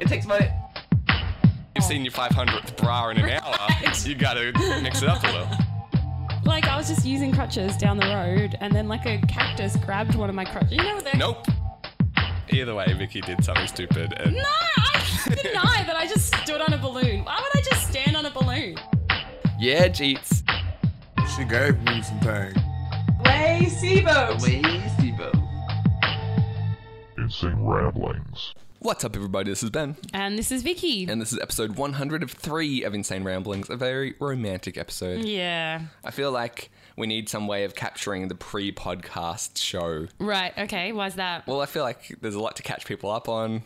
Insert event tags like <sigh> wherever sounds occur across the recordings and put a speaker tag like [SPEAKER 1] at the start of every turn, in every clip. [SPEAKER 1] It takes money.
[SPEAKER 2] You've seen your 500th bra in an hour.
[SPEAKER 3] Right.
[SPEAKER 2] You gotta mix it up a little.
[SPEAKER 3] Like I was just using crutches down the road, and then like a cactus grabbed one of my crutches. You know that?
[SPEAKER 2] Nope. Either way, Vicky did something stupid. And
[SPEAKER 3] No, I deny that I just stood on a balloon. Why would I just stand on a balloon?
[SPEAKER 1] Yeah, Jeets.
[SPEAKER 4] She gave me some things.
[SPEAKER 5] Way Sebo.
[SPEAKER 1] Wasty boat.
[SPEAKER 6] Insane Ramblings.
[SPEAKER 2] what's up, everybody? This is Ben,
[SPEAKER 3] And this is Vicky.
[SPEAKER 2] and this is episode 103 of Insane Ramblings, a very romantic episode.
[SPEAKER 3] yeah.
[SPEAKER 2] I feel like we need some way of capturing the pre podcast show.
[SPEAKER 3] Right. Okay. Why's that?
[SPEAKER 2] Well, I feel like there's a lot to catch people up on.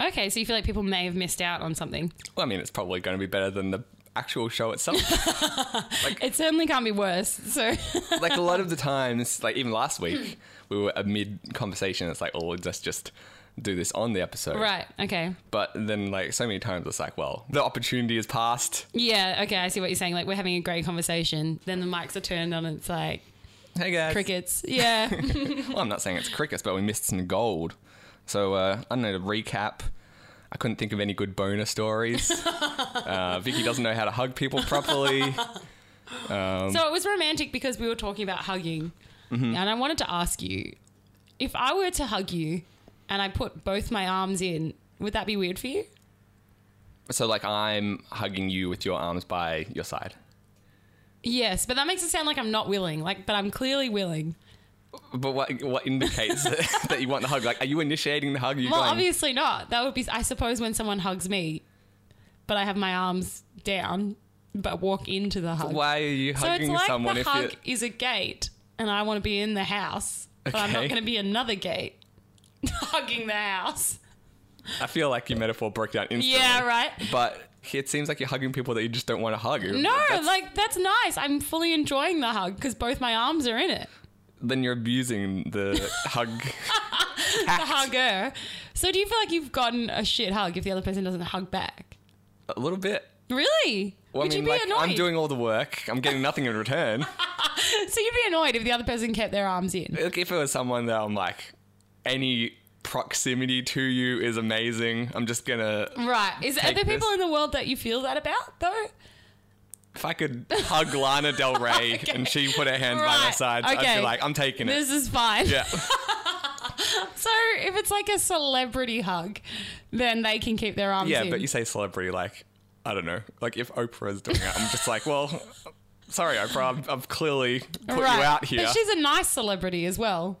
[SPEAKER 3] Okay. So you feel like people may have missed out on something.
[SPEAKER 2] Well, I mean, it's probably going to be better than the actual show itself.
[SPEAKER 3] <laughs> It certainly can't be worse. So.
[SPEAKER 2] like a lot of the times, like even last week, we were amid conversation. It's like, oh, let's just do this on the episode.
[SPEAKER 3] right. Okay.
[SPEAKER 2] But then, like so many times, it's like, well, the opportunity is past.
[SPEAKER 3] Yeah. Okay. I see what you're saying. Like we're having a great conversation. Then the mics are turned on. And it's like
[SPEAKER 2] Hey guys,
[SPEAKER 3] crickets. Yeah.
[SPEAKER 2] Well, I'm not saying it's crickets, but we missed some gold. So uh, I don't know to recap. I couldn't think of any good boner
[SPEAKER 3] <laughs>
[SPEAKER 2] stories. uh, Vicky doesn't know how to hug people
[SPEAKER 3] <laughs>
[SPEAKER 2] properly.
[SPEAKER 3] So it was romantic because we were talking about hugging.
[SPEAKER 2] Mm-hmm.
[SPEAKER 3] And I wanted to ask you if I were to hug you and I put both my arms in, would that be weird for you?
[SPEAKER 2] so like I'm hugging you with your arms by your side.
[SPEAKER 3] Yes, but that makes it sound like I'm not willing, like but I'm clearly willing.
[SPEAKER 2] But what what
[SPEAKER 3] <laughs>
[SPEAKER 2] indicates that, that you want the hug? Like, are you initiating the hug? Are you
[SPEAKER 3] well,
[SPEAKER 2] going,
[SPEAKER 3] obviously not. That would be I suppose when someone hugs me but I have my arms down but walk into the hug.
[SPEAKER 2] Why are you
[SPEAKER 3] so it's
[SPEAKER 2] hugging
[SPEAKER 3] like
[SPEAKER 2] someone
[SPEAKER 3] the
[SPEAKER 2] if
[SPEAKER 3] hug
[SPEAKER 2] you?
[SPEAKER 3] is a gate and I want to be in the house, but I'm not
[SPEAKER 2] Okay.
[SPEAKER 3] going to be another gate <laughs> hugging the house.
[SPEAKER 2] I feel like your metaphor broke down instantly.
[SPEAKER 3] Yeah, right.
[SPEAKER 2] But it seems like you're hugging people that you just don't want to hug.
[SPEAKER 3] No,
[SPEAKER 2] That's-
[SPEAKER 3] like that's nice. I'm fully enjoying the hug because both my arms are in it.
[SPEAKER 2] then you're abusing
[SPEAKER 3] <laughs>
[SPEAKER 2] the hug.
[SPEAKER 3] The hugger. So do you feel like you've gotten a shit hug if the other person doesn't hug back?
[SPEAKER 2] A little bit.
[SPEAKER 3] Really?
[SPEAKER 2] Well,
[SPEAKER 3] Would
[SPEAKER 2] I mean,
[SPEAKER 3] you be
[SPEAKER 2] like,
[SPEAKER 3] annoyed?
[SPEAKER 2] I'm doing all the work. I'm getting nothing in
[SPEAKER 3] <laughs>
[SPEAKER 2] return.
[SPEAKER 3] so you'd be annoyed if the other person kept their arms in.
[SPEAKER 2] Like, if it was someone that I'm like, any proximity to you is amazing. I'm just gonna.
[SPEAKER 3] Right. Is are
[SPEAKER 2] Take
[SPEAKER 3] there people
[SPEAKER 2] this.
[SPEAKER 3] in the world that you feel that about though?
[SPEAKER 2] If I could
[SPEAKER 3] <laughs>
[SPEAKER 2] hug Lana Del Rey
[SPEAKER 3] Okay.
[SPEAKER 2] and she put her hands by my
[SPEAKER 3] Right.
[SPEAKER 2] sides, I'd
[SPEAKER 3] Okay.
[SPEAKER 2] be like, I'm taking it.
[SPEAKER 3] This is fine. <laughs>
[SPEAKER 2] yeah.
[SPEAKER 3] So if it's like a celebrity hug, then they can keep their arms
[SPEAKER 2] Yeah,
[SPEAKER 3] in.
[SPEAKER 2] but you say celebrity, like, I don't know. Like, if Oprah's doing it, I'm just like, well, sorry, Oprah, I've, I've clearly put you out here.
[SPEAKER 3] But she's a nice celebrity as well.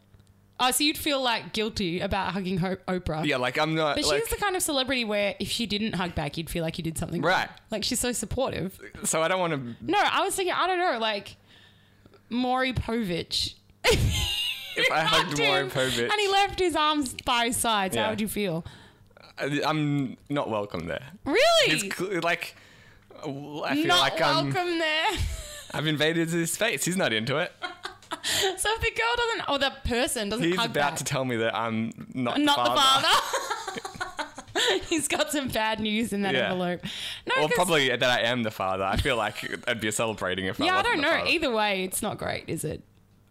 [SPEAKER 3] Oh, so you'd feel like guilty about hugging Ho- Oprah.
[SPEAKER 2] yeah, like, I'm not.
[SPEAKER 3] But
[SPEAKER 2] like,
[SPEAKER 3] she's the kind of celebrity where if she didn't hug back, you'd feel like you did something
[SPEAKER 2] Right. Uh,
[SPEAKER 3] wrong. Like she's so supportive.
[SPEAKER 2] so I don't want to.
[SPEAKER 3] No, I was thinking, I don't know, like Maury Povich.
[SPEAKER 2] <laughs> If
[SPEAKER 3] <laughs>
[SPEAKER 2] I hugged Maury
[SPEAKER 3] him
[SPEAKER 2] Povich,
[SPEAKER 3] and he left his arms by his sides,
[SPEAKER 2] Yeah.
[SPEAKER 3] how would you feel?
[SPEAKER 2] I- I'm not welcome there. It's
[SPEAKER 3] Really?
[SPEAKER 2] cl- like I feel
[SPEAKER 3] Not
[SPEAKER 2] like um, I'm,
[SPEAKER 3] welcome there. <laughs>
[SPEAKER 2] I've invaded his space. He's not into it.
[SPEAKER 3] so if the girl doesn't, or the person doesn't
[SPEAKER 2] He's
[SPEAKER 3] hug
[SPEAKER 2] about
[SPEAKER 3] back,
[SPEAKER 2] to tell me that I'm not,
[SPEAKER 3] not
[SPEAKER 2] the father.
[SPEAKER 3] the
[SPEAKER 2] <laughs>
[SPEAKER 3] father. <laughs> He's got some bad news in that
[SPEAKER 2] Yeah.
[SPEAKER 3] envelope. No,
[SPEAKER 2] Or
[SPEAKER 3] 'cause-
[SPEAKER 2] probably that I am the father. I feel like I'd be celebrating if
[SPEAKER 3] Yeah, I
[SPEAKER 2] I wasn't
[SPEAKER 3] don't
[SPEAKER 2] the
[SPEAKER 3] know.
[SPEAKER 2] father.
[SPEAKER 3] Either way, it's not great, is it?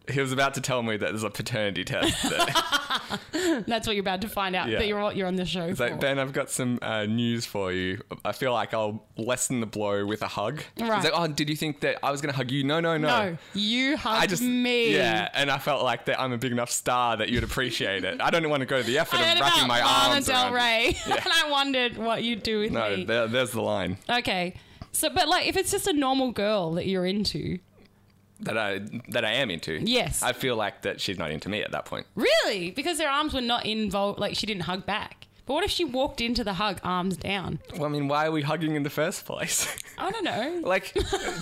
[SPEAKER 2] He was about to tell me that there's a paternity
[SPEAKER 3] <laughs>
[SPEAKER 2] test. That,
[SPEAKER 3] That's what you're about to find out.
[SPEAKER 2] Yeah.
[SPEAKER 3] That you're what you're on the show
[SPEAKER 2] it's like,
[SPEAKER 3] for.
[SPEAKER 2] Ben, I've got some uh, news for you. I feel like I'll lessen the blow with a hug. He's
[SPEAKER 3] Right.
[SPEAKER 2] like, oh, did you think that I was going to hug you? No, no, no.
[SPEAKER 3] No, you hugged
[SPEAKER 2] I just
[SPEAKER 3] me.
[SPEAKER 2] yeah, and I felt like that I'm a big enough star that you'd appreciate it. I don't want to go to the effort
[SPEAKER 3] I heard
[SPEAKER 2] of
[SPEAKER 3] about
[SPEAKER 2] wrapping my
[SPEAKER 3] Lana
[SPEAKER 2] arms
[SPEAKER 3] Del
[SPEAKER 2] around you.
[SPEAKER 3] Rey, <laughs> and I wondered what you'd do with
[SPEAKER 2] No,
[SPEAKER 3] me.
[SPEAKER 2] there, there's the line
[SPEAKER 3] okay, so but like if it's just a normal girl that you're into,
[SPEAKER 2] that I that I am into.
[SPEAKER 3] Yes.
[SPEAKER 2] I feel like that she's not into me at that point.
[SPEAKER 3] really, because their arms were not involved, like she didn't hug back. But what if she walked into the hug arms down?
[SPEAKER 2] Well, I mean, why are we hugging in the first place? <laughs>
[SPEAKER 3] I don't know. <laughs>
[SPEAKER 2] like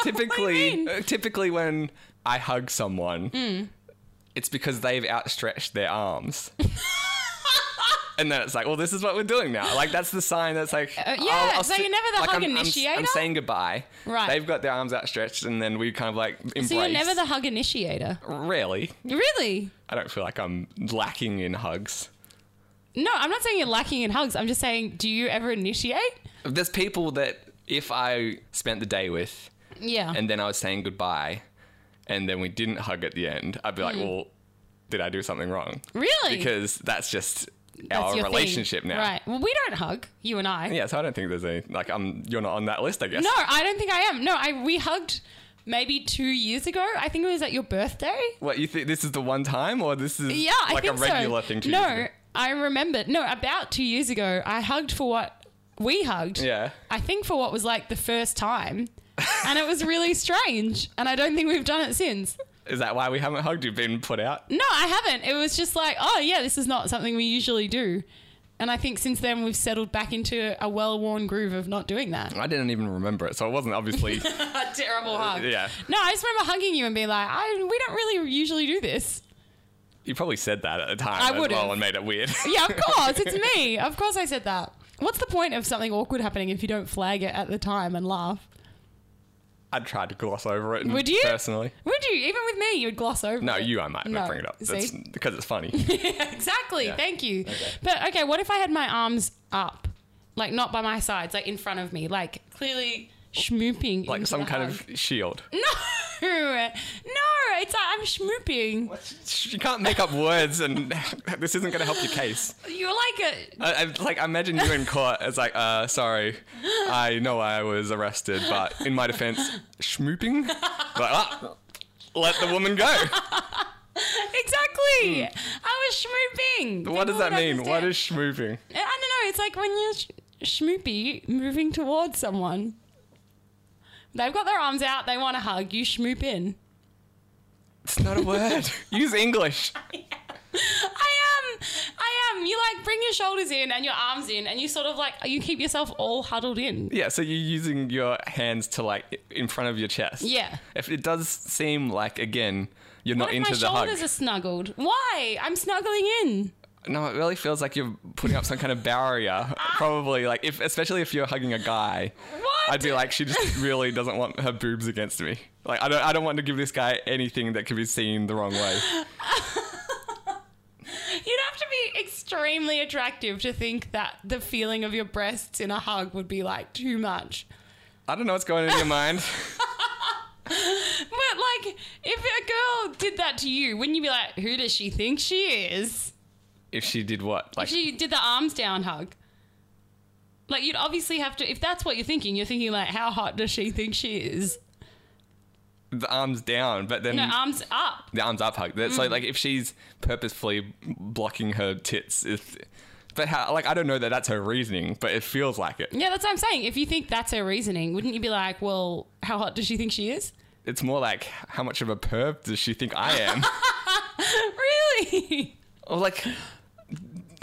[SPEAKER 2] typically,
[SPEAKER 3] mean? Mm.
[SPEAKER 2] uh, typically when I hug someone, it's because they've outstretched their
[SPEAKER 3] <laughs>
[SPEAKER 2] arms. And then it's like, well, this is what we're doing now. Like that's the sign that's like,
[SPEAKER 3] Uh, yeah, so
[SPEAKER 2] sit-
[SPEAKER 3] you're never the hug
[SPEAKER 2] I'm- I'm s- I'm,
[SPEAKER 3] initiator?
[SPEAKER 2] saying goodbye.
[SPEAKER 3] Right.
[SPEAKER 2] They've got their arms outstretched, and then we kind of like embrace.
[SPEAKER 3] so you're never the hug initiator,
[SPEAKER 2] really.
[SPEAKER 3] really?
[SPEAKER 2] I don't feel like I'm lacking in hugs.
[SPEAKER 3] No, I'm not saying you're lacking in hugs. I'm just saying, do you ever initiate?
[SPEAKER 2] There's people that if I spent the day with
[SPEAKER 3] Yeah.
[SPEAKER 2] and then I was saying goodbye and then we
[SPEAKER 3] Hmm.
[SPEAKER 2] didn't hug at the end, I'd be like, well, did I do something wrong?
[SPEAKER 3] really?
[SPEAKER 2] Because that's just our
[SPEAKER 3] your thing.
[SPEAKER 2] relationship now.
[SPEAKER 3] Right. Well, we don't hug, you and I.
[SPEAKER 2] Yeah, so I don't think there's any like I'm. You're not on that list, I guess.
[SPEAKER 3] No, I don't think I am. No, I we hugged maybe two years ago. I think it was at your birthday.
[SPEAKER 2] What you think? This is the one time, or this is
[SPEAKER 3] Yeah, I
[SPEAKER 2] like
[SPEAKER 3] think
[SPEAKER 2] a regular
[SPEAKER 3] so.
[SPEAKER 2] thing? To
[SPEAKER 3] no,
[SPEAKER 2] you do?
[SPEAKER 3] I remember. No, about two years ago, I hugged for what we hugged.
[SPEAKER 2] Yeah.
[SPEAKER 3] I think for what was like the first time, and it
[SPEAKER 2] <laughs>
[SPEAKER 3] was really strange. And I don't think we've done it since.
[SPEAKER 2] Is that why we haven't hugged? You've been put out.
[SPEAKER 3] No, I haven't. It was just like, oh yeah, this is not something we usually do. And I think since then we've settled back into a well-worn groove of not doing that.
[SPEAKER 2] I didn't even remember it, so it wasn't
[SPEAKER 3] <laughs>
[SPEAKER 2] obviously.
[SPEAKER 3] A terrible hug.
[SPEAKER 2] Uh, yeah,
[SPEAKER 3] No, I just remember hugging you and being like, I, we don't really usually do this.
[SPEAKER 2] you probably said that at the time
[SPEAKER 3] I
[SPEAKER 2] as
[SPEAKER 3] would've.
[SPEAKER 2] well and made it weird. <laughs>
[SPEAKER 3] Yeah, of course, it's me. Of course, I said that. What's the point of something awkward happening if you don't flag it at the time and laugh?
[SPEAKER 2] I'd try to gloss over it. and-
[SPEAKER 3] Would you?
[SPEAKER 2] Mm, personally?
[SPEAKER 3] Would you? Even with me, you'd gloss over.
[SPEAKER 2] No,
[SPEAKER 3] it.
[SPEAKER 2] you. I might not
[SPEAKER 3] No,
[SPEAKER 2] bring it up. That's
[SPEAKER 3] See?
[SPEAKER 2] because it's funny.
[SPEAKER 3] <laughs> exactly. Thank you. But okay, what if I had my arms up, like not by my sides, like in front of me, like clearly schmooping,
[SPEAKER 2] like
[SPEAKER 3] into
[SPEAKER 2] some
[SPEAKER 3] the
[SPEAKER 2] kind
[SPEAKER 3] hug?
[SPEAKER 2] of shield.
[SPEAKER 3] No, <laughs> no, it's like I'm schmooping.
[SPEAKER 2] You can't make up words, and <laughs> this isn't going to help your case.
[SPEAKER 3] You're like a
[SPEAKER 2] I, I like I imagine you in court. It's like, uh, sorry, I know I was arrested, but in my defense, schmooping. Like, ah, let the woman go.
[SPEAKER 3] <laughs> Exactly. I was schmooping.
[SPEAKER 2] Hmm. What does
[SPEAKER 3] People
[SPEAKER 2] that
[SPEAKER 3] would
[SPEAKER 2] mean? What
[SPEAKER 3] understand.
[SPEAKER 2] is schmooping?
[SPEAKER 3] Uh, I don't know. It's like when you're sh- schmoopy, moving towards someone. They've got their arms out. They want to hug. You schmoop in.
[SPEAKER 2] It's not a word. <laughs> Use English.
[SPEAKER 3] I am. I am. You like bring your shoulders in and your arms in, and you sort of like you keep yourself all huddled in.
[SPEAKER 2] Yeah, so you're using your hands to like i- in front of your chest.
[SPEAKER 3] Yeah.
[SPEAKER 2] If it does seem like again, you're
[SPEAKER 3] What
[SPEAKER 2] not
[SPEAKER 3] if
[SPEAKER 2] into
[SPEAKER 3] my
[SPEAKER 2] the hug.
[SPEAKER 3] shoulders are snuggled? Why? I'm snuggling in.
[SPEAKER 2] No, it really feels like you're putting up some kind of barrier. Probably like if, especially if you're hugging a guy.
[SPEAKER 3] What?
[SPEAKER 2] I'd be like, she just really doesn't want her boobs against me. Like, I don't, I don't want to give this guy anything that could be seen the wrong way.
[SPEAKER 3] You'd have to be extremely attractive to think that the feeling of your breasts in a hug would be like too much.
[SPEAKER 2] I don't know what's going on in your mind.
[SPEAKER 3] But like, if a girl did that to you, wouldn't you be like, "Who does she think she is?"
[SPEAKER 2] If she did what? Like,
[SPEAKER 3] If she did the arms down hug, like you'd obviously have to. If that's what you're thinking, you're thinking like, "How hot does she think she is?"
[SPEAKER 2] the arms down, but then
[SPEAKER 3] No, uh, mm. arms up.
[SPEAKER 2] the arms up hug. That- So, like, if she's purposefully blocking her tits, if. But how, like, I don't know that that's her reasoning, but it feels like it.
[SPEAKER 3] Yeah, that's what I'm saying. If you think that's her reasoning, wouldn't you be like, "Well, how hot does she think she is?" <laughs>
[SPEAKER 2] It's more like, how much of a perv does she think I am?
[SPEAKER 3] Really? <laughs>
[SPEAKER 2] Or like,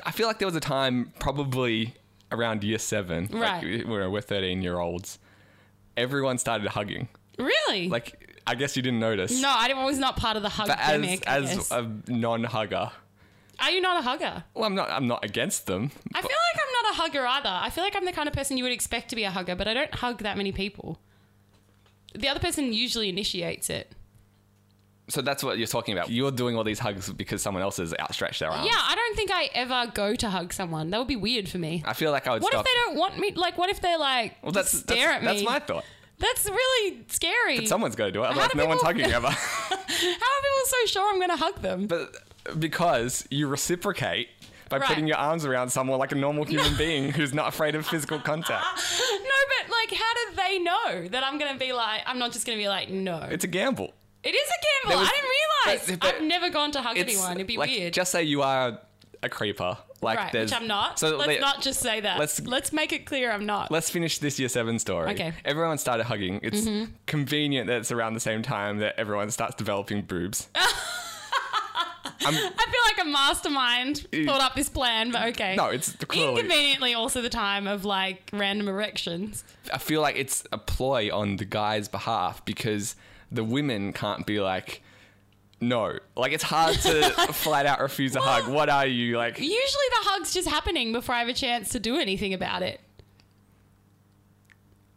[SPEAKER 2] I feel like there was a time, probably around year seven,
[SPEAKER 3] Right.
[SPEAKER 2] Like, where we're thirteen-year-olds. Everyone started hugging.
[SPEAKER 3] really?
[SPEAKER 2] Like, I guess you didn't notice.
[SPEAKER 3] no, I was not part of the hug
[SPEAKER 2] But as
[SPEAKER 3] gimmick. I
[SPEAKER 2] as
[SPEAKER 3] guess.
[SPEAKER 2] a non-hugger,
[SPEAKER 3] Are you not a hugger?
[SPEAKER 2] well, I'm not. I'm not against them.
[SPEAKER 3] I feel like I'm not a hugger either. I feel like I'm the kind of person you would expect to be a hugger, but I don't hug that many people. The other person usually initiates it.
[SPEAKER 2] So that's what you're talking about. You're doing all these hugs because someone else has outstretched their arms.
[SPEAKER 3] Yeah, I don't think I ever go to hug someone. That would be weird for me.
[SPEAKER 2] I feel like I would
[SPEAKER 3] What if
[SPEAKER 2] stop.
[SPEAKER 3] they don't want me? Like, what if they're like,
[SPEAKER 2] well, that's
[SPEAKER 3] just stare
[SPEAKER 2] that's,
[SPEAKER 3] at me?
[SPEAKER 2] That's my thought.
[SPEAKER 3] That's really scary.
[SPEAKER 2] Someone's got to do it. Otherwise,
[SPEAKER 3] do
[SPEAKER 2] no one's
[SPEAKER 3] people-
[SPEAKER 2] hugging ever.
[SPEAKER 3] <laughs> How are people so sure I'm going to hug them?
[SPEAKER 2] But because you reciprocate by
[SPEAKER 3] Right.
[SPEAKER 2] putting your arms around someone like a normal
[SPEAKER 3] <laughs>
[SPEAKER 2] human being who's not afraid of physical contact.
[SPEAKER 3] no, but like, how do they know that I'm going to be like, I'm not just going to be like, no.
[SPEAKER 2] It's a gamble.
[SPEAKER 3] it is a
[SPEAKER 2] There
[SPEAKER 3] gamble.
[SPEAKER 2] was-
[SPEAKER 3] I didn't realize.
[SPEAKER 2] but- but
[SPEAKER 3] I've never gone to hug
[SPEAKER 2] It's
[SPEAKER 3] anyone. It'd be
[SPEAKER 2] like,
[SPEAKER 3] weird.
[SPEAKER 2] Just say you are a creeper. Like
[SPEAKER 3] right,
[SPEAKER 2] there's,
[SPEAKER 3] which I'm not. So let's
[SPEAKER 2] they-
[SPEAKER 3] not just say that.
[SPEAKER 2] let's-
[SPEAKER 3] Let's let's make it clear I'm not.
[SPEAKER 2] Let's finish this year seven story.
[SPEAKER 3] Okay. Mm-hmm.
[SPEAKER 2] Everyone started hugging. It's convenient that it's around the same time that everyone starts developing boobs.
[SPEAKER 3] I feel like a mastermind
[SPEAKER 2] Eh.
[SPEAKER 3] thought up this plan, but okay.
[SPEAKER 2] No, it's clearly.
[SPEAKER 3] inconveniently also the time of like random erections.
[SPEAKER 2] I feel like it's a ploy on the guy's behalf because the women can't be like, no. Like it's hard
[SPEAKER 3] <laughs>
[SPEAKER 2] to flat out refuse a hug. What are you like?
[SPEAKER 3] Usually the hug's just happening before I have a chance to do anything about it.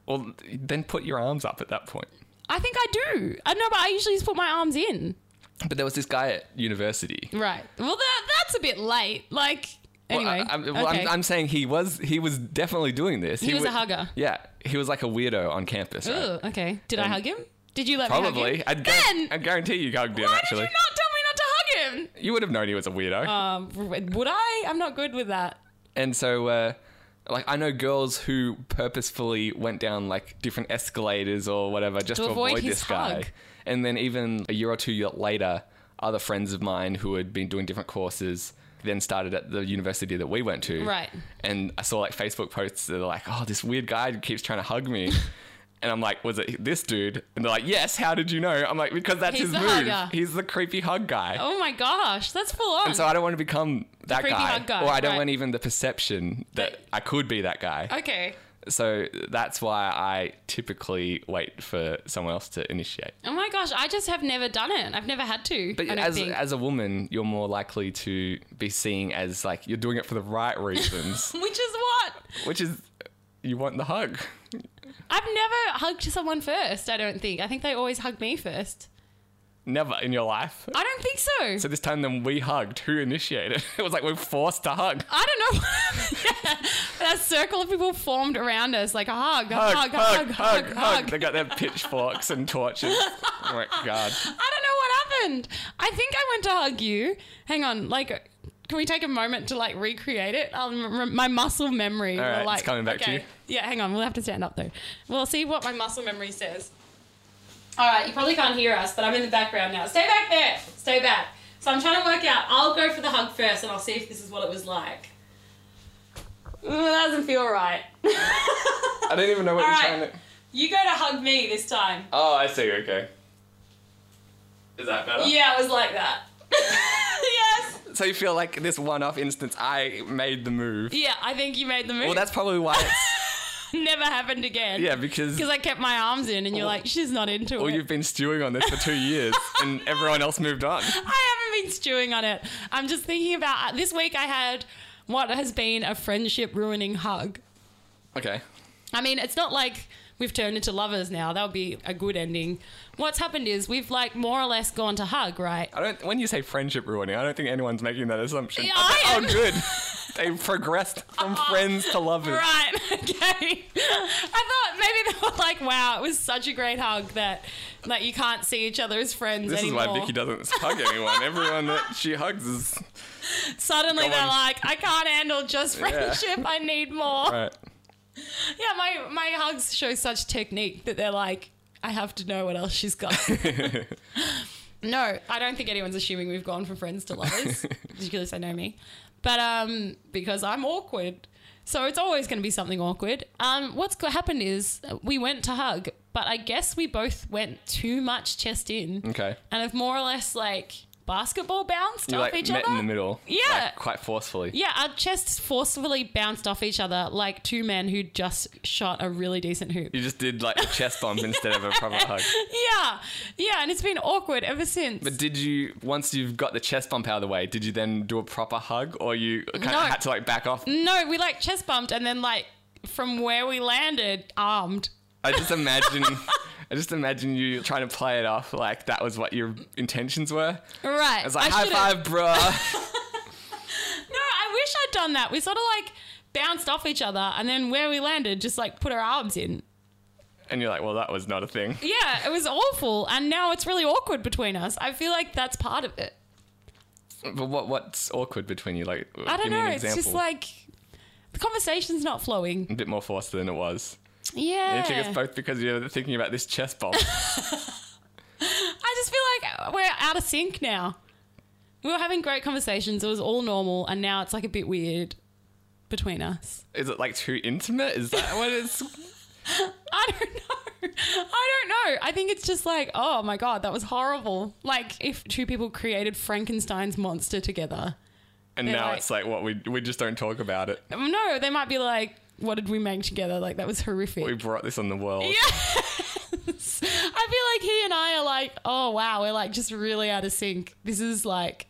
[SPEAKER 2] Well, then put your arms up at that point.
[SPEAKER 3] I think I do. I know, but I usually just put my arms in.
[SPEAKER 2] But there was this guy at university.
[SPEAKER 3] Right. Well, that, that's a bit late. Like anyway.
[SPEAKER 2] well, I, am well,
[SPEAKER 3] okay.
[SPEAKER 2] I'm, I'm saying he was he was definitely doing this.
[SPEAKER 3] He was
[SPEAKER 2] wa-
[SPEAKER 3] a hugger.
[SPEAKER 2] Yeah, he was like a weirdo on campus. right?
[SPEAKER 3] Ooh, okay. Did I
[SPEAKER 2] Um,
[SPEAKER 3] hug him? Did you let me hug
[SPEAKER 2] Probably.
[SPEAKER 3] him?
[SPEAKER 2] I'd, guar-
[SPEAKER 3] then
[SPEAKER 2] I'd guarantee you hugged him
[SPEAKER 3] why
[SPEAKER 2] actually.
[SPEAKER 3] did you not tell me not to hug him?
[SPEAKER 2] You would have known he was a weirdo.
[SPEAKER 3] Um, would I? I'm not good with that.
[SPEAKER 2] and so uh, like I know girls who purposefully went down like different escalators or whatever just
[SPEAKER 3] To
[SPEAKER 2] to,
[SPEAKER 3] avoid
[SPEAKER 2] avoid,
[SPEAKER 3] his
[SPEAKER 2] this guy.
[SPEAKER 3] hug.
[SPEAKER 2] And then even a year or two later, other friends of mine who had been doing different courses then started at the university that we went to.
[SPEAKER 3] Right.
[SPEAKER 2] And I saw like Facebook posts that are like, "Oh, this weird guy keeps trying to hug
[SPEAKER 3] <laughs>
[SPEAKER 2] me." And I'm like, was it this dude? And they're like, yes. How did you know? I'm like, because that's
[SPEAKER 3] He's
[SPEAKER 2] his
[SPEAKER 3] the
[SPEAKER 2] move.
[SPEAKER 3] hugger.
[SPEAKER 2] He's the creepy hug guy.
[SPEAKER 3] Oh my gosh, that's full on.
[SPEAKER 2] And so I don't want to become that
[SPEAKER 3] creepy
[SPEAKER 2] guy,
[SPEAKER 3] hot guy,
[SPEAKER 2] or I don't
[SPEAKER 3] right.
[SPEAKER 2] want even the perception that I could be that guy.
[SPEAKER 3] okay.
[SPEAKER 2] So that's why I typically wait for someone else to initiate.
[SPEAKER 3] Oh my gosh, I just have never done it. I've never had to.
[SPEAKER 2] But
[SPEAKER 3] I don't
[SPEAKER 2] as
[SPEAKER 3] think.
[SPEAKER 2] as a woman, you're more likely to be seen as like you're doing it for the right
[SPEAKER 3] <laughs>
[SPEAKER 2] reasons,
[SPEAKER 3] <laughs> Which is what?
[SPEAKER 2] which is you want the hug.
[SPEAKER 3] I've never hugged someone first, I don't think. I think they always hug me first.
[SPEAKER 2] Never in your life.
[SPEAKER 3] I don't think so.
[SPEAKER 2] So this time, then we hugged. Who initiated? <laughs> It was like we're forced to hug.
[SPEAKER 3] I don't know. <laughs> that circle of people formed around us like a hug, a
[SPEAKER 2] Hug,
[SPEAKER 3] hug, a hug, hug, hug.
[SPEAKER 2] They got their pitchforks and
[SPEAKER 3] <laughs>
[SPEAKER 2] torches. Oh my god.
[SPEAKER 3] I don't know what happened. I think I went to hug you. Hang on, like, can we take a moment to like recreate it? Um, re- my muscle memory.
[SPEAKER 2] All
[SPEAKER 3] will,
[SPEAKER 2] right, it's
[SPEAKER 3] like,
[SPEAKER 2] coming back to you.
[SPEAKER 3] Yeah, hang on. We'll have to stand up though. We'll see what my muscle memory says. All right, you probably can't hear us, but I'm in the background now. Stay back there. Stay back. So I'm trying to work out. I'll go for the hug first, and I'll see if this is what it was like. Ooh, that doesn't feel right. <laughs>
[SPEAKER 2] I don't even know what
[SPEAKER 3] All
[SPEAKER 2] you're
[SPEAKER 3] right.
[SPEAKER 2] trying to.
[SPEAKER 3] You go to hug me this time.
[SPEAKER 2] Oh, I see. Okay. Is that better?
[SPEAKER 3] Yeah, it was like that. <laughs> yes.
[SPEAKER 2] So you feel like this one-off instance, I made the move.
[SPEAKER 3] Yeah, I think you made the move.
[SPEAKER 2] Well, that's probably why. It's,
[SPEAKER 3] <laughs>
[SPEAKER 2] <laughs>
[SPEAKER 3] never happened again.
[SPEAKER 2] yeah, because
[SPEAKER 3] Because I kept my arms in, and you're like, she's not into
[SPEAKER 2] well,
[SPEAKER 3] it.
[SPEAKER 2] you've been stewing on this for two years, and everyone else moved on.
[SPEAKER 3] <laughs> I haven't been stewing on it. I'm just thinking about uh, this week. I had what has been a friendship ruining hug.
[SPEAKER 2] Okay.
[SPEAKER 3] I mean, it's not like we've turned into lovers now. That would be a good ending. What's happened is we've like more or less gone to hug, right?
[SPEAKER 2] I don't. When you say friendship ruining, I don't think anyone's making that assumption.
[SPEAKER 3] Yeah,
[SPEAKER 2] I
[SPEAKER 3] I
[SPEAKER 2] think-
[SPEAKER 3] am. Uh-uh.
[SPEAKER 2] Oh,
[SPEAKER 3] <laughs>
[SPEAKER 2] good. they progressed from friends to lovers.
[SPEAKER 3] Right, <laughs> okay. I thought maybe they were like, wow, it was such a great hug that that you can't see each other as friends
[SPEAKER 2] This
[SPEAKER 3] anymore.
[SPEAKER 2] is why Vicky doesn't hug
[SPEAKER 3] <laughs>
[SPEAKER 2] anyone. Everyone that she hugs is
[SPEAKER 3] Suddenly
[SPEAKER 2] Go
[SPEAKER 3] they're
[SPEAKER 2] on.
[SPEAKER 3] like, I can't handle just
[SPEAKER 2] <laughs> Yeah.
[SPEAKER 3] friendship. I need more.
[SPEAKER 2] right.
[SPEAKER 3] Yeah, my my hugs show such technique that they're like, I have to know what else
[SPEAKER 2] <laughs>
[SPEAKER 3] she's got. <laughs> no, I don't think anyone's assuming we've gone from friends to lovers,
[SPEAKER 2] <laughs>
[SPEAKER 3] particularly if they know me. But um, because I'm awkward, so it's always going to be something awkward. Um, what's go- happened is uh, we went to hug, but I guess we both went too much chest in,
[SPEAKER 2] Okay.
[SPEAKER 3] and have more or less like basketball bounced
[SPEAKER 2] You
[SPEAKER 3] off
[SPEAKER 2] like
[SPEAKER 3] each
[SPEAKER 2] met
[SPEAKER 3] other.
[SPEAKER 2] in the middle.
[SPEAKER 3] Yeah.
[SPEAKER 2] like, quite forcefully.
[SPEAKER 3] Yeah, our chests forcefully bounced off each other like two men who just shot a really decent hoop.
[SPEAKER 2] You just did like a chest bump instead of a proper hug.
[SPEAKER 3] <laughs> Yeah, yeah, and it's been awkward ever since.
[SPEAKER 2] But did you once you've got the chest bump out of the way, did you then do a proper hug, or you kind
[SPEAKER 3] No.
[SPEAKER 2] of had to like back
[SPEAKER 3] <laughs>
[SPEAKER 2] off?
[SPEAKER 3] no, we like chest bumped and then like from where we landed, armed.
[SPEAKER 2] I just imagine, I just imagine you trying to play it off like that was what your intentions were.
[SPEAKER 3] Right.
[SPEAKER 2] I was like, high five, bruh. <laughs>
[SPEAKER 3] No, I wish I'd done that. We sort of like bounced off each other and then where we landed, just like put our arms in.
[SPEAKER 2] and you're like, well, that was not a thing.
[SPEAKER 3] Yeah, it was awful, and now it's really awkward between us. I feel like that's part of it.
[SPEAKER 2] But what what's awkward between you? Like,
[SPEAKER 3] I don't
[SPEAKER 2] give me
[SPEAKER 3] know.
[SPEAKER 2] an
[SPEAKER 3] It's
[SPEAKER 2] example.
[SPEAKER 3] just like the conversation's not flowing.
[SPEAKER 2] a bit more forced than it was.
[SPEAKER 3] Yeah.
[SPEAKER 2] I think it's both because you're thinking about this chest
[SPEAKER 3] <laughs>
[SPEAKER 2] bump.
[SPEAKER 3] I just feel like we're out of sync now. We were having great conversations. It was all normal, and now it's like a bit weird between us. <laughs>
[SPEAKER 2] Is it like too intimate? Is that what it's?
[SPEAKER 3] I don't know. I don't know. I think it's just like, oh my god, that was horrible. Like if two people created Frankenstein's monster together.
[SPEAKER 2] And
[SPEAKER 3] They're
[SPEAKER 2] now
[SPEAKER 3] like-
[SPEAKER 2] it's like what we we just don't talk about it.
[SPEAKER 3] Um, No, they might be like, what did we make together? Like that was horrific.
[SPEAKER 2] We brought this on the world.
[SPEAKER 3] I feel like he and I are like, oh wow, we're like just really out of sync. This is like,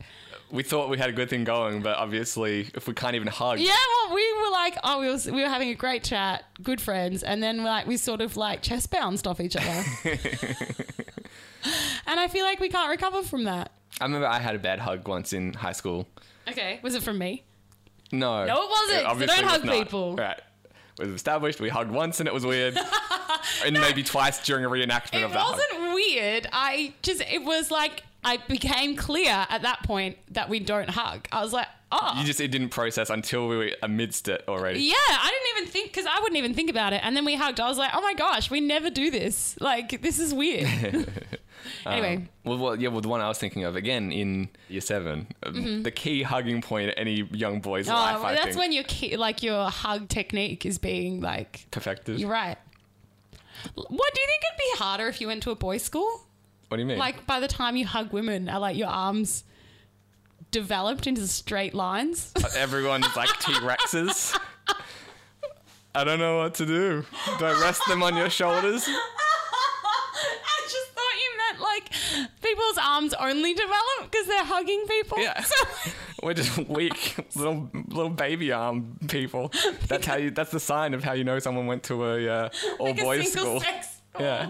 [SPEAKER 2] we thought we had a good thing going, but obviously, if we can't even hug,
[SPEAKER 3] yeah. Well, we were like, oh, we were we were having a great chat, good friends, and then we're like we sort of like chest bounced off each
[SPEAKER 2] <laughs>
[SPEAKER 3] other, and I feel like we can't recover from that.
[SPEAKER 2] I remember I had a bad hug once in high school.
[SPEAKER 3] Okay, was it from me?
[SPEAKER 2] No,
[SPEAKER 3] No, it wasn't, 'cause I
[SPEAKER 2] obviously
[SPEAKER 3] don't
[SPEAKER 2] was
[SPEAKER 3] hug
[SPEAKER 2] not.
[SPEAKER 3] people.
[SPEAKER 2] Right, it was established. We hugged once, and it was
[SPEAKER 3] <laughs>
[SPEAKER 2] weird, and maybe twice during a reenactment
[SPEAKER 3] It
[SPEAKER 2] of that. hug.
[SPEAKER 3] wasn't weird. I just it was like I became clear at that point that we don't hug. I was like, oh.
[SPEAKER 2] You just it didn't process until we were amidst it already.
[SPEAKER 3] yeah, I didn't even think because I wouldn't even think about it. And then we hugged. I was like, "Oh my gosh, we never do this. Like, this
[SPEAKER 2] <laughs>
[SPEAKER 3] is weird." anyway,
[SPEAKER 2] Well, well, yeah, well, the one I was thinking of again in year seven, um, the key hugging point in any young boy's
[SPEAKER 3] Mm-hmm. oh,
[SPEAKER 2] life.
[SPEAKER 3] well,
[SPEAKER 2] I
[SPEAKER 3] that's
[SPEAKER 2] think.
[SPEAKER 3] when your ki- like your hug technique is being like
[SPEAKER 2] perfected.
[SPEAKER 3] You're right. What do you think it'd be harder if you went to a boys' school?
[SPEAKER 2] What do you mean?
[SPEAKER 3] Like by the time you hug women, are like your arms developed into straight lines? <laughs>
[SPEAKER 2] Uh, everyone's like T Rexes. I don't know what to do. Do I rest them on your shoulders?
[SPEAKER 3] I just thought you meant like people's arms only develop because they're hugging people.
[SPEAKER 2] Yeah.
[SPEAKER 3] <laughs> So-
[SPEAKER 2] We're just weak little little baby arm people. That's how you. That's the sign of how you know someone went to a uh, all
[SPEAKER 3] like a
[SPEAKER 2] boys
[SPEAKER 3] single
[SPEAKER 2] school.
[SPEAKER 3] sex school.
[SPEAKER 2] Yeah.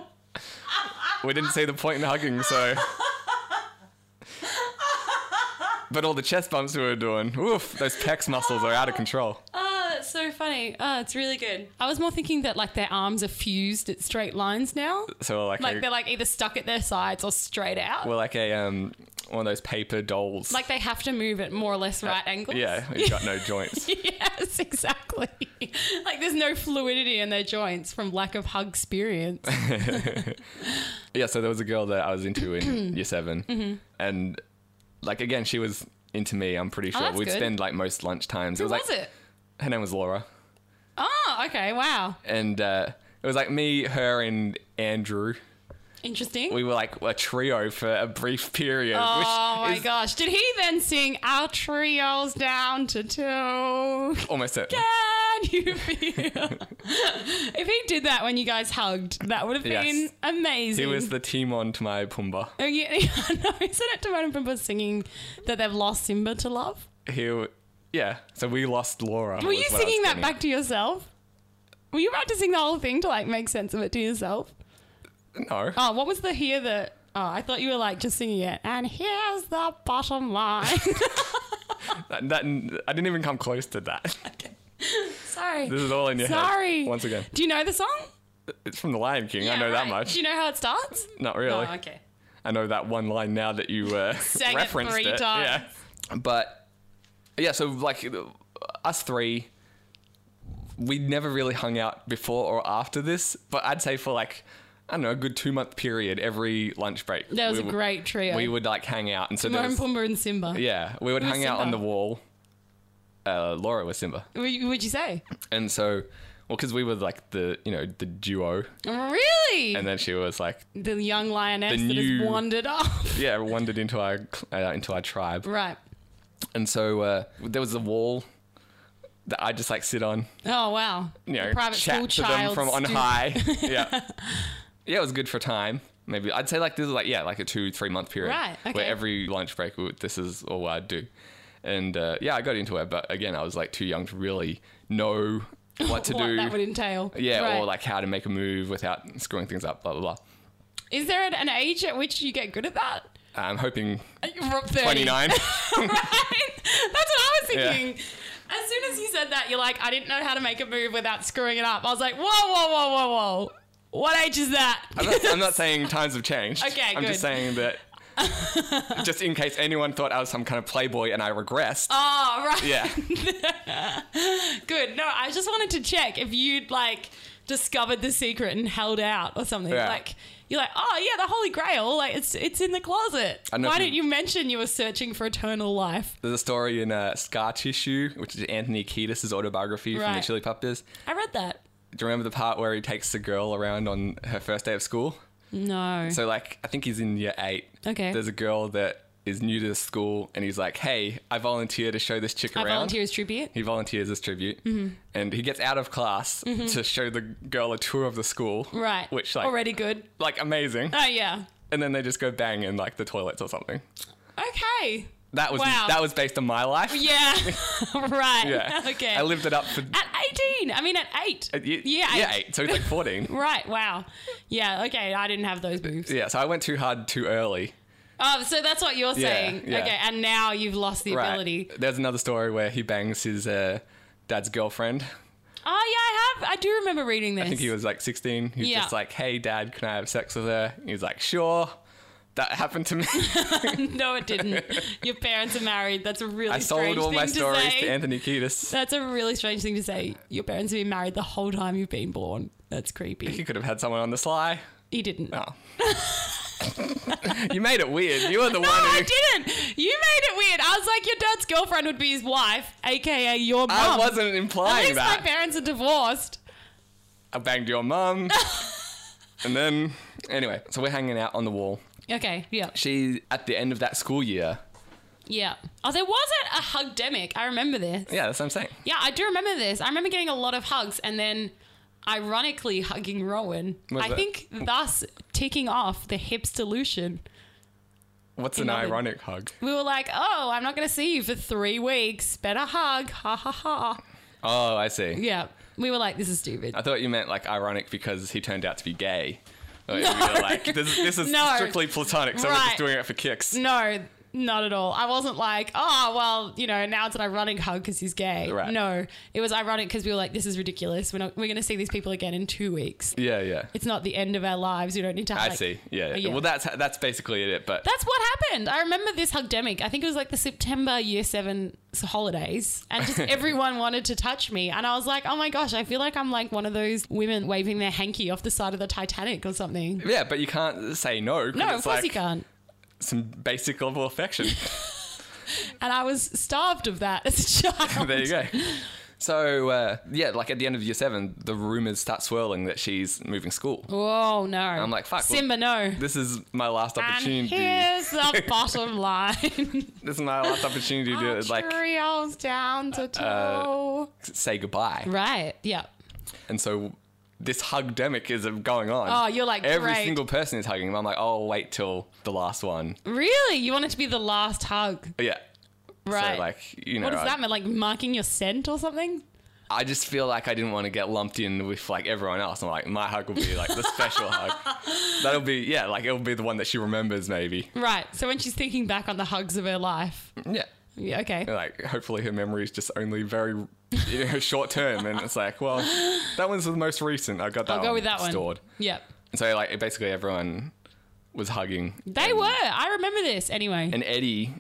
[SPEAKER 2] We didn't see the point in hugging, so. But all the chest bumps we were doing, oof, those pecs muscles are out of control.
[SPEAKER 3] Oh, that's so funny. Oh, it's really good. I was more thinking that like their arms are fused at straight lines now.
[SPEAKER 2] So we're like,
[SPEAKER 3] Like
[SPEAKER 2] a,
[SPEAKER 3] they're like either stuck at their sides or straight out.
[SPEAKER 2] we're like a um one of those paper dolls.
[SPEAKER 3] like they have to move at more or less right angles.
[SPEAKER 2] yeah, you've got no joints.
[SPEAKER 3] <laughs> yes, exactly. Like there's no fluidity in their joints from lack of
[SPEAKER 2] <laughs>
[SPEAKER 3] hug experience.
[SPEAKER 2] Yeah, so there was a girl that I was into in year 7 and like again, she was into me. I'm pretty sure
[SPEAKER 3] Oh, that's
[SPEAKER 2] we'd
[SPEAKER 3] good.
[SPEAKER 2] spend like most lunch times. it
[SPEAKER 3] Who
[SPEAKER 2] was,
[SPEAKER 3] was
[SPEAKER 2] like
[SPEAKER 3] it?
[SPEAKER 2] her name was Laura,
[SPEAKER 3] Oh, okay. Wow.
[SPEAKER 2] and uh, it was like me, her, and Andrew.
[SPEAKER 3] Interesting.
[SPEAKER 2] We were like a trio for a brief period.
[SPEAKER 3] oh my
[SPEAKER 2] is
[SPEAKER 3] gosh. Did he then sing Our Trio's Down to Two?
[SPEAKER 2] Almost it.
[SPEAKER 3] Can you feel?
[SPEAKER 2] <laughs>
[SPEAKER 3] if he did that when you guys hugged, that would have
[SPEAKER 2] Yes.
[SPEAKER 3] been amazing.
[SPEAKER 2] He
[SPEAKER 3] <laughs>
[SPEAKER 2] was the Timon to my Pumbaa.
[SPEAKER 3] Oh, yeah, yeah, no, isn't it Timon and Pumbaa singing that they've lost Simba to love?
[SPEAKER 2] He, w- yeah. So we lost Laura.
[SPEAKER 3] Were you singing that back to yourself? Were you about to sing the whole thing to like make sense of it to yourself?
[SPEAKER 2] No.
[SPEAKER 3] Oh, what was the here the? Oh, I thought you were like just singing it. And here's the bottom line.
[SPEAKER 2] That, that, I didn't even come close to that.
[SPEAKER 3] <laughs>
[SPEAKER 2] <laughs>
[SPEAKER 3] Sorry.
[SPEAKER 2] This is all in your head.
[SPEAKER 3] Sorry.
[SPEAKER 2] Once again,
[SPEAKER 3] Do you know the song?
[SPEAKER 2] it's from The Lion King. I know that
[SPEAKER 3] right.
[SPEAKER 2] much.
[SPEAKER 3] Do you know how it starts?
[SPEAKER 2] Not really.
[SPEAKER 3] Oh, okay.
[SPEAKER 2] I know that one line now that you uh,
[SPEAKER 3] <laughs> Sang it
[SPEAKER 2] referenced
[SPEAKER 3] three
[SPEAKER 2] it.
[SPEAKER 3] times.
[SPEAKER 2] Yeah, but yeah, so like uh, us three, we never really hung out before or after this. But I'd say for like I don't know a good two month period, every lunch break,
[SPEAKER 3] That was
[SPEAKER 2] we
[SPEAKER 3] a
[SPEAKER 2] would-
[SPEAKER 3] great trio.
[SPEAKER 2] We would like hang out, and so there
[SPEAKER 3] Timon,
[SPEAKER 2] was,
[SPEAKER 3] Pumbaa, and Simba.
[SPEAKER 2] yeah, we would
[SPEAKER 3] Who's
[SPEAKER 2] hang out on
[SPEAKER 3] Simba?
[SPEAKER 2] the wall. Uh, Laura was Simba,
[SPEAKER 3] Would you, would you say?
[SPEAKER 2] and so well because we were like the you know the duo,
[SPEAKER 3] Really?
[SPEAKER 2] and then she was like
[SPEAKER 3] the young lioness
[SPEAKER 2] The
[SPEAKER 3] that
[SPEAKER 2] new-
[SPEAKER 3] has wandered off. <laughs>
[SPEAKER 2] yeah wandered into our uh, into our tribe.
[SPEAKER 3] right.
[SPEAKER 2] And so uh, there was a wall that I just like sit on,
[SPEAKER 3] Oh wow.
[SPEAKER 2] you know,
[SPEAKER 3] The private
[SPEAKER 2] chat
[SPEAKER 3] school
[SPEAKER 2] to them
[SPEAKER 3] child
[SPEAKER 2] from on
[SPEAKER 3] stu- <laughs>
[SPEAKER 2] high. yeah, yeah, it was good for time. Maybe I'd say like this is like yeah, like a two three month period,
[SPEAKER 3] Right, okay.
[SPEAKER 2] Where every lunch break, we- this is all I'd do. And uh, yeah, I got into it, but again, I was like too young to really
[SPEAKER 3] <laughs>
[SPEAKER 2] know what to
[SPEAKER 3] What
[SPEAKER 2] do.
[SPEAKER 3] that would entail.
[SPEAKER 2] yeah,
[SPEAKER 3] Right.
[SPEAKER 2] or like how to make a move without screwing things up, blah blah blah.
[SPEAKER 3] Is there an- an age at which you get good at that?
[SPEAKER 2] I'm hoping
[SPEAKER 3] You're up 30.
[SPEAKER 2] 29.
[SPEAKER 3] <laughs> right? That's what I was
[SPEAKER 2] Yeah.
[SPEAKER 3] thinking. As soon as you said that, you're like, I didn't know how to make a move without screwing it up. I was like, whoa, whoa, whoa, whoa, whoa. What age is that?
[SPEAKER 2] <laughs> I'm not, I'm not saying times have changed.
[SPEAKER 3] Okay,
[SPEAKER 2] I'm
[SPEAKER 3] good.
[SPEAKER 2] just saying
[SPEAKER 3] <laughs>
[SPEAKER 2] that, just in case anyone thought I was some kind of playboy and I regressed.
[SPEAKER 3] oh, right. <laughs>
[SPEAKER 2] yeah,
[SPEAKER 3] Good. No, I just wanted to check if you'd like discovered the secret and held out or something.
[SPEAKER 2] Yeah.
[SPEAKER 3] Like you're like, oh yeah, the Holy Grail. Like it's it's in the closet.
[SPEAKER 2] I know
[SPEAKER 3] Why
[SPEAKER 2] if you-
[SPEAKER 3] didn't you mention you were searching for eternal life?
[SPEAKER 2] there's a story in uh, Scar Tissue, which is Anthony Kiedis' autobiography from the
[SPEAKER 3] Right.
[SPEAKER 2] Chili Peppers.
[SPEAKER 3] I read that.
[SPEAKER 2] Do you remember the part where he takes the girl around on her first day of school?
[SPEAKER 3] No.
[SPEAKER 2] So like, I think he's in year eight.
[SPEAKER 3] Okay.
[SPEAKER 2] There's a girl that is new to the school, and he's like, "Hey, I volunteer to show this chick
[SPEAKER 3] I
[SPEAKER 2] around."
[SPEAKER 3] volunteer Mm-hmm. as tribute.
[SPEAKER 2] He volunteers as tribute, and he gets out of class to show the girl a tour of the school.
[SPEAKER 3] Mm-hmm. Right.
[SPEAKER 2] Which like
[SPEAKER 3] already good.
[SPEAKER 2] like
[SPEAKER 3] <laughs>
[SPEAKER 2] amazing.
[SPEAKER 3] Oh yeah.
[SPEAKER 2] and then they just go bang in like the toilets or something.
[SPEAKER 3] Okay.
[SPEAKER 2] That was
[SPEAKER 3] Wow.
[SPEAKER 2] that was based on my life. <laughs>
[SPEAKER 3] Yeah. <laughs> right.
[SPEAKER 2] Yeah.
[SPEAKER 3] <laughs> Okay.
[SPEAKER 2] I lived it up for
[SPEAKER 3] at 18. I mean at 8.
[SPEAKER 2] uh, y-
[SPEAKER 3] yeah.
[SPEAKER 2] yeah, eight. So he's like
[SPEAKER 3] <laughs>
[SPEAKER 2] fourteen.
[SPEAKER 3] Right. Wow. Yeah. Okay. I didn't have those moves.
[SPEAKER 2] yeah, so I went too hard too early.
[SPEAKER 3] Oh, so that's what you're
[SPEAKER 2] Yeah,
[SPEAKER 3] saying.
[SPEAKER 2] yeah.
[SPEAKER 3] Okay, and now you've lost the
[SPEAKER 2] Right.
[SPEAKER 3] ability.
[SPEAKER 2] There's another story where he bangs his uh, dad's girlfriend.
[SPEAKER 3] Oh yeah, I have. I do remember reading this.
[SPEAKER 2] I think he was like sixteen. He's
[SPEAKER 3] Yeah.
[SPEAKER 2] just like, Hey dad, can I have sex with her? He's like, Sure. That happened
[SPEAKER 3] <laughs>
[SPEAKER 2] to me.
[SPEAKER 3] <laughs> no,
[SPEAKER 2] <laughs>
[SPEAKER 3] it didn't. Your parents are married. That's a really
[SPEAKER 2] I
[SPEAKER 3] strange
[SPEAKER 2] sold all my
[SPEAKER 3] thing
[SPEAKER 2] stories
[SPEAKER 3] to say.
[SPEAKER 2] to Anthony Kiedis.
[SPEAKER 3] That's a really strange thing to say. Your parents have been married the whole time you've been born. That's
[SPEAKER 2] You <laughs>
[SPEAKER 3] creepy.
[SPEAKER 2] could have had someone on the sly.
[SPEAKER 3] He didn't. <laughs>
[SPEAKER 2] Oh. <laughs> you made it weird. You were the
[SPEAKER 3] No,
[SPEAKER 2] one who.
[SPEAKER 3] I didn't. You made it weird. I was like, your dad's girlfriend would be his wife, aka your mum.
[SPEAKER 2] I wasn't
[SPEAKER 3] At
[SPEAKER 2] implying
[SPEAKER 3] least
[SPEAKER 2] that.
[SPEAKER 3] my parents are divorced.
[SPEAKER 2] I banged your
[SPEAKER 3] <laughs>
[SPEAKER 2] mum. and then, anyway, so we're hanging out on the wall.
[SPEAKER 3] Okay. Yeah.
[SPEAKER 2] She, at the end of that school year.
[SPEAKER 3] Yeah. Oh, there wasn't a hugdemic. I remember this.
[SPEAKER 2] Yeah, that's what I'm saying.
[SPEAKER 3] Yeah, I do remember this. I remember getting a lot of hugs and then ironically hugging Rowan.
[SPEAKER 2] Was
[SPEAKER 3] I
[SPEAKER 2] that-
[SPEAKER 3] think thus ticking off the hip solution.
[SPEAKER 2] What's an
[SPEAKER 3] Another-
[SPEAKER 2] ironic hug?
[SPEAKER 3] We were like, oh, I'm not going to see you for three weeks. Better hug. Ha ha ha.
[SPEAKER 2] Oh, I see.
[SPEAKER 3] Yeah. We were like, this is stupid.
[SPEAKER 2] I thought you meant like ironic because he turned out to be gay. Like, you were like, this, this is
[SPEAKER 3] <laughs> No.
[SPEAKER 2] strictly platonic, so we're
[SPEAKER 3] Right.
[SPEAKER 2] just doing it for kicks.
[SPEAKER 3] No, not at all. I wasn't like, oh, well, you know, now it's an ironic hug because he's gay.
[SPEAKER 2] Right.
[SPEAKER 3] No, it was ironic because we were like, this is ridiculous. We're, not, we're going to see these people again in two weeks.
[SPEAKER 2] Yeah, yeah.
[SPEAKER 3] It's not the end of our lives. We don't need to
[SPEAKER 2] I
[SPEAKER 3] like- oh,
[SPEAKER 2] see. Yeah.
[SPEAKER 3] yeah.
[SPEAKER 2] Well, that's that's basically it. But
[SPEAKER 3] That's what happened. I remember this hugdemic. I think it was like the September year seven s- holidays, and
[SPEAKER 2] <laughs>
[SPEAKER 3] just everyone wanted to touch me, and I was like, oh my gosh, I feel like I'm like one of those women waving their hanky off the side of the Titanic or something.
[SPEAKER 2] yeah, but you can't say no. 'cause
[SPEAKER 3] No, of
[SPEAKER 2] it's
[SPEAKER 3] course
[SPEAKER 2] like
[SPEAKER 3] you can't.
[SPEAKER 2] Some basic level of affection.
[SPEAKER 3] And I was starved of that as a <laughs>
[SPEAKER 2] <laughs>
[SPEAKER 3] child.
[SPEAKER 2] there you go. So uh, yeah, like at the end of year seven, the rumors start swirling that she's moving school.
[SPEAKER 3] Oh no!
[SPEAKER 2] I'm like, fuck, well,
[SPEAKER 3] Simba, no.
[SPEAKER 2] This is my last
[SPEAKER 3] And
[SPEAKER 2] opportunity. <laughs>
[SPEAKER 3] here's the bottom line.
[SPEAKER 2] This is my last opportunity
[SPEAKER 3] Oh,
[SPEAKER 2] to like uh,
[SPEAKER 3] Cheerios down to toe.
[SPEAKER 2] say goodbye.
[SPEAKER 3] right. Yeah.
[SPEAKER 2] And so this hugdemic is going on.
[SPEAKER 3] Oh, you're like,
[SPEAKER 2] every
[SPEAKER 3] great.
[SPEAKER 2] single person is hugging him. I'm like, oh, wait till the last one.
[SPEAKER 3] Really? You want it to be the last hug.
[SPEAKER 2] But yeah.
[SPEAKER 3] Right.
[SPEAKER 2] So like you know,
[SPEAKER 3] what does
[SPEAKER 2] I-
[SPEAKER 3] that mean? Like marking your scent or something?
[SPEAKER 2] I just feel like I didn't want to get lumped in with like everyone else. I'm like, my hug will be like the
[SPEAKER 3] <laughs>
[SPEAKER 2] special hug. That'll be yeah, like it'll be the one that she remembers maybe.
[SPEAKER 3] Right. So when she's thinking back on the hugs of her life.
[SPEAKER 2] Yeah.
[SPEAKER 3] Yeah, okay.
[SPEAKER 2] Like hopefully her memory is just only very you know, short term and it's like, well, that one's the most recent. I got that
[SPEAKER 3] I'll go with that one.
[SPEAKER 2] stored.
[SPEAKER 3] Yep.
[SPEAKER 2] And so like basically everyone was hugging.
[SPEAKER 3] They were. I remember this anyway.
[SPEAKER 2] And Eddie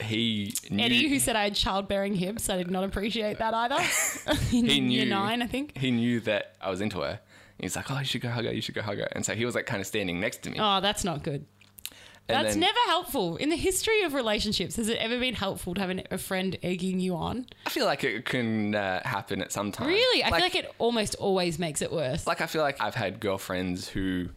[SPEAKER 2] he knew
[SPEAKER 3] Eddie, who said I had childbearing hips, I did not appreciate that either.
[SPEAKER 2] <laughs>
[SPEAKER 3] In
[SPEAKER 2] He
[SPEAKER 3] year
[SPEAKER 2] knew.
[SPEAKER 3] nine, I think.
[SPEAKER 2] he knew that I was into her. He's like, Oh, you should go hug her, you should go hug her. And so he was like kind of standing next to me.
[SPEAKER 3] Oh, that's not good.
[SPEAKER 2] and
[SPEAKER 3] That's
[SPEAKER 2] then-
[SPEAKER 3] never helpful. In the history of relationships, has it ever been helpful to have an, a friend egging you on?
[SPEAKER 2] I feel like it can uh, happen at some time.
[SPEAKER 3] Really? I feel like it almost always makes it worse.
[SPEAKER 2] Like I feel like I've had girlfriends who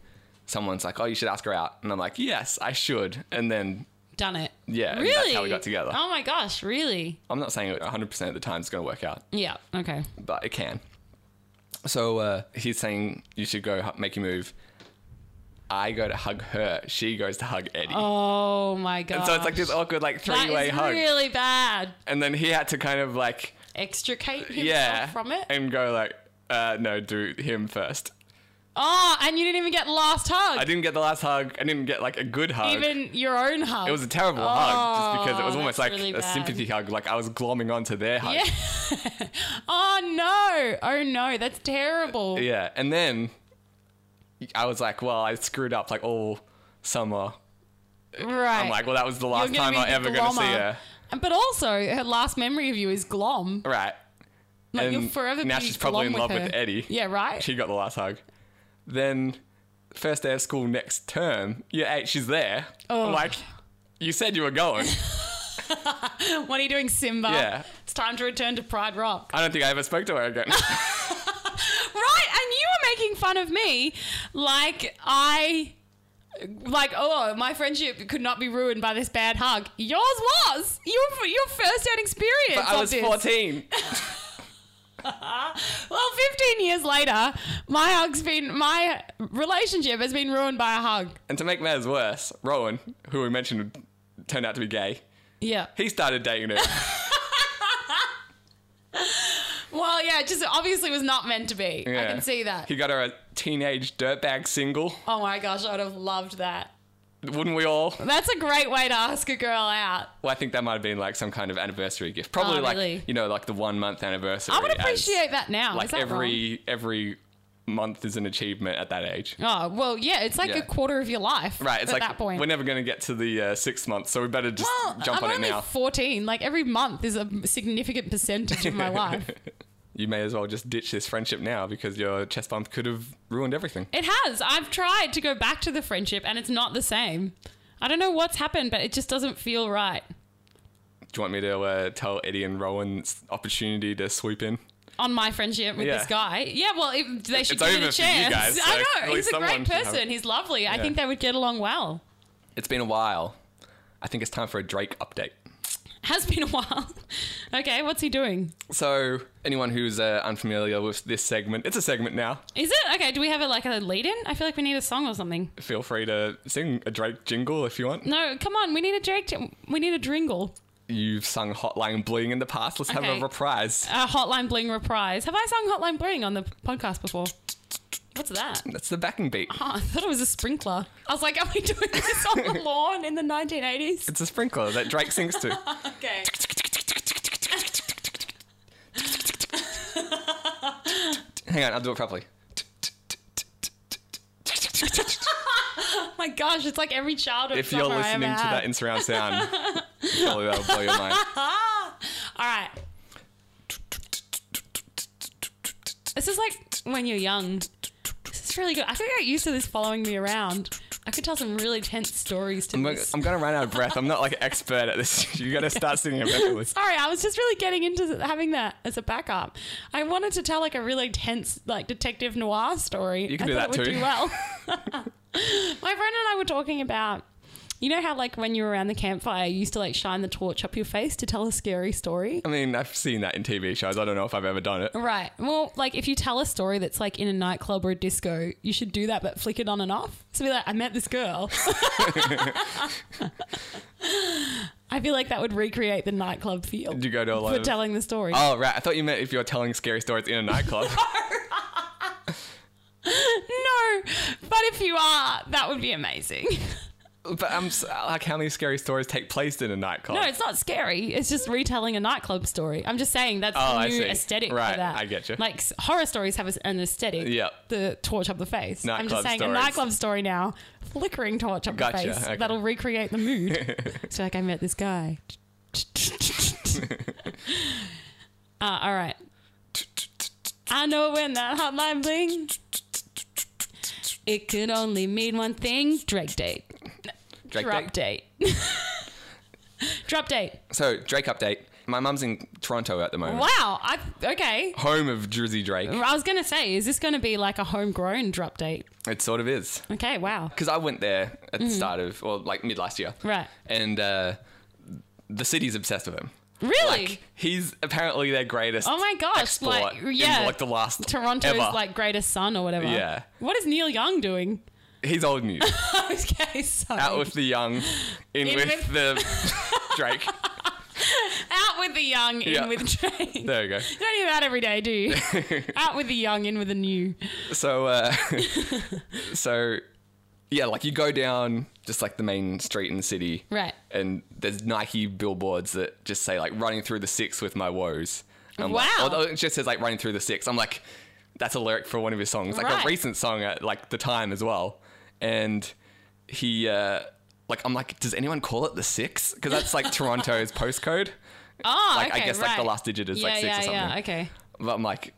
[SPEAKER 2] someone's like, "Oh, you should ask her out," and I'm like, "Yes, I should." And then
[SPEAKER 3] Done it.
[SPEAKER 2] Yeah, and
[SPEAKER 3] Really?
[SPEAKER 2] that's how we got together.
[SPEAKER 3] Oh my gosh, really?
[SPEAKER 2] I'm not saying it 100 percent of the time it's going to work out,
[SPEAKER 3] Yeah, okay.
[SPEAKER 2] but it can. So uh, he's saying you should go hu- make your move. I go to hug her. She goes to hug Eddie.
[SPEAKER 3] Oh my gosh.
[SPEAKER 2] and so it's like this awkward like
[SPEAKER 3] That
[SPEAKER 2] three way
[SPEAKER 3] is
[SPEAKER 2] hug,
[SPEAKER 3] really bad.
[SPEAKER 2] and then he had to kind of like
[SPEAKER 3] Extricate himself
[SPEAKER 2] yeah
[SPEAKER 3] from it.
[SPEAKER 2] and go like. Uh, no, do him first.
[SPEAKER 3] oh, and you didn't even get last hug.
[SPEAKER 2] I didn't get the last hug. I didn't get like a good hug.
[SPEAKER 3] even your own hug.
[SPEAKER 2] It was a terrible hug just because it was
[SPEAKER 3] Oh,
[SPEAKER 2] almost
[SPEAKER 3] that's
[SPEAKER 2] like
[SPEAKER 3] really
[SPEAKER 2] a
[SPEAKER 3] bad.
[SPEAKER 2] sympathy hug. Like I was glomming onto their hug.
[SPEAKER 3] Yeah. oh no. Oh no. That's terrible.
[SPEAKER 2] Yeah. And then I was like, well, I screwed up like all summer.
[SPEAKER 3] Right.
[SPEAKER 2] I'm like, well, that was the last
[SPEAKER 3] gonna
[SPEAKER 2] time
[SPEAKER 3] be
[SPEAKER 2] I
[SPEAKER 3] the
[SPEAKER 2] ever going to see
[SPEAKER 3] glommer.
[SPEAKER 2] her.
[SPEAKER 3] but also, her last memory of you is glom.
[SPEAKER 2] Right.
[SPEAKER 3] Like
[SPEAKER 2] and
[SPEAKER 3] you'll forever
[SPEAKER 2] now
[SPEAKER 3] be
[SPEAKER 2] she's probably in
[SPEAKER 3] glom
[SPEAKER 2] love with,
[SPEAKER 3] her.
[SPEAKER 2] Eddie.
[SPEAKER 3] Yeah, right?
[SPEAKER 2] She got the last hug. Then first day of school next term, year eight, she's there.
[SPEAKER 3] Oh.
[SPEAKER 2] I'm like, you said you were going.
[SPEAKER 3] <laughs> What are you doing, Simba?
[SPEAKER 2] Yeah.
[SPEAKER 3] It's time to return to Pride Rock. <laughs>
[SPEAKER 2] I don't think I ever spoke to her again.
[SPEAKER 3] Right, and you were making fun of me like I like oh my friendship could not be ruined by this bad hug. Yours was. Your your first hand experience.
[SPEAKER 2] but I
[SPEAKER 3] of
[SPEAKER 2] was
[SPEAKER 3] this.
[SPEAKER 2] 14.
[SPEAKER 3] Well, 15 years later, my hug's been my relationship has been ruined by a hug.
[SPEAKER 2] And to make matters worse, Rowan, who we mentioned turned out to be gay,
[SPEAKER 3] Yeah.
[SPEAKER 2] he started dating
[SPEAKER 3] <laughs>
[SPEAKER 2] her.
[SPEAKER 3] Well, yeah, it just obviously was not meant to be. I
[SPEAKER 2] Yeah.
[SPEAKER 3] can see that.
[SPEAKER 2] he got her a teenage dirtbag single.
[SPEAKER 3] Oh my gosh, I would have loved that.
[SPEAKER 2] Wouldn't we all?
[SPEAKER 3] That's a great way to ask a girl out.
[SPEAKER 2] Well, I think that might have been like some kind of anniversary gift. Probably
[SPEAKER 3] Oh,
[SPEAKER 2] like
[SPEAKER 3] really?
[SPEAKER 2] you know, like the one month anniversary.
[SPEAKER 3] I would
[SPEAKER 2] as,
[SPEAKER 3] appreciate that now.
[SPEAKER 2] like
[SPEAKER 3] Is that
[SPEAKER 2] every every month is an achievement at that age.
[SPEAKER 3] Oh, well, yeah, it's like
[SPEAKER 2] Yeah.
[SPEAKER 3] a quarter of your life.
[SPEAKER 2] Right, it's
[SPEAKER 3] at
[SPEAKER 2] like
[SPEAKER 3] that point.
[SPEAKER 2] we're never going to get to the uh, sixth month, so we better just
[SPEAKER 3] well,
[SPEAKER 2] jump
[SPEAKER 3] I'm
[SPEAKER 2] on it
[SPEAKER 3] only
[SPEAKER 2] now.
[SPEAKER 3] 14. Like every month is a significant percentage of
[SPEAKER 2] <laughs>
[SPEAKER 3] my life.
[SPEAKER 2] You may as well just ditch this friendship now because your chest bump could have ruined everything.
[SPEAKER 3] It has. I've tried to go back to the friendship and it's not the same. I don't know what's happened, but it just doesn't feel right.
[SPEAKER 2] Do you want me to uh, tell Eddie and Rowan's opportunity to swoop in?
[SPEAKER 3] On my friendship with
[SPEAKER 2] Yeah.
[SPEAKER 3] this guy. Yeah, well, if they should
[SPEAKER 2] It's
[SPEAKER 3] give it
[SPEAKER 2] over
[SPEAKER 3] a
[SPEAKER 2] for you
[SPEAKER 3] chance.
[SPEAKER 2] guys, so
[SPEAKER 3] I
[SPEAKER 2] at
[SPEAKER 3] know. He's
[SPEAKER 2] least
[SPEAKER 3] a
[SPEAKER 2] someone
[SPEAKER 3] great
[SPEAKER 2] should have-
[SPEAKER 3] person. He's lovely. I think they would get along well.
[SPEAKER 2] It's been a while. I think it's time for a Drake update.
[SPEAKER 3] Has been a while. <laughs> okay, what's he doing?
[SPEAKER 2] So, anyone who's uh, unfamiliar with this segment, it's a segment now.
[SPEAKER 3] Is it? Okay, do we have a, like a lead in? I feel like we need a song or something.
[SPEAKER 2] Feel free to sing a Drake jingle if you want.
[SPEAKER 3] No, come on. We need a Drake. We need a dringle.
[SPEAKER 2] You've sung Hotline Bling in the past. Let's have
[SPEAKER 3] Okay.
[SPEAKER 2] a reprise.
[SPEAKER 3] A Hotline Bling reprise. Have I sung Hotline Bling on the podcast before? What's that?
[SPEAKER 2] That's the backing beat.
[SPEAKER 3] Oh, I thought it was a sprinkler. I was like, are we doing
[SPEAKER 2] <laughs>
[SPEAKER 3] this on the lawn in the 1980s?
[SPEAKER 2] It's a sprinkler that Drake sings
[SPEAKER 3] <laughs>
[SPEAKER 2] to.
[SPEAKER 3] Okay.
[SPEAKER 2] Hang on, I'll do it properly.
[SPEAKER 3] Oh my gosh, it's like every child of
[SPEAKER 2] If you're
[SPEAKER 3] summer I ever
[SPEAKER 2] listening to
[SPEAKER 3] had.
[SPEAKER 2] that in surround
[SPEAKER 3] <laughs>
[SPEAKER 2] sound, probably that'll blow your mind.
[SPEAKER 3] All right. This is like when you're young. This is really good. I think I got used to this following me around. I could tell some really tense stories to
[SPEAKER 2] I'm, gonna-
[SPEAKER 3] this.
[SPEAKER 2] I'm gonna run out of breath. I'm not like an expert at this. <laughs> You gotta start singing eventually.
[SPEAKER 3] Sorry, I was just really getting into having that as a backup. I wanted to tell like a really tense, like detective noir story.
[SPEAKER 2] You can
[SPEAKER 3] I
[SPEAKER 2] do
[SPEAKER 3] thought
[SPEAKER 2] that
[SPEAKER 3] it would
[SPEAKER 2] too.
[SPEAKER 3] Do well. <laughs> My friend and I were talking about, you know how like when you were around the campfire, you used to like shine the torch up your face to tell a scary story.
[SPEAKER 2] <laughs> I mean, I've seen that in TV shows. I don't know if I've ever done it.
[SPEAKER 3] Right. Well, like if you tell a story that's like in a nightclub or a disco, you should do that, but flick it on and off. So be like, I met this girl. <laughs> I feel like that would recreate the nightclub feel
[SPEAKER 2] Did you go to a lot
[SPEAKER 3] for
[SPEAKER 2] of?
[SPEAKER 3] telling the story.
[SPEAKER 2] oh right, I thought you meant if you're telling scary stories in a
[SPEAKER 3] <laughs>
[SPEAKER 2] nightclub.
[SPEAKER 3] No, but if you are, that would be amazing.
[SPEAKER 2] but I'm s- like, how many scary stories take place in a nightclub?
[SPEAKER 3] No, it's not scary. It's just retelling a nightclub story. I'm just saying that's
[SPEAKER 2] Oh,
[SPEAKER 3] the
[SPEAKER 2] I
[SPEAKER 3] new
[SPEAKER 2] see.
[SPEAKER 3] aesthetic
[SPEAKER 2] Right,
[SPEAKER 3] for that.
[SPEAKER 2] I get you.
[SPEAKER 3] Like s- horror stories have an aesthetic.
[SPEAKER 2] Yep.
[SPEAKER 3] The torch up the face. I'm
[SPEAKER 2] Nightclub
[SPEAKER 3] just saying
[SPEAKER 2] stories.
[SPEAKER 3] a nightclub story now, flickering torch up
[SPEAKER 2] Gotcha,
[SPEAKER 3] the face.
[SPEAKER 2] okay.
[SPEAKER 3] That'll recreate the mood.
[SPEAKER 2] <laughs>
[SPEAKER 3] so like I met this guy. uh, all right. I know when that hotline bling. It could only mean one thing: Drake date.
[SPEAKER 2] Drake
[SPEAKER 3] Drop
[SPEAKER 2] date?
[SPEAKER 3] date. <laughs> Drop date.
[SPEAKER 2] So Drake update. My mum's in Toronto at the moment.
[SPEAKER 3] Wow. I okay.
[SPEAKER 2] Home of Drizzy Drake.
[SPEAKER 3] I was gonna say, is this gonna be like a homegrown drop date?
[SPEAKER 2] It sort of is.
[SPEAKER 3] Okay. Wow.
[SPEAKER 2] because I went there at the start of, or like mid last year.
[SPEAKER 3] Mm. Right.
[SPEAKER 2] And uh, the city's obsessed with him.
[SPEAKER 3] Really?
[SPEAKER 2] He's apparently their greatest.
[SPEAKER 3] oh my gosh!
[SPEAKER 2] export
[SPEAKER 3] Like
[SPEAKER 2] in,
[SPEAKER 3] yeah.
[SPEAKER 2] like, the last
[SPEAKER 3] Toronto's
[SPEAKER 2] ever.
[SPEAKER 3] like greatest son or whatever.
[SPEAKER 2] Yeah.
[SPEAKER 3] What is Neil Young doing?
[SPEAKER 2] He's old news.
[SPEAKER 3] <laughs> okay. Sorry.
[SPEAKER 2] Out with the young, in,
[SPEAKER 3] In
[SPEAKER 2] with,
[SPEAKER 3] with- <laughs>
[SPEAKER 2] the Drake.
[SPEAKER 3] Out with the young, in
[SPEAKER 2] Yeah.
[SPEAKER 3] with <laughs> Drake.
[SPEAKER 2] There you go.
[SPEAKER 3] You don't hear that every day, do <laughs> you? Out with the young, in with the new.
[SPEAKER 2] So, uh, <laughs> so yeah, like you go down just like the main street in the city.
[SPEAKER 3] Right.
[SPEAKER 2] And there's Nike billboards that just say like running through the six with my woes. And I'm
[SPEAKER 3] Wow.
[SPEAKER 2] Like, although it just says like running through the six. I'm like, that's a lyric for one of his songs, like
[SPEAKER 3] Right.
[SPEAKER 2] a recent song at like the time as well. And he, uh, like, I'm like, does anyone call it the six? Because that's
[SPEAKER 3] <laughs>
[SPEAKER 2] like Toronto's postcode.
[SPEAKER 3] Oh,
[SPEAKER 2] Like,
[SPEAKER 3] okay,
[SPEAKER 2] I guess
[SPEAKER 3] right.
[SPEAKER 2] like the last digit is
[SPEAKER 3] yeah,
[SPEAKER 2] like six
[SPEAKER 3] yeah,
[SPEAKER 2] or something.
[SPEAKER 3] yeah. Okay.
[SPEAKER 2] But I'm like,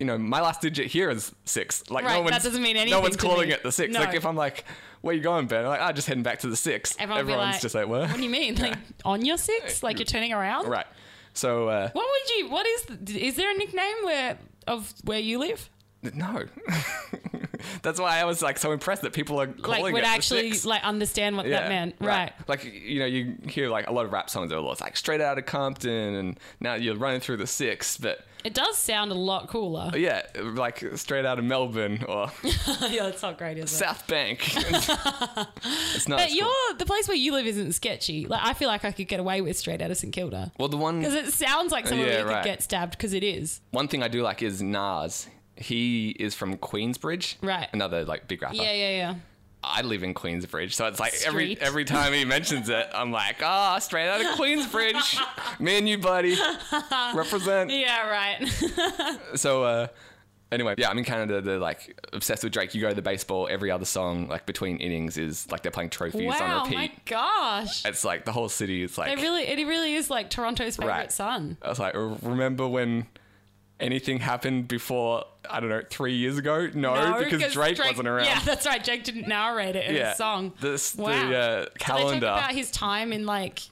[SPEAKER 2] you know, my last digit here is six. Like
[SPEAKER 3] Right,
[SPEAKER 2] no
[SPEAKER 3] that
[SPEAKER 2] one's,
[SPEAKER 3] doesn't mean
[SPEAKER 2] No
[SPEAKER 3] anything
[SPEAKER 2] one's
[SPEAKER 3] to
[SPEAKER 2] calling
[SPEAKER 3] me.
[SPEAKER 2] it the six.
[SPEAKER 3] No.
[SPEAKER 2] Like if I'm like, where you going, Ben? I'm like, I'm just heading back to the six.
[SPEAKER 3] Everyone would be
[SPEAKER 2] Everyone's
[SPEAKER 3] like,
[SPEAKER 2] just like, what?
[SPEAKER 3] What do you <laughs> mean? Like on your six? Like you're turning around?
[SPEAKER 2] Right. So uh,
[SPEAKER 3] What would you? What is? Is there a nickname where of where you live?
[SPEAKER 2] no. <laughs> That's why I was like so impressed that people are calling
[SPEAKER 3] like
[SPEAKER 2] it
[SPEAKER 3] would
[SPEAKER 2] the
[SPEAKER 3] actually
[SPEAKER 2] six.
[SPEAKER 3] like understand what that meant, right?
[SPEAKER 2] Like you know, you hear like a lot of rap songs that are like straight out of Compton, and now you're running through the six. But
[SPEAKER 3] It does sound a lot cooler.
[SPEAKER 2] yeah, like straight out of Melbourne or
[SPEAKER 3] <laughs>
[SPEAKER 2] <laughs>
[SPEAKER 3] yeah, it's not great, is it?
[SPEAKER 2] South
[SPEAKER 3] <laughs>
[SPEAKER 2] Bank. it's not.
[SPEAKER 3] But
[SPEAKER 2] it's cool.
[SPEAKER 3] your the place where you live isn't sketchy. Like I feel like I could get away with straight out of St Kilda
[SPEAKER 2] well, the one
[SPEAKER 3] because it sounds like somewhere
[SPEAKER 2] Yeah,
[SPEAKER 3] where you
[SPEAKER 2] right.
[SPEAKER 3] could get stabbed because it is.
[SPEAKER 2] one thing I do like is Nas. He is from Queensbridge,
[SPEAKER 3] Right.
[SPEAKER 2] Another like big rapper.
[SPEAKER 3] Yeah, yeah, yeah.
[SPEAKER 2] I live in Queensbridge, so it's like every
[SPEAKER 3] Street.
[SPEAKER 2] every time he mentions it, I'm like, ah, straight out of
[SPEAKER 3] <laughs>
[SPEAKER 2] Queensbridge, me and you, buddy, represent.
[SPEAKER 3] Yeah, right.
[SPEAKER 2] So, uh, Anyway, yeah, I'm in Canada. They're like obsessed with Drake. You go to the baseball, every other song, like between innings, is like they're playing trophies
[SPEAKER 3] <laughs> wow,
[SPEAKER 2] on
[SPEAKER 3] my
[SPEAKER 2] repeat.
[SPEAKER 3] gosh.
[SPEAKER 2] It's like the whole city is like.
[SPEAKER 3] It really, it really is like Toronto's favorite
[SPEAKER 2] Right.
[SPEAKER 3] son.
[SPEAKER 2] I was like, remember when anything happened before, I don't know, three years ago? No, because Drake, wasn't around.
[SPEAKER 3] Yeah, that's right. Drake didn't narrate it
[SPEAKER 2] <laughs>
[SPEAKER 3] in
[SPEAKER 2] Yeah.
[SPEAKER 3] his song.
[SPEAKER 2] This- the,
[SPEAKER 3] wow.
[SPEAKER 2] uh,
[SPEAKER 3] So they
[SPEAKER 2] calendar.
[SPEAKER 3] talk about his time in like,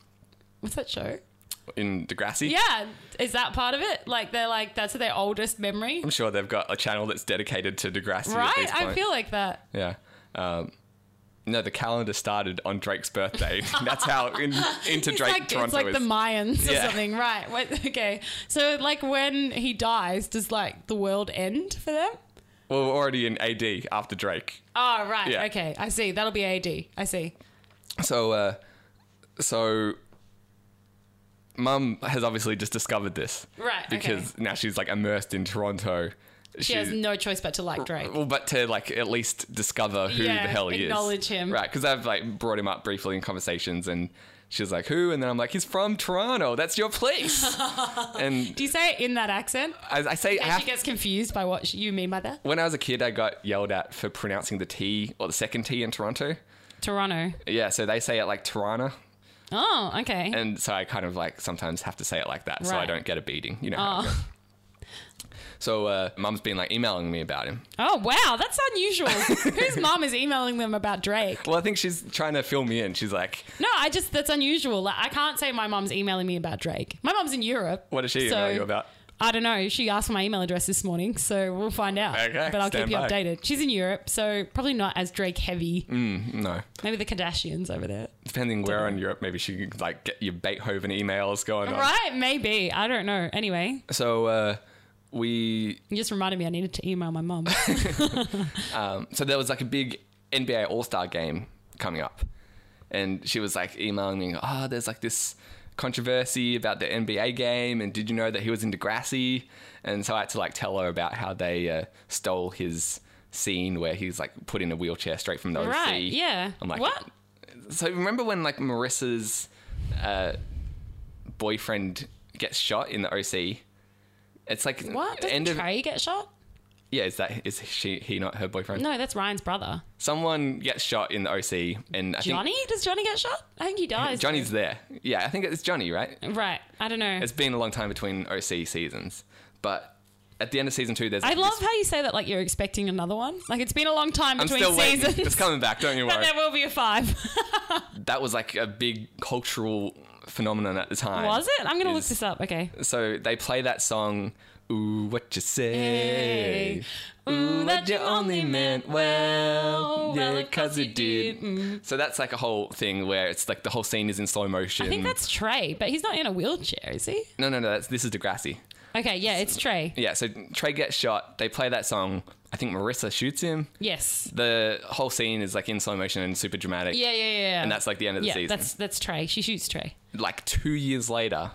[SPEAKER 3] what's that show?
[SPEAKER 2] In Degrassi?
[SPEAKER 3] Yeah, is that part of it? Like they're like that's their oldest memory,
[SPEAKER 2] I'm sure they've got a channel that's dedicated to Degrassi at
[SPEAKER 3] right?
[SPEAKER 2] this point.
[SPEAKER 3] I feel like that.
[SPEAKER 2] yeah. Um, no, the calendar started on Drake's birthday. <laughs> That's how in, into
[SPEAKER 3] It's
[SPEAKER 2] Drake
[SPEAKER 3] like,
[SPEAKER 2] Toronto
[SPEAKER 3] it's like
[SPEAKER 2] is.
[SPEAKER 3] the Mayans or
[SPEAKER 2] Yeah.
[SPEAKER 3] something, right? Wait, <laughs> okay, so like when he dies, does like the world end for them?
[SPEAKER 2] well, we're already in AD after Drake.
[SPEAKER 3] Oh, right.
[SPEAKER 2] Yeah.
[SPEAKER 3] Okay, I see. That'll be AD. I see.
[SPEAKER 2] So, uh, so mum has obviously just discovered this.
[SPEAKER 3] Right, okay.
[SPEAKER 2] Because now she's like immersed in Toronto.
[SPEAKER 3] She has no choice but to like Drake.
[SPEAKER 2] Well, but to like at least discover who
[SPEAKER 3] Yeah,
[SPEAKER 2] the hell he
[SPEAKER 3] acknowledge
[SPEAKER 2] is.
[SPEAKER 3] him.
[SPEAKER 2] Right, because I've like brought him up briefly in conversations and she was like, who? And then I'm like, he's from Toronto. That's your
[SPEAKER 3] <laughs>
[SPEAKER 2] place. and
[SPEAKER 3] Do you say it in that accent?
[SPEAKER 2] I, I say, I
[SPEAKER 3] And
[SPEAKER 2] have
[SPEAKER 3] she gets confused by what she, you mean by that.
[SPEAKER 2] when I was a kid, I got yelled at for pronouncing the T or the second T in Toronto.
[SPEAKER 3] Toronto.
[SPEAKER 2] Yeah, so they say it like Toronto.
[SPEAKER 3] Oh, okay.
[SPEAKER 2] And so I kind of like sometimes have to say it like that so I
[SPEAKER 3] Right.
[SPEAKER 2] don't get a beating. You know. how it
[SPEAKER 3] Oh.
[SPEAKER 2] goes. So uh, mum's been like emailing me about him.
[SPEAKER 3] oh, wow. That's
[SPEAKER 2] <laughs>
[SPEAKER 3] unusual. Whose mom is emailing them about Drake?
[SPEAKER 2] Well, I think she's trying to fill me in. She's like,
[SPEAKER 3] No, I just, that's unusual. Like, I can't say my mom's emailing me about Drake. My mom's in Europe.
[SPEAKER 2] "What is she
[SPEAKER 3] so-
[SPEAKER 2] emailing you about?"
[SPEAKER 3] I don't know. She asked for my email address this morning, so we'll find out.
[SPEAKER 2] Okay,
[SPEAKER 3] but I'll
[SPEAKER 2] stand
[SPEAKER 3] keep you
[SPEAKER 2] by.
[SPEAKER 3] updated. She's in Europe, so probably not as Drake heavy.
[SPEAKER 2] Mm, No,
[SPEAKER 3] Maybe the Kardashians over there.
[SPEAKER 2] depending where in Europe, maybe she could like get your Beethoven emails going on.
[SPEAKER 3] Right? Maybe. I don't know. Anyway,
[SPEAKER 2] So uh, we
[SPEAKER 3] you just reminded me I needed to email
[SPEAKER 2] <laughs>
[SPEAKER 3] my
[SPEAKER 2] Oh,
[SPEAKER 3] mom.
[SPEAKER 2] so there was like a big NBA All Star game coming up, and she was like emailing me, "Oh, there's like this controversy about the NBA game, and did you know that he was in Degrassi?" And so I had to like tell her about how they uh, stole his scene where he's like put in a wheelchair straight from the OC.
[SPEAKER 3] right. Yeah.
[SPEAKER 2] I'm like,
[SPEAKER 3] what?
[SPEAKER 2] So remember when like Marissa's uh, boyfriend gets shot in the OC? It's like
[SPEAKER 3] What?
[SPEAKER 2] the
[SPEAKER 3] Doesn't
[SPEAKER 2] end of
[SPEAKER 3] Trey get shot?
[SPEAKER 2] yeah. Is that is she he not her boyfriend?
[SPEAKER 3] No, that's Ryan's brother.
[SPEAKER 2] Someone gets shot in the OC, and I
[SPEAKER 3] Johnny? Does Johnny get shot? I think he dies.
[SPEAKER 2] think Johnny's there. Yeah, I think it's Johnny, right?
[SPEAKER 3] right. I don't know.
[SPEAKER 2] It's been a long time between OC seasons, but at the end of season two, there's.
[SPEAKER 3] I
[SPEAKER 2] like
[SPEAKER 3] love
[SPEAKER 2] this-
[SPEAKER 3] how you say that like you're expecting another one. Like it's been a long time
[SPEAKER 2] I'm
[SPEAKER 3] between
[SPEAKER 2] still waiting.
[SPEAKER 3] seasons.
[SPEAKER 2] It's coming back. Don't
[SPEAKER 3] <laughs>
[SPEAKER 2] you
[SPEAKER 3] but
[SPEAKER 2] worry.
[SPEAKER 3] there will be a five.
[SPEAKER 2] That was like a big cultural phenomenon at the time.
[SPEAKER 3] Was it? I'm gonna look
[SPEAKER 2] Is-
[SPEAKER 3] this up. Okay.
[SPEAKER 2] So they play that song. Ooh, what you say?
[SPEAKER 3] Ooh,
[SPEAKER 2] That you only meant well,
[SPEAKER 3] well,
[SPEAKER 2] yeah,
[SPEAKER 3] of
[SPEAKER 2] cause
[SPEAKER 3] course
[SPEAKER 2] you
[SPEAKER 3] you
[SPEAKER 2] did.
[SPEAKER 3] did. Mm.
[SPEAKER 2] So that's like a whole thing where it's like the whole scene is in slow motion.
[SPEAKER 3] I think that's Trey, but he's not in a wheelchair, is he?
[SPEAKER 2] no, no, no. That's this is Degrassi.
[SPEAKER 3] Okay, yeah, it's Trey.
[SPEAKER 2] Yeah, so Trey gets shot. They play that song. I think Marissa shoots him.
[SPEAKER 3] Yes.
[SPEAKER 2] The whole scene is like in slow motion and super dramatic.
[SPEAKER 3] Yeah, yeah, yeah. yeah.
[SPEAKER 2] And that's like the end of the
[SPEAKER 3] yeah,
[SPEAKER 2] season.
[SPEAKER 3] that's that's Trey. She shoots Trey.
[SPEAKER 2] Like two years later,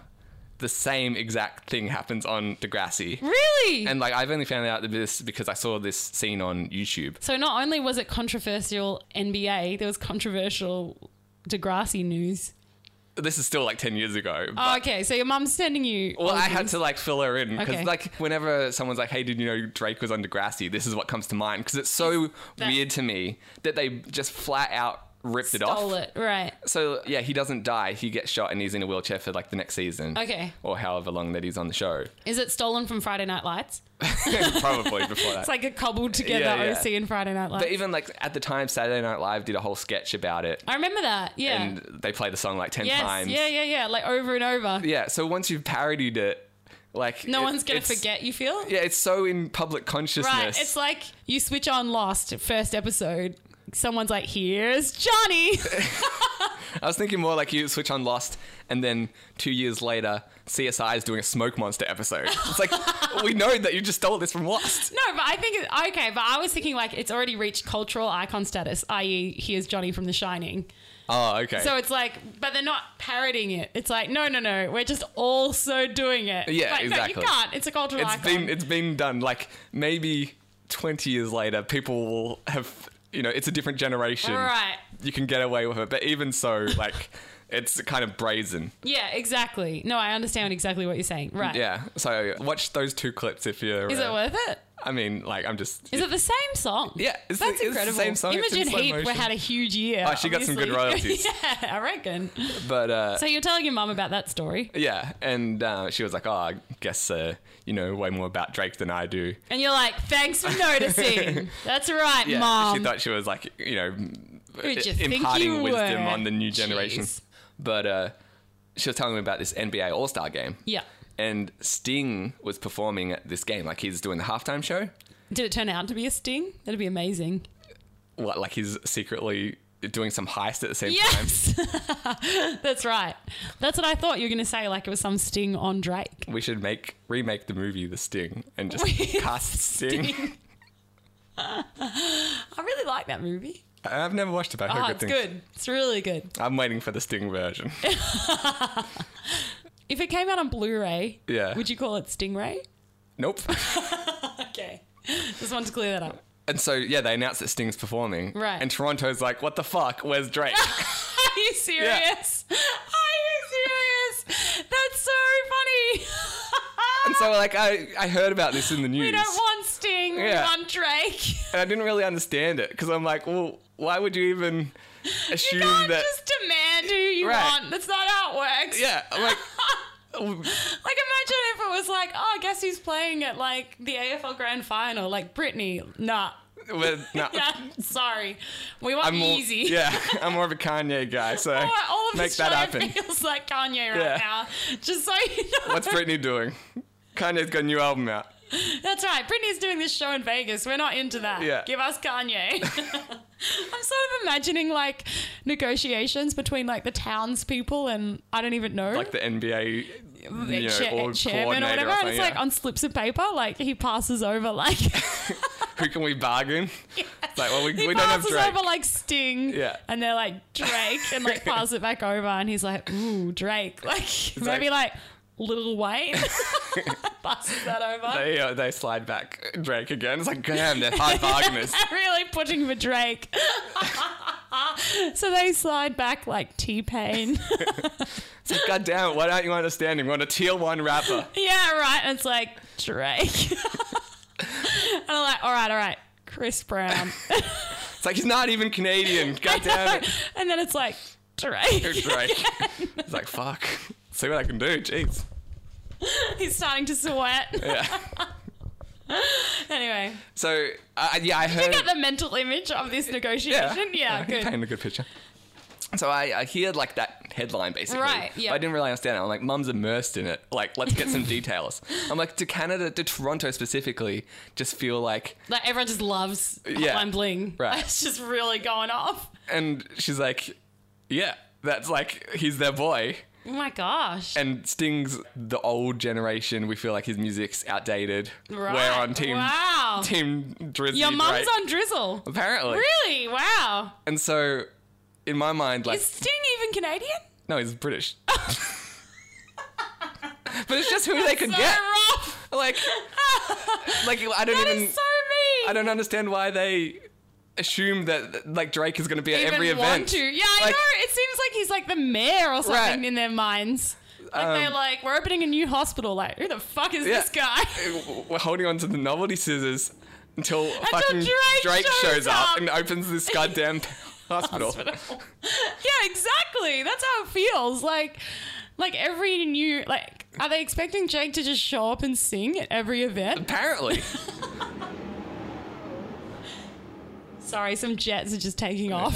[SPEAKER 2] the same exact thing happens on Degrassi.
[SPEAKER 3] Really?
[SPEAKER 2] And like I've only found out this because I saw this scene on YouTube.
[SPEAKER 3] so not only was it controversial NBA, there was controversial Degrassi news.
[SPEAKER 2] This is still like ten years ago.
[SPEAKER 3] Oh, okay, so your mum's sending you.
[SPEAKER 2] Well,
[SPEAKER 3] all
[SPEAKER 2] I
[SPEAKER 3] of
[SPEAKER 2] had
[SPEAKER 3] this.
[SPEAKER 2] to like fill her in because
[SPEAKER 3] Okay.
[SPEAKER 2] like whenever someone's like, "Hey, did you know Drake was on Degrassi?" This is what comes to mind because it's so
[SPEAKER 3] that-
[SPEAKER 2] weird to me that they just flat out ripped it off.
[SPEAKER 3] stole it, right?
[SPEAKER 2] So yeah, he doesn't die. He gets shot and he's in a wheelchair for like the next season.
[SPEAKER 3] Okay.
[SPEAKER 2] Or however long that he's on the
[SPEAKER 3] <laughs>
[SPEAKER 2] show.
[SPEAKER 3] Is it stolen from Friday Night Lights?
[SPEAKER 2] Probably before that.
[SPEAKER 3] It's like a cobbled together
[SPEAKER 2] Yeah, yeah.
[SPEAKER 3] OC and Friday Night Lights.
[SPEAKER 2] but even like at the time, Saturday Night Live did a whole sketch about it,
[SPEAKER 3] I remember that. Yeah.
[SPEAKER 2] and they play the song like ten
[SPEAKER 3] yes.
[SPEAKER 2] times.
[SPEAKER 3] Yeah, yeah, yeah. Like over and over.
[SPEAKER 2] Yeah, So once you've parodied it, like
[SPEAKER 3] No
[SPEAKER 2] it-
[SPEAKER 3] one's gonna
[SPEAKER 2] it's-
[SPEAKER 3] forget. You feel?
[SPEAKER 2] Yeah, it's so in public consciousness.
[SPEAKER 3] Right. It's like you switch on Lost first episode. Someone's like, "Here's Johnny." <laughs>
[SPEAKER 2] I was thinking more like you switch on Lost, and then two years later, CSI is doing a Smoke Monster episode. It's like <laughs> we know that you just stole this from Lost.
[SPEAKER 3] no, but I think it, okay. But I was thinking like it's already reached cultural icon status, i.e., here's Johnny from The Shining.
[SPEAKER 2] Oh, okay.
[SPEAKER 3] So it's like, but they're not parroting it. It's like, no, no, no. We're just also doing it.
[SPEAKER 2] Yeah,
[SPEAKER 3] like, No,
[SPEAKER 2] exactly.
[SPEAKER 3] you can't. It's a cultural
[SPEAKER 2] It's
[SPEAKER 3] icon.
[SPEAKER 2] been it's been done. Like maybe twenty years later, people will have you know it's a different generation.
[SPEAKER 3] Right.
[SPEAKER 2] You can get away with it, but even so, like <laughs> it's kind of brazen.
[SPEAKER 3] yeah, exactly. No, I understand exactly what you're saying. Right.
[SPEAKER 2] Yeah. So watch those two clips if you're. uh,
[SPEAKER 3] Is it worth it?
[SPEAKER 2] I mean, like I'm just.
[SPEAKER 3] Is it the same song?
[SPEAKER 2] Yeah, it's the-
[SPEAKER 3] that's
[SPEAKER 2] it's the
[SPEAKER 3] incredible.
[SPEAKER 2] same song, it's in
[SPEAKER 3] Imogen
[SPEAKER 2] slow
[SPEAKER 3] Heap
[SPEAKER 2] motion.
[SPEAKER 3] had a huge year.
[SPEAKER 2] Oh, she got some good
[SPEAKER 3] obviously.
[SPEAKER 2] royalties.
[SPEAKER 3] <laughs> yeah, I reckon.
[SPEAKER 2] But uh,
[SPEAKER 3] So you're telling your mum about that story,
[SPEAKER 2] yeah, and uh, she was like, "Oh, I guess uh, you know way more about Drake than I do."
[SPEAKER 3] and you're like, "Thanks for
[SPEAKER 2] <laughs>
[SPEAKER 3] noticing." that's right,
[SPEAKER 2] Yeah,
[SPEAKER 3] mom.
[SPEAKER 2] she thought she was like you know
[SPEAKER 3] Who'd you think you
[SPEAKER 2] imparting wisdom
[SPEAKER 3] were?
[SPEAKER 2] on the new generation.
[SPEAKER 3] Jeez.
[SPEAKER 2] But uh, she was telling me about this NBA All Star game.
[SPEAKER 3] yeah.
[SPEAKER 2] And Sting was performing at this game, like he's doing the halftime show.
[SPEAKER 3] Did it turn out to be a sting? That'd be amazing.
[SPEAKER 2] What, like he's secretly doing some heist at the same time.
[SPEAKER 3] Yes, <laughs> that's right. That's what I thought you were going to say. Like it was some sting on Drake.
[SPEAKER 2] We should make remake the movie The Sting and just <laughs>
[SPEAKER 3] <laughs>
[SPEAKER 2] cast Sting.
[SPEAKER 3] I really like that movie.
[SPEAKER 2] I've never watched it, but I heard
[SPEAKER 3] Oh,
[SPEAKER 2] good
[SPEAKER 3] it's
[SPEAKER 2] things.
[SPEAKER 3] good. It's really good.
[SPEAKER 2] I'm waiting for the Sting
[SPEAKER 3] <laughs>
[SPEAKER 2] version.
[SPEAKER 3] If it came out on Blu-ray,
[SPEAKER 2] Yeah.
[SPEAKER 3] would you call it Stingray?
[SPEAKER 2] nope.
[SPEAKER 3] Okay, <laughs> just wanted to clear that up.
[SPEAKER 2] And so yeah, they announced that Sting's performing.
[SPEAKER 3] Right.
[SPEAKER 2] And Toronto's like, what the fuck? Where's
[SPEAKER 3] <laughs>
[SPEAKER 2] Drake?
[SPEAKER 3] Are you serious? Are you serious? That's so funny.
[SPEAKER 2] and so like I, I heard about this in the news.
[SPEAKER 3] <laughs> we don't want Sting.
[SPEAKER 2] Yeah.
[SPEAKER 3] We want Drake. <laughs>
[SPEAKER 2] and I didn't really understand it because I'm like, well, why would you even
[SPEAKER 3] You
[SPEAKER 2] assume
[SPEAKER 3] can't
[SPEAKER 2] that?
[SPEAKER 3] just demand who you
[SPEAKER 2] Right.
[SPEAKER 3] want. That's not how it
[SPEAKER 2] <laughs>
[SPEAKER 3] works.
[SPEAKER 2] Yeah, I'm like, "Oh, w-
[SPEAKER 3] Like imagine if it was like, oh, I guess he's playing at like the AFL Grand Final, like Britney. Nah.
[SPEAKER 2] well, no,
[SPEAKER 3] <laughs> Yeah, sorry. We want
[SPEAKER 2] I'm more,
[SPEAKER 3] easy.
[SPEAKER 2] <laughs> Yeah, I'm more of a Kanye guy, so
[SPEAKER 3] <laughs> All, all of
[SPEAKER 2] make
[SPEAKER 3] his
[SPEAKER 2] that
[SPEAKER 3] show
[SPEAKER 2] happen.
[SPEAKER 3] feels like Kanye right
[SPEAKER 2] Yeah.
[SPEAKER 3] now. Just so you know.
[SPEAKER 2] What's Britney doing? Kanye's got a new album out.
[SPEAKER 3] That's right. Britney's doing this show in Vegas. We're not into that.
[SPEAKER 2] Yeah.
[SPEAKER 3] Give
[SPEAKER 2] <laughs>
[SPEAKER 3] us Kanye. <laughs> I'm sort of imagining like negotiations between like the townspeople and I don't even know.
[SPEAKER 2] Like the NBA,
[SPEAKER 3] the
[SPEAKER 2] you know,
[SPEAKER 3] chair-
[SPEAKER 2] or
[SPEAKER 3] chairman
[SPEAKER 2] coordinator
[SPEAKER 3] or
[SPEAKER 2] or
[SPEAKER 3] whatever, and
[SPEAKER 2] something,
[SPEAKER 3] it's like oh.
[SPEAKER 2] yeah.
[SPEAKER 3] on slips of paper, like he passes over like <laughs>
[SPEAKER 2] who can we bargain? It's like, well, we,
[SPEAKER 3] he
[SPEAKER 2] we don't have
[SPEAKER 3] passes
[SPEAKER 2] Drake.
[SPEAKER 3] over like Sting,
[SPEAKER 2] Yeah.
[SPEAKER 3] and they're like Drake, and like pass it back over, and he's like, ooh, Drake, <laughs> like maybe like, Little Wayne <laughs> passes that over.
[SPEAKER 2] they, uh, they slide back uh, Drake again. It's like, damn, they're hard bargainers.
[SPEAKER 3] <laughs> really pushing for Drake. <laughs> so they slide back like T Pain.
[SPEAKER 2] It's like, God damn it, why aren't you understanding? We're on a tier one rapper.
[SPEAKER 3] <laughs> yeah, right. And it's like Drake. <laughs> and I'm like, all right, all right, Chris Brown.
[SPEAKER 2] It's like, he's not even
[SPEAKER 3] <laughs>
[SPEAKER 2] Canadian. <laughs> God damn it.
[SPEAKER 3] and then it's like Drake. <laughs>
[SPEAKER 2] Drake. It's like, fuck. See what I can do. Jeez.
[SPEAKER 3] He's starting to sweat.
[SPEAKER 2] Yeah.
[SPEAKER 3] Anyway,
[SPEAKER 2] So, uh, yeah, I
[SPEAKER 3] you
[SPEAKER 2] heard.
[SPEAKER 3] got the mental image of this negotiation. Yeah,
[SPEAKER 2] You're
[SPEAKER 3] good.
[SPEAKER 2] painting a good picture. So I, I hear like that headline basically.
[SPEAKER 3] Right, yeah.
[SPEAKER 2] But I didn't really understand it. I'm like, mum's immersed in it. Like, let's get
[SPEAKER 3] <laughs>
[SPEAKER 2] some details. I'm like, do Canada, do Toronto specifically just feel like.
[SPEAKER 3] Like everyone just loves
[SPEAKER 2] Yeah,
[SPEAKER 3] Hotline Bling.
[SPEAKER 2] right.
[SPEAKER 3] It's just really going off.
[SPEAKER 2] And she's like, yeah, that's like, he's their boy.
[SPEAKER 3] Oh my gosh.
[SPEAKER 2] And Sting's the old generation. We feel like his music's outdated.
[SPEAKER 3] right.
[SPEAKER 2] We're on team.
[SPEAKER 3] Wow.
[SPEAKER 2] Team Drizzy.
[SPEAKER 3] Your mum's
[SPEAKER 2] Drake.
[SPEAKER 3] on Drizzle.
[SPEAKER 2] Apparently.
[SPEAKER 3] Really? Wow.
[SPEAKER 2] And so, in my mind, like,
[SPEAKER 3] Is Sting even Canadian?
[SPEAKER 2] no, he's British. <laughs> but it's just who they could
[SPEAKER 3] so
[SPEAKER 2] get.
[SPEAKER 3] rough.
[SPEAKER 2] Like, like I don't
[SPEAKER 3] That
[SPEAKER 2] even.
[SPEAKER 3] is so mean.
[SPEAKER 2] I don't understand why they assume that like Drake is going to be at
[SPEAKER 3] even
[SPEAKER 2] every
[SPEAKER 3] want
[SPEAKER 2] event.
[SPEAKER 3] to. Yeah, I
[SPEAKER 2] Like-
[SPEAKER 3] know. It seems like he's like the mayor or something
[SPEAKER 2] Right. Um,
[SPEAKER 3] in their minds. Like they're like, we're opening a new hospital. Like, who the fuck is
[SPEAKER 2] Yeah.
[SPEAKER 3] this guy? <laughs>
[SPEAKER 2] We're holding on to the novelty scissors until, fucking
[SPEAKER 3] Drake shows
[SPEAKER 2] shows, up,
[SPEAKER 3] up.
[SPEAKER 2] and opens this
[SPEAKER 3] <laughs>
[SPEAKER 2] goddamn hospital.
[SPEAKER 3] yeah, exactly. That's how it feels. Like, like every new like, are they expecting Jake to just show up and sing at every event?
[SPEAKER 2] Apparently,
[SPEAKER 3] Sorry, some jets are just taking off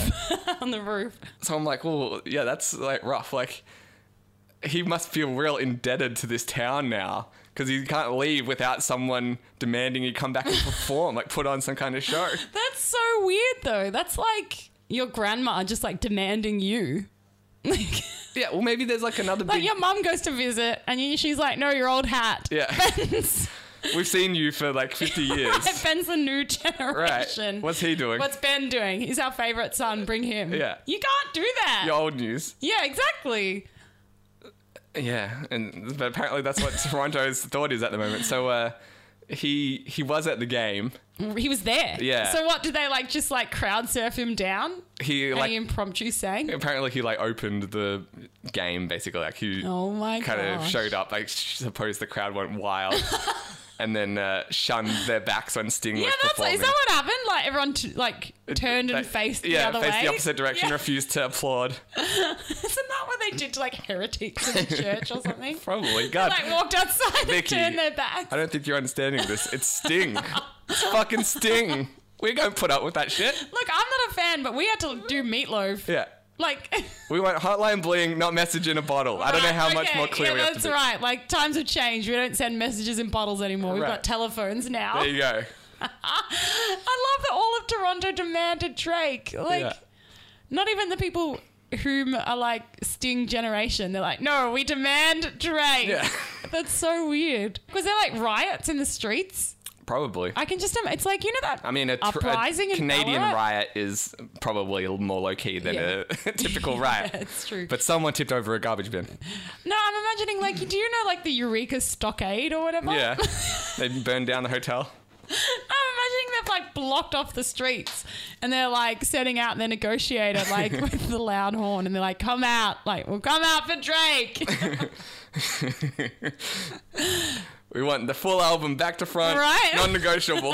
[SPEAKER 3] <laughs> on the roof.
[SPEAKER 2] so I'm like, well, yeah, that's like rough. Like, he must feel real indebted to this town now because he can't leave without someone demanding he come back and perform, like put on some kind of show.
[SPEAKER 3] That's so weird, though. That's like your grandma just like demanding you. <laughs> Like,
[SPEAKER 2] Yeah, well, maybe there's like another
[SPEAKER 3] like
[SPEAKER 2] big.
[SPEAKER 3] your mum goes to visit and you, she's like, no, your old hat.
[SPEAKER 2] Yeah,
[SPEAKER 3] <laughs> Ben's,
[SPEAKER 2] we've seen you for like 50
[SPEAKER 3] <laughs>
[SPEAKER 2] years.
[SPEAKER 3] Ben's the new generation.
[SPEAKER 2] Right. What's he doing?
[SPEAKER 3] What's Ben doing? He's our favourite son. Bring him.
[SPEAKER 2] Yeah.
[SPEAKER 3] You can't do that.
[SPEAKER 2] The old news.
[SPEAKER 3] Yeah, exactly.
[SPEAKER 2] Yeah, and but apparently that's what <laughs> Toronto's thought is at the moment. So uh, he he was at the game.
[SPEAKER 3] He was there.
[SPEAKER 2] Yeah.
[SPEAKER 3] So what did they like? Just like crowd surf him down?
[SPEAKER 2] He
[SPEAKER 3] Like,
[SPEAKER 2] like
[SPEAKER 3] he impromptu sang.
[SPEAKER 2] apparently he like opened the game basically. Like he
[SPEAKER 3] Oh my god. <laughs>
[SPEAKER 2] kind of showed up. Like I suppose the crowd went wild. and then uh, shunned their backs when Sting
[SPEAKER 3] Yeah,
[SPEAKER 2] was
[SPEAKER 3] that's
[SPEAKER 2] performing.
[SPEAKER 3] is that what happened? Like everyone t- like turned and
[SPEAKER 2] They-
[SPEAKER 3] faced
[SPEAKER 2] yeah,
[SPEAKER 3] the other
[SPEAKER 2] faced
[SPEAKER 3] way.
[SPEAKER 2] the opposite direction,
[SPEAKER 3] Yeah.
[SPEAKER 2] refused to
[SPEAKER 3] <laughs>
[SPEAKER 2] applaud.
[SPEAKER 3] Isn't that what they did to like heretics
[SPEAKER 2] <laughs>
[SPEAKER 3] in the church or something?
[SPEAKER 2] Probably,
[SPEAKER 3] They,
[SPEAKER 2] God.
[SPEAKER 3] like walked outside
[SPEAKER 2] Vicky,
[SPEAKER 3] and turned their backs.
[SPEAKER 2] I don't think you're understanding this. It's
[SPEAKER 3] <laughs>
[SPEAKER 2] Sting. it's fucking Sting. We don't put up with that shit.
[SPEAKER 3] Look, I'm not a fan, but we had to do meatloaf.
[SPEAKER 2] Yeah.
[SPEAKER 3] Like <laughs>
[SPEAKER 2] We want hotline bling, not message in a bottle. I don't know
[SPEAKER 3] Right,
[SPEAKER 2] how much
[SPEAKER 3] okay,
[SPEAKER 2] more clear
[SPEAKER 3] yeah,
[SPEAKER 2] we have to
[SPEAKER 3] That's
[SPEAKER 2] be.
[SPEAKER 3] right. Like times have changed. We don't send messages in bottles anymore. We've
[SPEAKER 2] Right.
[SPEAKER 3] got telephones now.
[SPEAKER 2] There you go.
[SPEAKER 3] I love that all of Toronto demanded Drake. Like,
[SPEAKER 2] Yeah.
[SPEAKER 3] not even the people whom are like Sting generation. They're like, no, we demand Drake.
[SPEAKER 2] Yeah.
[SPEAKER 3] <laughs>
[SPEAKER 2] <laughs>
[SPEAKER 3] That's so weird. Was there like riots in the streets?
[SPEAKER 2] Probably. I,
[SPEAKER 3] I can just imagine. It's like you know that.
[SPEAKER 2] mean, a, tr-
[SPEAKER 3] uprising
[SPEAKER 2] a
[SPEAKER 3] in
[SPEAKER 2] Canadian
[SPEAKER 3] Ballarat? <laughs>
[SPEAKER 2] riot is probably more low key than
[SPEAKER 3] Yeah.
[SPEAKER 2] a <laughs> typical
[SPEAKER 3] <laughs>
[SPEAKER 2] riot.
[SPEAKER 3] Yeah, it's true.
[SPEAKER 2] But someone tipped over a garbage bin.
[SPEAKER 3] <laughs> No, I'm imagining like, do you know like the Eureka Stockade or whatever?
[SPEAKER 2] Yeah. they burned down the hotel.
[SPEAKER 3] <laughs> I'm imagining they've like blocked off the streets and they're like setting out their negotiator
[SPEAKER 2] <laughs>
[SPEAKER 3] like with the loud horn and they're like, come out, like, we'll come out for
[SPEAKER 2] <laughs>
[SPEAKER 3] Drake.
[SPEAKER 2] We want the full album back to front.
[SPEAKER 3] Right.
[SPEAKER 2] Non
[SPEAKER 3] <laughs>
[SPEAKER 2] negotiable.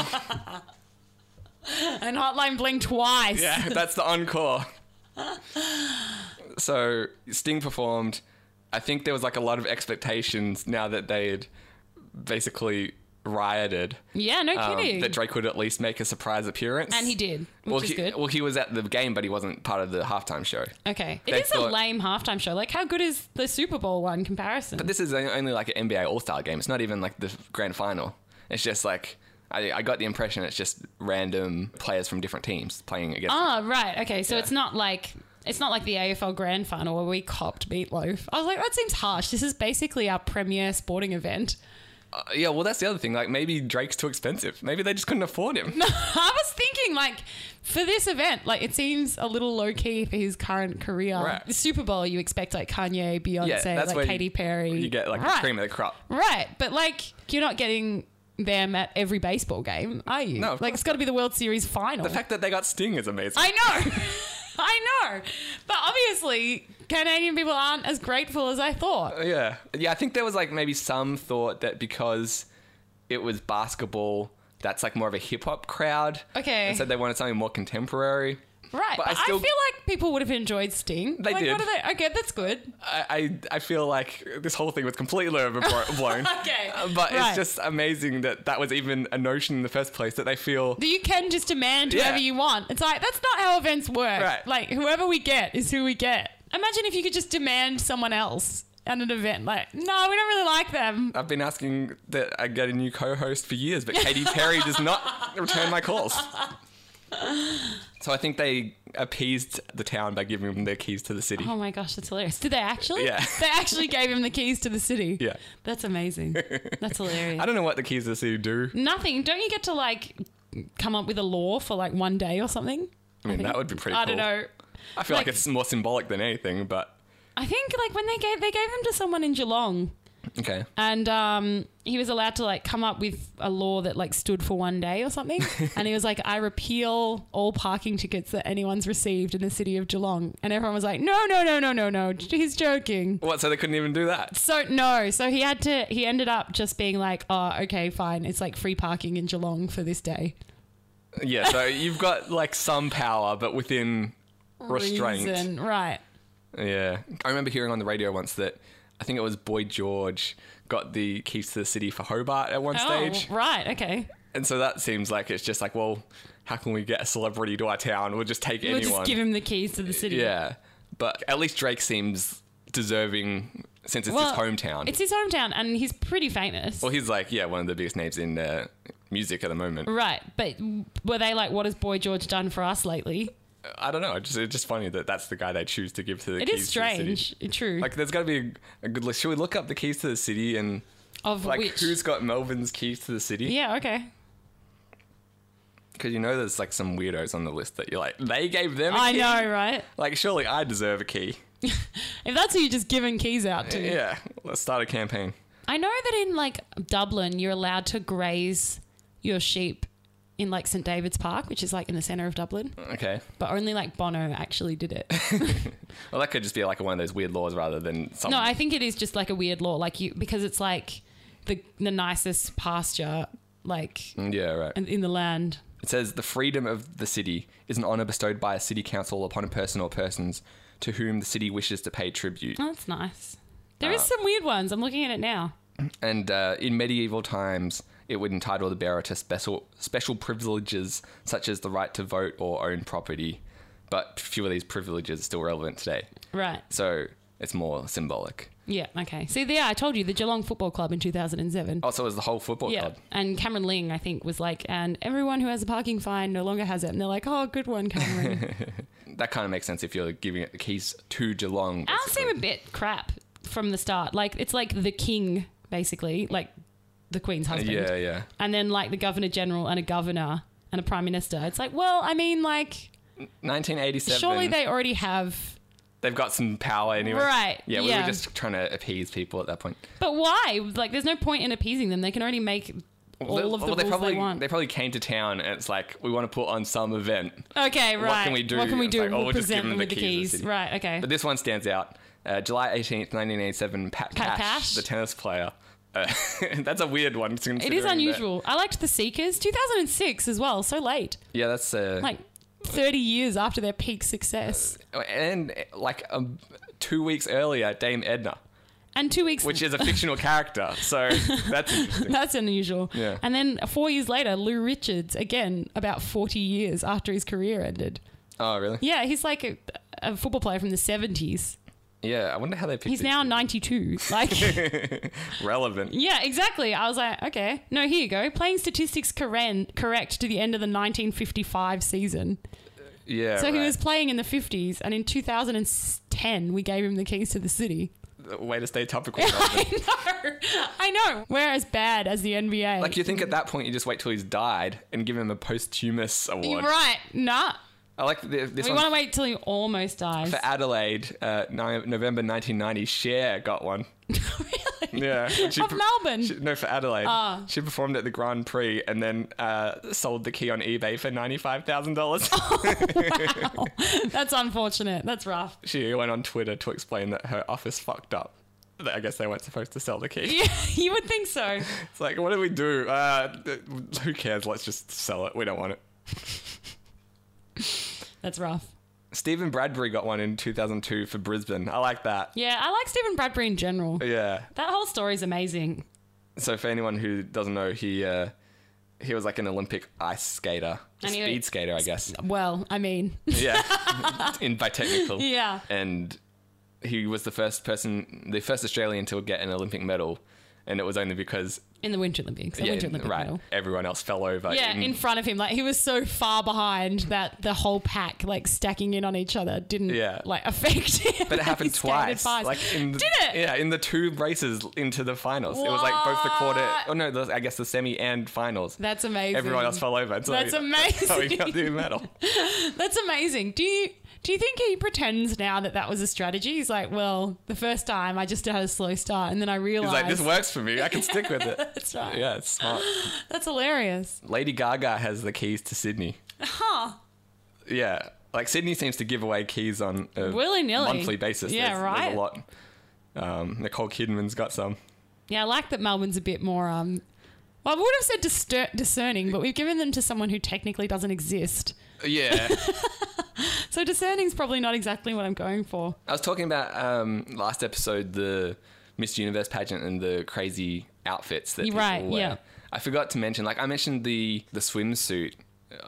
[SPEAKER 3] and Hotline Bling twice.
[SPEAKER 2] Yeah, <laughs> that's the encore. so Sting performed. I think there was like a lot of expectations now that they had basically rioted.
[SPEAKER 3] Yeah, no
[SPEAKER 2] um,
[SPEAKER 3] kidding.
[SPEAKER 2] that Drake would at least make a surprise appearance.
[SPEAKER 3] and he did, which
[SPEAKER 2] Well
[SPEAKER 3] is
[SPEAKER 2] he,
[SPEAKER 3] good.
[SPEAKER 2] well, he was at the game, but he wasn't part of the halftime show.
[SPEAKER 3] okay. It
[SPEAKER 2] they
[SPEAKER 3] is
[SPEAKER 2] thought-
[SPEAKER 3] a lame halftime show. Like, how good is the Super Bowl one comparison?
[SPEAKER 2] But this is only like an NBA All Star game. It's not even like the grand final. It's just like I, I got the impression it's just random players from different teams playing against.
[SPEAKER 3] oh, right. Okay. So it's not like. It's not like the AFL Grand Final where we copped Meatloaf. I was like, that seems harsh. This is basically our premier sporting event. <laughs>
[SPEAKER 2] Uh, yeah, well, that's the other thing. Like maybe Drake's too expensive. Maybe they just couldn't afford him.
[SPEAKER 3] I was thinking, like, for this event, like, it seems a little low key for his current career.
[SPEAKER 2] Right.
[SPEAKER 3] The Super Bowl, you expect like Kanye, Beyonce, like
[SPEAKER 2] where
[SPEAKER 3] Katy
[SPEAKER 2] you,
[SPEAKER 3] Perry.
[SPEAKER 2] You get like the
[SPEAKER 3] Right.
[SPEAKER 2] cream of the crop.
[SPEAKER 3] Right, but like you're not getting them at every baseball game, are you?
[SPEAKER 2] No, of
[SPEAKER 3] like
[SPEAKER 2] course
[SPEAKER 3] it's got to be the World Series final.
[SPEAKER 2] The fact that they got Sting is amazing.
[SPEAKER 3] I know, <laughs> I know, but obviously Canadian people aren't as grateful as I thought.
[SPEAKER 2] yeah, yeah. I think there was like maybe some thought that because it was basketball, that's like more of a hip hop crowd.
[SPEAKER 3] Okay.
[SPEAKER 2] and so they wanted something more contemporary.
[SPEAKER 3] Right,
[SPEAKER 2] But
[SPEAKER 3] but,
[SPEAKER 2] I
[SPEAKER 3] I,
[SPEAKER 2] still-
[SPEAKER 3] feel like people would have enjoyed Sting.
[SPEAKER 2] They
[SPEAKER 3] like, What
[SPEAKER 2] did.
[SPEAKER 3] are they? Okay,
[SPEAKER 2] <laughs>
[SPEAKER 3] that's good.
[SPEAKER 2] I, I, I feel like this whole thing was completely overblown.
[SPEAKER 3] <laughs> Okay,
[SPEAKER 2] Uh, But
[SPEAKER 3] right.
[SPEAKER 2] it's just amazing that that was even a notion in the first place that they feel.
[SPEAKER 3] that you can just demand
[SPEAKER 2] Yeah.
[SPEAKER 3] whoever you want. It's like that's not how events work.
[SPEAKER 2] Right.
[SPEAKER 3] Like whoever we get is who we get. Imagine if you could just demand someone else at an event. Like, no, we don't really like them.
[SPEAKER 2] I've been asking that I get a new co-host for years, but Katy Perry does not return my calls. So I think they appeased the town by giving them their keys to the city.
[SPEAKER 3] Oh my gosh, that's hilarious. Did they actually?
[SPEAKER 2] Yeah.
[SPEAKER 3] They actually gave him the keys to the city.
[SPEAKER 2] Yeah.
[SPEAKER 3] That's amazing.
[SPEAKER 2] <laughs>
[SPEAKER 3] That's hilarious.
[SPEAKER 2] I don't know what the keys to the city do.
[SPEAKER 3] Nothing. Don't you get to like come up with a law for like one day or something?
[SPEAKER 2] I mean,
[SPEAKER 3] think-
[SPEAKER 2] that would be pretty
[SPEAKER 3] I
[SPEAKER 2] cool.
[SPEAKER 3] don't know.
[SPEAKER 2] I feel like,
[SPEAKER 3] Like-
[SPEAKER 2] it's more symbolic than anything, but
[SPEAKER 3] I think like when they gave they gave him to someone in Geelong.
[SPEAKER 2] okay.
[SPEAKER 3] and um, he was allowed to like come up with a law that like stood for one day
[SPEAKER 2] <laughs>
[SPEAKER 3] or something and he was like i repeal all parking tickets that anyone's received in the city of geelong and everyone was like no no no no no no he's joking
[SPEAKER 2] What? So they couldn't even do that?
[SPEAKER 3] so no so he had to he ended up just being like oh okay fine it's like free parking in geelong for this day
[SPEAKER 2] Yeah. So you've got like some power, but within restraint.
[SPEAKER 3] Reason. right
[SPEAKER 2] Yeah. I remember hearing on the radio once that I think it was Boy George got the keys to the city for Hobart at one stage.
[SPEAKER 3] oh right okay
[SPEAKER 2] And so that seems like it's just like, well, how can we get a celebrity to our town? We'll just take
[SPEAKER 3] we'll
[SPEAKER 2] anyone.
[SPEAKER 3] just give him the keys to the city
[SPEAKER 2] yeah. But at least Drake seems deserving since it's
[SPEAKER 3] Well,
[SPEAKER 2] his hometown.
[SPEAKER 3] it's his hometown and he's pretty famous
[SPEAKER 2] well, he's like, yeah, one of the biggest names in uh, music at the moment.
[SPEAKER 3] Right, but were they like, what has Boy George done for us lately?
[SPEAKER 2] I don't know. It's just, it's just funny that that's the guy they choose to give to the
[SPEAKER 3] It
[SPEAKER 2] keys
[SPEAKER 3] is
[SPEAKER 2] to the
[SPEAKER 3] strange,
[SPEAKER 2] city.
[SPEAKER 3] true.
[SPEAKER 2] Like, there's got to be a, a good list. Should we look up the keys to the city and
[SPEAKER 3] of
[SPEAKER 2] like
[SPEAKER 3] which?
[SPEAKER 2] who's got Melvin's keys to the city?
[SPEAKER 3] yeah, okay.
[SPEAKER 2] Because you know there's like some weirdos on the list that you're like, they gave them a
[SPEAKER 3] I
[SPEAKER 2] key?
[SPEAKER 3] know, right?
[SPEAKER 2] Like, surely I deserve a key.
[SPEAKER 3] If that's who you're just giving keys out to.
[SPEAKER 2] Yeah, let's start a campaign.
[SPEAKER 3] I know that in like Dublin, you're allowed to graze your sheep in like St David's Park, which is like in the center of Dublin,
[SPEAKER 2] Okay.
[SPEAKER 3] but only like Bono actually did it.
[SPEAKER 2] Well, that could just be like one of those weird laws rather than something.
[SPEAKER 3] no, I think it is just like a weird law, like you because it's like the, the nicest pasture, like
[SPEAKER 2] Mm, Yeah, right.
[SPEAKER 3] in, in the land.
[SPEAKER 2] It says the freedom of the city is an honor bestowed by a city council upon a person or persons to whom the city wishes to pay tribute.
[SPEAKER 3] Oh, that's nice. There is some weird ones. I'm looking at it now.
[SPEAKER 2] And uh, in medieval times, it would entitle the bearer to special special privileges such as the right to vote or own property. But few of these privileges are still relevant today,
[SPEAKER 3] Right.
[SPEAKER 2] so it's more symbolic.
[SPEAKER 3] Yeah. Okay. See, yeah, I told you the Geelong Football Club in 2007.
[SPEAKER 2] Also, Oh, is the whole football
[SPEAKER 3] yeah.
[SPEAKER 2] club.
[SPEAKER 3] And Cameron Ling, I think, was like, and everyone who has a parking fine no longer has it. And they're like, oh, good one, Cameron.
[SPEAKER 2] That kind of makes sense if you're giving it the keys to Geelong.
[SPEAKER 3] Ours
[SPEAKER 2] basically.
[SPEAKER 3] seem a bit crap from the start. Like, it's like the king, basically, like the queen's husband.
[SPEAKER 2] Yeah, yeah.
[SPEAKER 3] And then, like, the governor general and a governor and a prime minister. It's like, well, I mean, like,
[SPEAKER 2] 1987.
[SPEAKER 3] surely they already have.
[SPEAKER 2] they've got some power anyway.
[SPEAKER 3] Right,
[SPEAKER 2] Yeah, we
[SPEAKER 3] yeah.
[SPEAKER 2] were just trying to appease people at that point.
[SPEAKER 3] But why? Like, there's no point in appeasing them. They can already make all
[SPEAKER 2] Well,
[SPEAKER 3] of the
[SPEAKER 2] well,
[SPEAKER 3] rules
[SPEAKER 2] they probably
[SPEAKER 3] they want.
[SPEAKER 2] probably came to town and it's like we want to put on some event.
[SPEAKER 3] Okay, right.
[SPEAKER 2] can we do?
[SPEAKER 3] What can we
[SPEAKER 2] It's
[SPEAKER 3] do?
[SPEAKER 2] like, oh,
[SPEAKER 3] we'll
[SPEAKER 2] we'll just
[SPEAKER 3] present
[SPEAKER 2] give
[SPEAKER 3] them with the keys.
[SPEAKER 2] to the city.
[SPEAKER 3] Right, okay.
[SPEAKER 2] But this one stands out. Uh, July 18th, 1987, Pat,
[SPEAKER 3] Pat
[SPEAKER 2] Cash,
[SPEAKER 3] Cash?
[SPEAKER 2] the tennis player. Uh, <laughs> that's a weird one.
[SPEAKER 3] It is unusual. I liked The Seekers. 2006 as well, so late.
[SPEAKER 2] Yeah, that's uh,
[SPEAKER 3] Like 30 years after their peak success.
[SPEAKER 2] and uh, like um, two weeks earlier, Dame Edna,
[SPEAKER 3] And two weeks.
[SPEAKER 2] which is a fictional character. So that's interesting.
[SPEAKER 3] <laughs> That's unusual.
[SPEAKER 2] Yeah.
[SPEAKER 3] And then four years later, Lou Richards, again, about 40 years after his career ended.
[SPEAKER 2] Oh, really?
[SPEAKER 3] Yeah, he's like a, a football player from the 70s.
[SPEAKER 2] Yeah, I wonder how they picked.
[SPEAKER 3] He's
[SPEAKER 2] it.
[SPEAKER 3] now 92. Like.
[SPEAKER 2] relevant.
[SPEAKER 3] Yeah, exactly. I was like, okay, no, here you go. Playing statistics correct, correct to the end of the 1955 season.
[SPEAKER 2] Yeah.
[SPEAKER 3] So he
[SPEAKER 2] right.
[SPEAKER 3] was playing in the 50s, and in 2010, we gave him the keys to the city. <laughs>
[SPEAKER 2] way to stay topical.
[SPEAKER 3] I know. I know. We're as bad as the NBA.
[SPEAKER 2] like you think at that point you just wait till he's died and give him a posthumous
[SPEAKER 3] You're
[SPEAKER 2] award.
[SPEAKER 3] right. Nah.
[SPEAKER 2] I like the, this
[SPEAKER 3] We
[SPEAKER 2] one
[SPEAKER 3] want to wait till he almost dies.
[SPEAKER 2] for Adelaide, uh, no, November 1990. Cher got one.
[SPEAKER 3] <laughs> really?
[SPEAKER 2] Yeah, she
[SPEAKER 3] Of Melbourne?
[SPEAKER 2] she- no, for Adelaide.
[SPEAKER 3] Ah.
[SPEAKER 2] She performed at the Grand Prix and then uh, sold the key on eBay for ninety-five thousand
[SPEAKER 3] <laughs>
[SPEAKER 2] dollars. <laughs>
[SPEAKER 3] That's unfortunate. That's rough. <laughs>
[SPEAKER 2] she went on Twitter to explain that her office fucked up. That I guess they weren't supposed to sell the key.
[SPEAKER 3] Yeah, you would think so.
[SPEAKER 2] It's like, what do we do? Uh, th- who cares? Let's just sell it. We don't want it.
[SPEAKER 3] That's rough.
[SPEAKER 2] Stephen Bradbury got one in 2002 for Brisbane. I like that.
[SPEAKER 3] Yeah, I like Stephen Bradbury in general.
[SPEAKER 2] Yeah.
[SPEAKER 3] That whole story's amazing.
[SPEAKER 2] So for anyone who doesn't know, he uh, he was like an Olympic ice skater,
[SPEAKER 3] And he-
[SPEAKER 2] speed skater, I
[SPEAKER 3] <laughs>
[SPEAKER 2] guess.
[SPEAKER 3] Well, I mean, <laughs>
[SPEAKER 2] yeah, in by technical.
[SPEAKER 3] Yeah.
[SPEAKER 2] And he was the first person, the first Australian to get an Olympic medal, and it was only because
[SPEAKER 3] in the Winter Olympics, the
[SPEAKER 2] yeah,
[SPEAKER 3] Winter Olympic
[SPEAKER 2] right, mm.
[SPEAKER 3] medal.
[SPEAKER 2] everyone else fell over.
[SPEAKER 3] Yeah, in front of him, like he was so far behind that the whole pack, like stacking in on each other, didn't
[SPEAKER 2] Yeah.
[SPEAKER 3] like <laughs> affect him.
[SPEAKER 2] but it
[SPEAKER 3] <laughs> He
[SPEAKER 2] happened
[SPEAKER 3] skated
[SPEAKER 2] twice.
[SPEAKER 3] past.
[SPEAKER 2] Like in the,
[SPEAKER 3] did it?
[SPEAKER 2] Yeah, in the two races into the finals, it was like both the quarter.
[SPEAKER 3] What?
[SPEAKER 2] Oh no, the, I guess the semi and finals.
[SPEAKER 3] That's amazing.
[SPEAKER 2] Everyone else fell over. So
[SPEAKER 3] That's
[SPEAKER 2] How he <laughs>
[SPEAKER 3] amazing.
[SPEAKER 2] got the medal.
[SPEAKER 3] <gasps> That's amazing. Do you do you think he pretends now that that was a strategy? He's like, well, the first time I just had a slow start, and then I
[SPEAKER 2] He's
[SPEAKER 3] realized
[SPEAKER 2] like, this works for me. I can stick with it.
[SPEAKER 3] <laughs> That's
[SPEAKER 2] <laughs>
[SPEAKER 3] right.
[SPEAKER 2] Yeah, it's smart.
[SPEAKER 3] That's hilarious.
[SPEAKER 2] Lady Gaga has the keys to Sydney.
[SPEAKER 3] Huh?
[SPEAKER 2] Yeah, like Sydney seems to give away keys on a
[SPEAKER 3] Willy-nilly.
[SPEAKER 2] monthly basis.
[SPEAKER 3] Yeah,
[SPEAKER 2] there's,
[SPEAKER 3] right.
[SPEAKER 2] There's a lot. Um, Nicole Kidman's got some.
[SPEAKER 3] Yeah, I like that Melbourne's a bit more. um well, I would have said discer- discerning, but we've given them to someone who technically doesn't exist.
[SPEAKER 2] Yeah, <laughs>
[SPEAKER 3] So discerning's probably not exactly what I'm going for.
[SPEAKER 2] I was talking about um, last episode the Miss Universe pageant and the crazy outfits that
[SPEAKER 3] You're
[SPEAKER 2] people
[SPEAKER 3] right,
[SPEAKER 2] wear.
[SPEAKER 3] yeah.
[SPEAKER 2] I forgot to mention, like I mentioned the the swimsuit,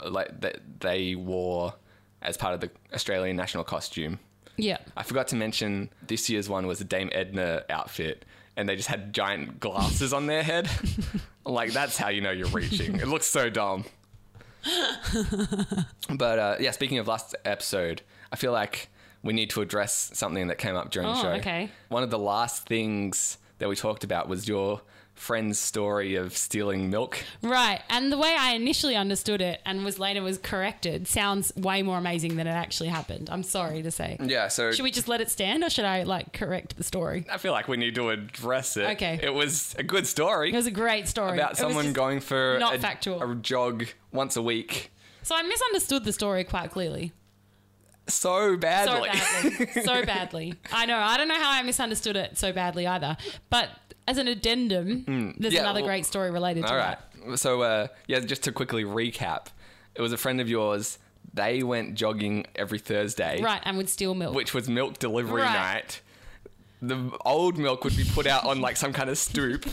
[SPEAKER 2] uh, like that they wore as part of the Australian national costume.
[SPEAKER 3] Yeah.
[SPEAKER 2] I forgot to mention this year's one was a Dame Edna outfit, and they just had giant glasses on their <laughs> head. like that's how you know you're reaching. It looks so <laughs> dumb. but uh, yeah, speaking of last episode, I feel like we need to address something that came up during the
[SPEAKER 3] Oh,
[SPEAKER 2] show.
[SPEAKER 3] okay.
[SPEAKER 2] One of the last things that we talked about was your friend's story of stealing milk.
[SPEAKER 3] Right. And the way I initially understood it and was later was corrected sounds way more amazing than it actually happened. I'm sorry to say.
[SPEAKER 2] Yeah, so
[SPEAKER 3] Should we just let it stand or should I like correct the story?
[SPEAKER 2] I feel like we need to address it.
[SPEAKER 3] Okay.
[SPEAKER 2] It was a good story.
[SPEAKER 3] It was a great story. It
[SPEAKER 2] about
[SPEAKER 3] was
[SPEAKER 2] someone
[SPEAKER 3] just-
[SPEAKER 2] going for
[SPEAKER 3] not
[SPEAKER 2] a,
[SPEAKER 3] factual.
[SPEAKER 2] a jog once a week
[SPEAKER 3] So I misunderstood the story quite clearly.
[SPEAKER 2] so badly.
[SPEAKER 3] So badly. so badly. I know. I don't know how I misunderstood it so badly either. But as an addendum, there's
[SPEAKER 2] Mm. Yeah,
[SPEAKER 3] another
[SPEAKER 2] well-
[SPEAKER 3] great story related
[SPEAKER 2] <laughs>
[SPEAKER 3] to
[SPEAKER 2] All right.
[SPEAKER 3] that.
[SPEAKER 2] So uh, yeah, just to quickly recap, it was a friend of yours. They went jogging every Thursday,
[SPEAKER 3] Right, and with steel milk.
[SPEAKER 2] which was milk delivery
[SPEAKER 3] Right.
[SPEAKER 2] night. The old milk would be put out on like some kind of stoop.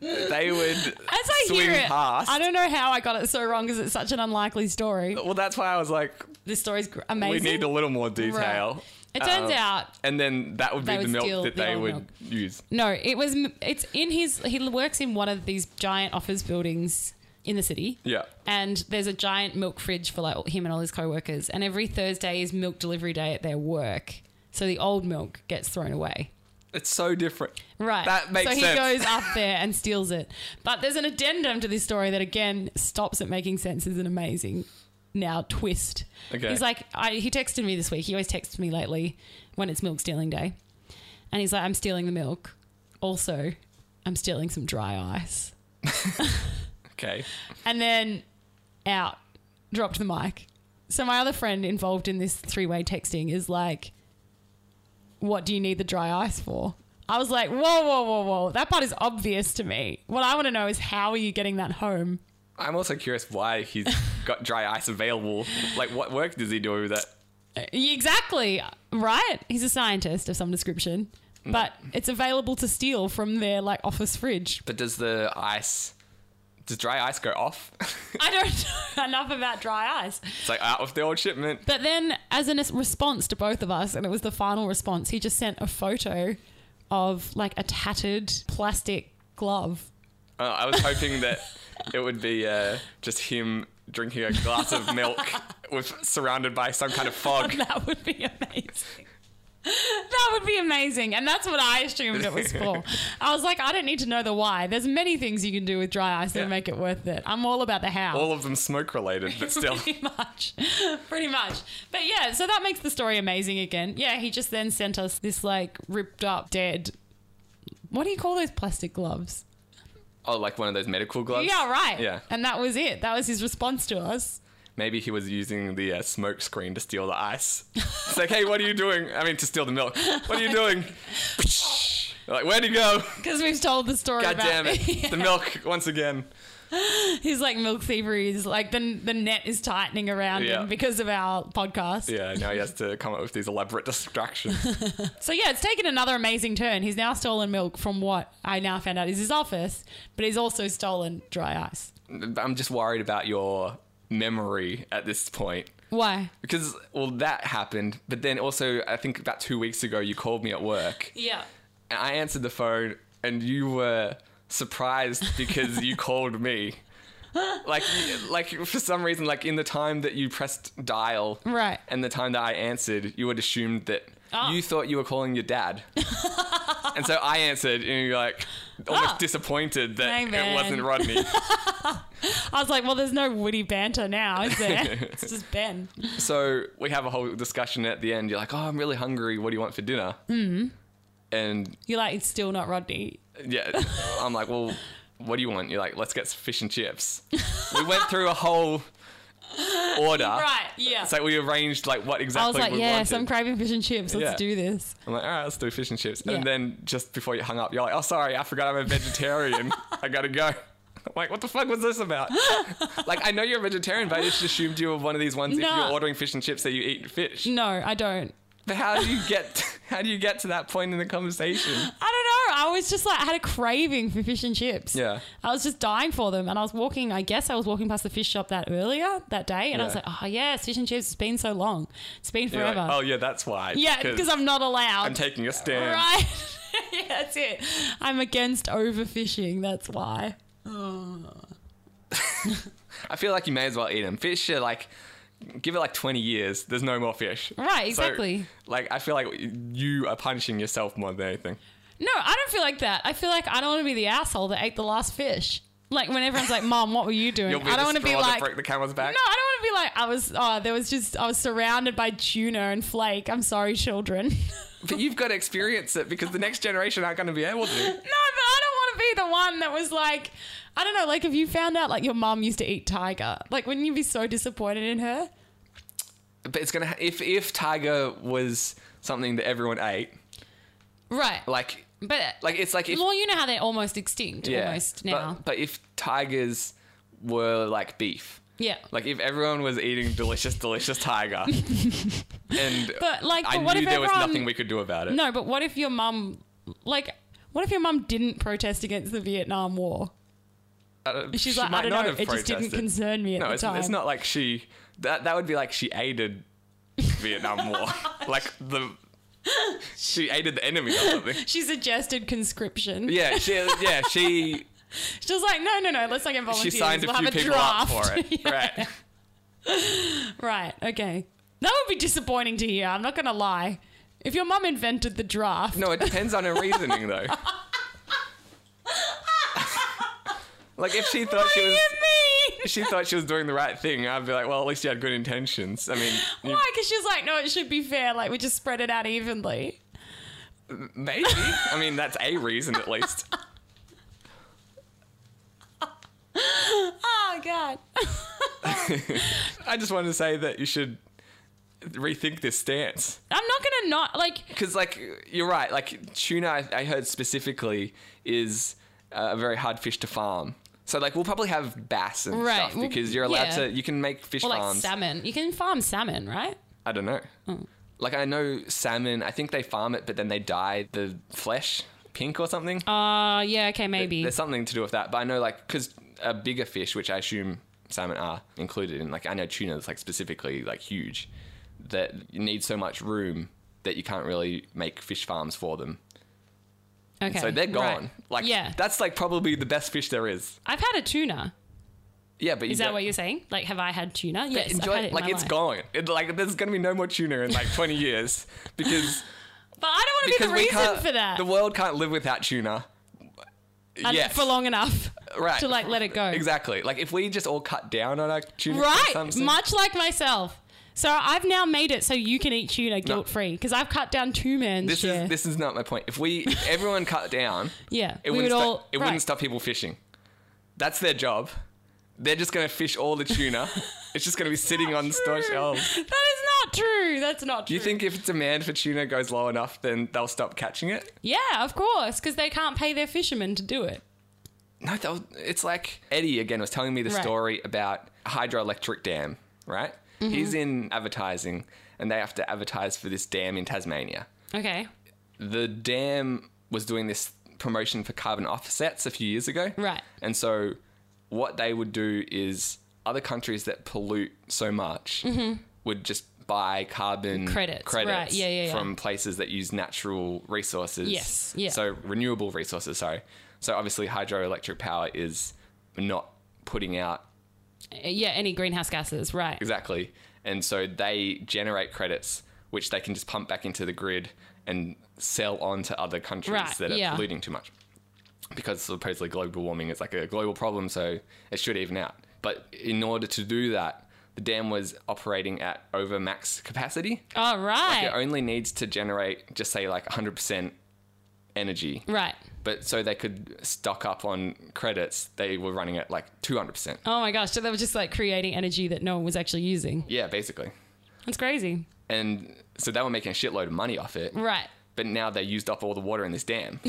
[SPEAKER 2] They would
[SPEAKER 3] as I
[SPEAKER 2] swing
[SPEAKER 3] hear it,
[SPEAKER 2] past.
[SPEAKER 3] I don't know how I got it so wrong because it's such an unlikely story.
[SPEAKER 2] well, that's why I was like,
[SPEAKER 3] This story's gr- amazing.
[SPEAKER 2] we need a little more detail.
[SPEAKER 3] Right. It turns
[SPEAKER 2] Um,
[SPEAKER 3] out
[SPEAKER 2] and then that would be
[SPEAKER 3] they
[SPEAKER 2] the
[SPEAKER 3] would
[SPEAKER 2] milk
[SPEAKER 3] steal
[SPEAKER 2] that
[SPEAKER 3] the
[SPEAKER 2] they
[SPEAKER 3] old
[SPEAKER 2] would
[SPEAKER 3] milk.
[SPEAKER 2] use.
[SPEAKER 3] No, it was. It's in his. He works in one of these giant office buildings in the city.
[SPEAKER 2] Yeah.
[SPEAKER 3] And there's a giant milk fridge for like him and all his coworkers. And every Thursday is milk delivery day at their work. So the old milk gets thrown away.
[SPEAKER 2] It's so different.
[SPEAKER 3] Right.
[SPEAKER 2] That makes
[SPEAKER 3] so he
[SPEAKER 2] sense.
[SPEAKER 3] goes
[SPEAKER 2] <laughs>
[SPEAKER 3] up there and steals it. But there's an addendum to this story that again stops it making sense is an amazing now twist.
[SPEAKER 2] Okay.
[SPEAKER 3] He's like I, he texted me this week. He always texts me lately when it's milk stealing day. And he's like I'm stealing the milk. Also, I'm stealing some dry ice.
[SPEAKER 2] Okay.
[SPEAKER 3] And then out dropped the mic. So my other friend involved in this three-way texting is like what do you need the dry ice for? I was like, whoa, whoa, whoa, whoa. That part is obvious to me. What I want to know is how are you getting that home?
[SPEAKER 2] I'm also curious why
[SPEAKER 3] <laughs>
[SPEAKER 2] he's got dry ice available. Like, what work does he do with that?
[SPEAKER 3] Exactly. Right? He's a scientist of some description. But it's available to steal from their like office fridge.
[SPEAKER 2] But does the ice, does dry ice go off? <laughs>
[SPEAKER 3] I don't <laughs> know enough about dry ice.
[SPEAKER 2] it's like out of the old shipment.
[SPEAKER 3] But then as a response to both of us, and it was the final response, he just sent a photo of like a tattered plastic glove.
[SPEAKER 2] Uh, I was hoping that it would be uh, just him drinking a glass of
[SPEAKER 3] <laughs>
[SPEAKER 2] milk with surrounded by some kind of fog.
[SPEAKER 3] That would be amazing. <laughs> That would be amazing. And that's what I assumed it
[SPEAKER 2] <laughs>
[SPEAKER 3] was for. I was like, I don't need to know the why. There's many things you can do with dry ice
[SPEAKER 2] Yeah.
[SPEAKER 3] that make it worth it. I'm all about the how.
[SPEAKER 2] All of them smoke related,
[SPEAKER 3] <laughs>
[SPEAKER 2] but still.
[SPEAKER 3] pretty much. <laughs> Pretty much. But yeah, so that makes the story amazing again. Yeah, he just then sent us this like ripped up dead. What do you call those plastic gloves?
[SPEAKER 2] Oh, like one of those medical gloves?
[SPEAKER 3] Yeah, right.
[SPEAKER 2] Yeah.
[SPEAKER 3] And that was it. That was his response to us.
[SPEAKER 2] Maybe he was using the uh, smoke screen to steal the
[SPEAKER 3] <laughs>
[SPEAKER 2] ice. It's like, hey, what are you doing? I mean, to steal the milk. What are you
[SPEAKER 3] <laughs>
[SPEAKER 2] doing? like, where'd he go?
[SPEAKER 3] Because we've told the story
[SPEAKER 2] God
[SPEAKER 3] about
[SPEAKER 2] damn
[SPEAKER 3] <laughs>
[SPEAKER 2] it. The milk, once again.
[SPEAKER 3] his like milk thievery is like the the net is tightening around
[SPEAKER 2] Yeah.
[SPEAKER 3] him because of our podcast.
[SPEAKER 2] Yeah, now he has to come up with these elaborate distractions.
[SPEAKER 3] So yeah, it's taken another amazing turn. He's now stolen milk from what I now found out is his office, but he's also stolen dry ice.
[SPEAKER 2] I'm just worried about your memory at this point.
[SPEAKER 3] Why?
[SPEAKER 2] Because, well, that happened. But then also, I think about two weeks ago, you called me at work.
[SPEAKER 3] Yeah.
[SPEAKER 2] And I answered the phone, and you were surprised because
[SPEAKER 3] <laughs>
[SPEAKER 2] you called me. Like, like for some reason, like in the time that you pressed dial,
[SPEAKER 3] Right.
[SPEAKER 2] and the time that I answered, you had assumed that
[SPEAKER 3] Oh.
[SPEAKER 2] you thought you were calling your
[SPEAKER 3] <laughs>
[SPEAKER 2] dad, and so I answered, and you're like almost
[SPEAKER 3] Oh.
[SPEAKER 2] disappointed that
[SPEAKER 3] Hey,
[SPEAKER 2] it
[SPEAKER 3] man.
[SPEAKER 2] wasn't
[SPEAKER 3] <laughs>
[SPEAKER 2] Rodney.
[SPEAKER 3] I was like, well, there's no witty banter now,
[SPEAKER 2] <laughs>
[SPEAKER 3] is there? it's just Ben.
[SPEAKER 2] so we have a whole discussion at the end. You're like, "Oh, I'm really hungry. What do you want for dinner?" Mm-hmm. And
[SPEAKER 3] You're like, it's still not Rodney.
[SPEAKER 2] Yeah.
[SPEAKER 3] <laughs>
[SPEAKER 2] I'm like, well, what do you want? You're like, let's get fish and chips. we went through a whole order.
[SPEAKER 3] Right, yeah.
[SPEAKER 2] So we arranged Uh, like what exactly
[SPEAKER 3] I was like,
[SPEAKER 2] we
[SPEAKER 3] yeah,
[SPEAKER 2] wanted.
[SPEAKER 3] so I'm craving fish and chips. Let's
[SPEAKER 2] Yeah.
[SPEAKER 3] do this.
[SPEAKER 2] I'm like, all right, let's do fish and chips.
[SPEAKER 3] Yeah.
[SPEAKER 2] And then just before you hung up, you're like, oh, sorry, I forgot I'm a vegetarian. I gotta go. I'm like, what the fuck was this
[SPEAKER 3] <laughs>
[SPEAKER 2] about? like, I know you're a vegetarian, but I just assumed you were one of these ones. If
[SPEAKER 3] No.
[SPEAKER 2] you're ordering fish and chips, that you eat fish.
[SPEAKER 3] No, I don't.
[SPEAKER 2] But how do you get? How do you get to that point in the conversation?
[SPEAKER 3] I don't know. I was just like, I had a craving for fish and chips.
[SPEAKER 2] Yeah.
[SPEAKER 3] I was just dying for them. And I was walking, I guess I was walking past the fish shop that earlier that day. And I was
[SPEAKER 2] Yeah.
[SPEAKER 3] like, oh, yes, fish and chips. It's been so long. It's been
[SPEAKER 2] You're like,
[SPEAKER 3] forever.
[SPEAKER 2] oh yeah, that's why.
[SPEAKER 3] yeah, because I'm not allowed.
[SPEAKER 2] I'm taking a stand.
[SPEAKER 3] Right. <laughs> yeah, that's it. I'm against overfishing. That's why.
[SPEAKER 2] I feel like you may as well eat them. Fish are like, give it like 20 years, there's no more fish.
[SPEAKER 3] Right,
[SPEAKER 2] So,
[SPEAKER 3] exactly.
[SPEAKER 2] like, I feel like you are punishing yourself more than anything.
[SPEAKER 3] No, I don't feel like that. I feel like I don't want to be the asshole that ate the last fish. Like when everyone's like, "Mom, what were you doing?"
[SPEAKER 2] You'll be
[SPEAKER 3] I
[SPEAKER 2] the
[SPEAKER 3] don't want to be
[SPEAKER 2] straw
[SPEAKER 3] like,
[SPEAKER 2] that broke the camel's back.
[SPEAKER 3] "No, I don't want to be like, I was. Oh, there was just I was surrounded by tuna and flake. I'm sorry, children. <laughs> no,
[SPEAKER 2] But you've got to experience it because the next generation aren't going to be able to.
[SPEAKER 3] but I don't want to be the one that was like, I don't know. Like if you found out like your mom used to eat tiger, like wouldn't you be so disappointed in her?
[SPEAKER 2] But it's going to, if, if tiger was something that everyone ate,
[SPEAKER 3] Right.
[SPEAKER 2] like,
[SPEAKER 3] But
[SPEAKER 2] Like it's like if
[SPEAKER 3] well, you know how they're almost extinct
[SPEAKER 2] but-
[SPEAKER 3] almost now.
[SPEAKER 2] But, if tigers were like beef,
[SPEAKER 3] yeah.
[SPEAKER 2] like if everyone was eating delicious, delicious
[SPEAKER 3] <laughs>
[SPEAKER 2] tiger, and
[SPEAKER 3] But, like,
[SPEAKER 2] I
[SPEAKER 3] but what
[SPEAKER 2] knew
[SPEAKER 3] if
[SPEAKER 2] there was
[SPEAKER 3] everyone-
[SPEAKER 2] nothing we could do about it.
[SPEAKER 3] No, but what if your mum like what if your mum didn't protest against the Vietnam War?
[SPEAKER 2] I don't-
[SPEAKER 3] She's
[SPEAKER 2] Uh, she
[SPEAKER 3] like, I
[SPEAKER 2] might
[SPEAKER 3] don't
[SPEAKER 2] not
[SPEAKER 3] know,
[SPEAKER 2] have
[SPEAKER 3] it just didn't
[SPEAKER 2] protested.
[SPEAKER 3] concern me at
[SPEAKER 2] No,
[SPEAKER 3] the
[SPEAKER 2] it's,
[SPEAKER 3] time.
[SPEAKER 2] it's not like she. That that would be like she
[SPEAKER 3] <laughs>
[SPEAKER 2] aided Vietnam War, <laughs> like the she aided the enemy or
[SPEAKER 3] <laughs>
[SPEAKER 2] something.
[SPEAKER 3] She suggested conscription.
[SPEAKER 2] Yeah, she yeah
[SPEAKER 3] <laughs>
[SPEAKER 2] she
[SPEAKER 3] She was like, no, no, no, let's not get
[SPEAKER 2] she
[SPEAKER 3] volunteers.
[SPEAKER 2] signed
[SPEAKER 3] we'll
[SPEAKER 2] a few
[SPEAKER 3] have a
[SPEAKER 2] people
[SPEAKER 3] draft.
[SPEAKER 2] up for it.
[SPEAKER 3] <laughs> Yeah.
[SPEAKER 2] Right.
[SPEAKER 3] Right, okay. That would be disappointing to hear, I'm not going to lie. If your mum invented the draft,
[SPEAKER 2] No, it depends on her reasoning
[SPEAKER 3] <laughs>
[SPEAKER 2] though. like if she thought
[SPEAKER 3] what
[SPEAKER 2] she
[SPEAKER 3] do
[SPEAKER 2] was
[SPEAKER 3] you mean?
[SPEAKER 2] she
[SPEAKER 3] <laughs>
[SPEAKER 2] thought she was doing the right thing, I'd be like, well, at least you had good intentions. I mean, you-
[SPEAKER 3] Why? Because she's like, no, it should be fair. Like, we just spread it out evenly.
[SPEAKER 2] maybe. I mean, that's a reason at least.
[SPEAKER 3] Oh, God.
[SPEAKER 2] I just wanted to say that you should rethink this stance.
[SPEAKER 3] I'm not going to not, like,
[SPEAKER 2] because like you're right like tuna i, I heard specifically is uh, a very hard fish to farm so like we'll probably have bass and
[SPEAKER 3] Right,
[SPEAKER 2] stuff
[SPEAKER 3] well,
[SPEAKER 2] because you're allowed
[SPEAKER 3] yeah.
[SPEAKER 2] to you can make fish
[SPEAKER 3] or like
[SPEAKER 2] farms
[SPEAKER 3] salmon. You can farm salmon, right?
[SPEAKER 2] i don't know
[SPEAKER 3] Mm.
[SPEAKER 2] like i know salmon i think they farm it but then they dye the flesh pink or something
[SPEAKER 3] Uh, yeah, okay, maybe.
[SPEAKER 2] there's something to do with that but i know like because a bigger fish which i assume salmon are included in like i know tuna is like specifically like huge that you need so much room that you can't really make fish farms for them
[SPEAKER 3] okay.
[SPEAKER 2] So they're
[SPEAKER 3] right.
[SPEAKER 2] gone. Like
[SPEAKER 3] yeah.
[SPEAKER 2] that's like probably the best fish there is.
[SPEAKER 3] I've had a tuna.
[SPEAKER 2] Yeah, but you
[SPEAKER 3] Is that
[SPEAKER 2] don't-
[SPEAKER 3] what you're saying? Like, have I had tuna? Yes,
[SPEAKER 2] enjoy?
[SPEAKER 3] I've had it in
[SPEAKER 2] like
[SPEAKER 3] my
[SPEAKER 2] it's
[SPEAKER 3] life.
[SPEAKER 2] gone. It, like there's gonna be no more tuna in like
[SPEAKER 3] <laughs>
[SPEAKER 2] 20 years because
[SPEAKER 3] But I don't want to
[SPEAKER 2] because
[SPEAKER 3] be the
[SPEAKER 2] we
[SPEAKER 3] reason
[SPEAKER 2] can't.
[SPEAKER 3] for that
[SPEAKER 2] The world can't live without tuna.
[SPEAKER 3] And
[SPEAKER 2] yes,
[SPEAKER 3] for long enough
[SPEAKER 2] <laughs> right.
[SPEAKER 3] to like let it go.
[SPEAKER 2] Exactly. Like if we just all cut down on our tuna
[SPEAKER 3] Right,
[SPEAKER 2] consumption.
[SPEAKER 3] much like myself. So I've now made it so you can eat tuna guilt free because I've cut down two man's
[SPEAKER 2] this
[SPEAKER 3] share.
[SPEAKER 2] is this is not my point. If we if everyone cut down,
[SPEAKER 3] <laughs> yeah,
[SPEAKER 2] it
[SPEAKER 3] we would
[SPEAKER 2] wouldn't sto-
[SPEAKER 3] all.
[SPEAKER 2] it
[SPEAKER 3] right.
[SPEAKER 2] wouldn't stop people fishing. That's their job. They're just gonna fish all the
[SPEAKER 3] <laughs>
[SPEAKER 2] tuna. it's just gonna be sitting on store shelves.
[SPEAKER 3] That is not true. That's not
[SPEAKER 2] Do
[SPEAKER 3] true.
[SPEAKER 2] you think if demand for tuna goes low enough, then they'll stop catching it?
[SPEAKER 3] Yeah, of course, because they can't pay their fishermen to do it.
[SPEAKER 2] No, they'll, it's like Eddie again was telling me the
[SPEAKER 3] Right.
[SPEAKER 2] story about a hydroelectric dam, right?
[SPEAKER 3] Mm-hmm.
[SPEAKER 2] He's in advertising and they have to advertise for this dam in Tasmania.
[SPEAKER 3] Okay,
[SPEAKER 2] The dam was doing this promotion for carbon offsets a few years ago.
[SPEAKER 3] Right.
[SPEAKER 2] And so what they would do is other countries that pollute so much would just buy carbon
[SPEAKER 3] Mm-hmm. Credits,
[SPEAKER 2] credits
[SPEAKER 3] right, yeah, yeah, yeah.
[SPEAKER 2] from places that use natural resources.
[SPEAKER 3] Yes, yeah.
[SPEAKER 2] So renewable resources, sorry. So obviously hydroelectric power is not putting out
[SPEAKER 3] yeah, any greenhouse gases, right?
[SPEAKER 2] exactly. And so they generate credits which they can just pump back into the grid and sell on to other countries
[SPEAKER 3] Right,
[SPEAKER 2] that are
[SPEAKER 3] yeah.
[SPEAKER 2] polluting too much. Because supposedly global warming is like a global problem, so it should even out. But in order to do that, the dam was operating at over max capacity.
[SPEAKER 3] All right,
[SPEAKER 2] It only needs to generate just say like 100% energy.
[SPEAKER 3] right.
[SPEAKER 2] But so they could stock up on credits, they were running at like 200%.
[SPEAKER 3] Oh my gosh, so they were just like creating energy that no one was actually using.
[SPEAKER 2] Yeah, basically.
[SPEAKER 3] That's crazy,
[SPEAKER 2] And so they were making a shitload of money off it.
[SPEAKER 3] right?
[SPEAKER 2] But now they used up all the water in this
[SPEAKER 3] <laughs>
[SPEAKER 2] dam.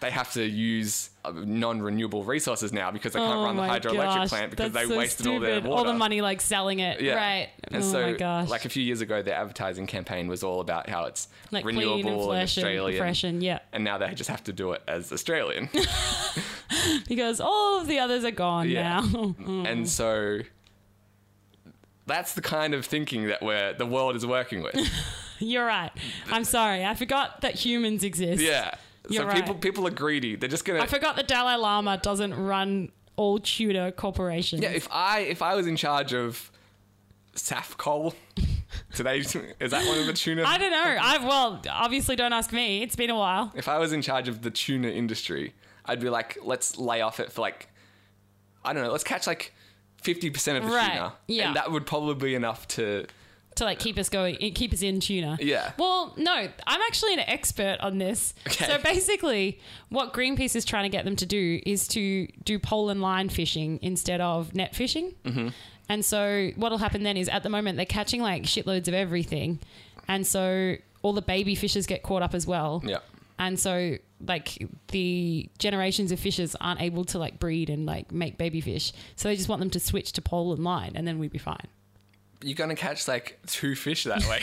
[SPEAKER 2] they have to use uh, non-renewable resources now because they can't
[SPEAKER 3] oh
[SPEAKER 2] run the
[SPEAKER 3] my
[SPEAKER 2] hydroelectric
[SPEAKER 3] gosh,
[SPEAKER 2] plant because
[SPEAKER 3] that's
[SPEAKER 2] they
[SPEAKER 3] so
[SPEAKER 2] wasted all their
[SPEAKER 3] stupid.
[SPEAKER 2] water.
[SPEAKER 3] all the money like selling it,
[SPEAKER 2] Yeah.
[SPEAKER 3] right?
[SPEAKER 2] And
[SPEAKER 3] oh
[SPEAKER 2] so,
[SPEAKER 3] my gosh,
[SPEAKER 2] like a few years ago, their advertising campaign was all about how it's
[SPEAKER 3] Like clean
[SPEAKER 2] renewable
[SPEAKER 3] and fresh and
[SPEAKER 2] Australian,
[SPEAKER 3] fresh and- yeah.
[SPEAKER 2] And now they just have to do it as
[SPEAKER 3] <laughs>
[SPEAKER 2] Australian. <laughs>
[SPEAKER 3] because all of the others are gone
[SPEAKER 2] Yeah.
[SPEAKER 3] now. <laughs>
[SPEAKER 2] and so that's the kind of thinking that we're the world is working with.
[SPEAKER 3] <laughs> You're right. I'm sorry, I forgot that humans exist.
[SPEAKER 2] yeah.
[SPEAKER 3] You're
[SPEAKER 2] so
[SPEAKER 3] right.
[SPEAKER 2] people people are greedy. They're just gonna
[SPEAKER 3] I forgot the Dalai Lama doesn't run all Tudor corporations.
[SPEAKER 2] Yeah, if I if I was in charge of Safcol, <laughs> today is that one of the tuna?
[SPEAKER 3] I don't know. I well, obviously, don't ask me. It's been a while.
[SPEAKER 2] if I was in charge of the tuna industry, I'd be like, let's lay off it for like, I don't know, let's catch like fifty percent of the
[SPEAKER 3] Right,
[SPEAKER 2] tuna,
[SPEAKER 3] yeah.
[SPEAKER 2] and that would probably be enough to
[SPEAKER 3] To like keep us going, keep us in tuna.
[SPEAKER 2] Yeah.
[SPEAKER 3] Well, no, I'm actually an expert on this.
[SPEAKER 2] Okay.
[SPEAKER 3] So basically, what Greenpeace is trying to get them to do is to do pole and line fishing instead of net fishing. Mm-hmm. And so what'll happen then is at the moment they're catching like shitloads of everything, and so all the baby fishes get caught up as well.
[SPEAKER 2] yeah.
[SPEAKER 3] And so like the generations of fishes aren't able to like breed and like make baby fish, so they just want them to switch to pole and line, and then we'd be fine.
[SPEAKER 2] You're gonna catch like two fish that
[SPEAKER 3] <laughs>
[SPEAKER 2] way.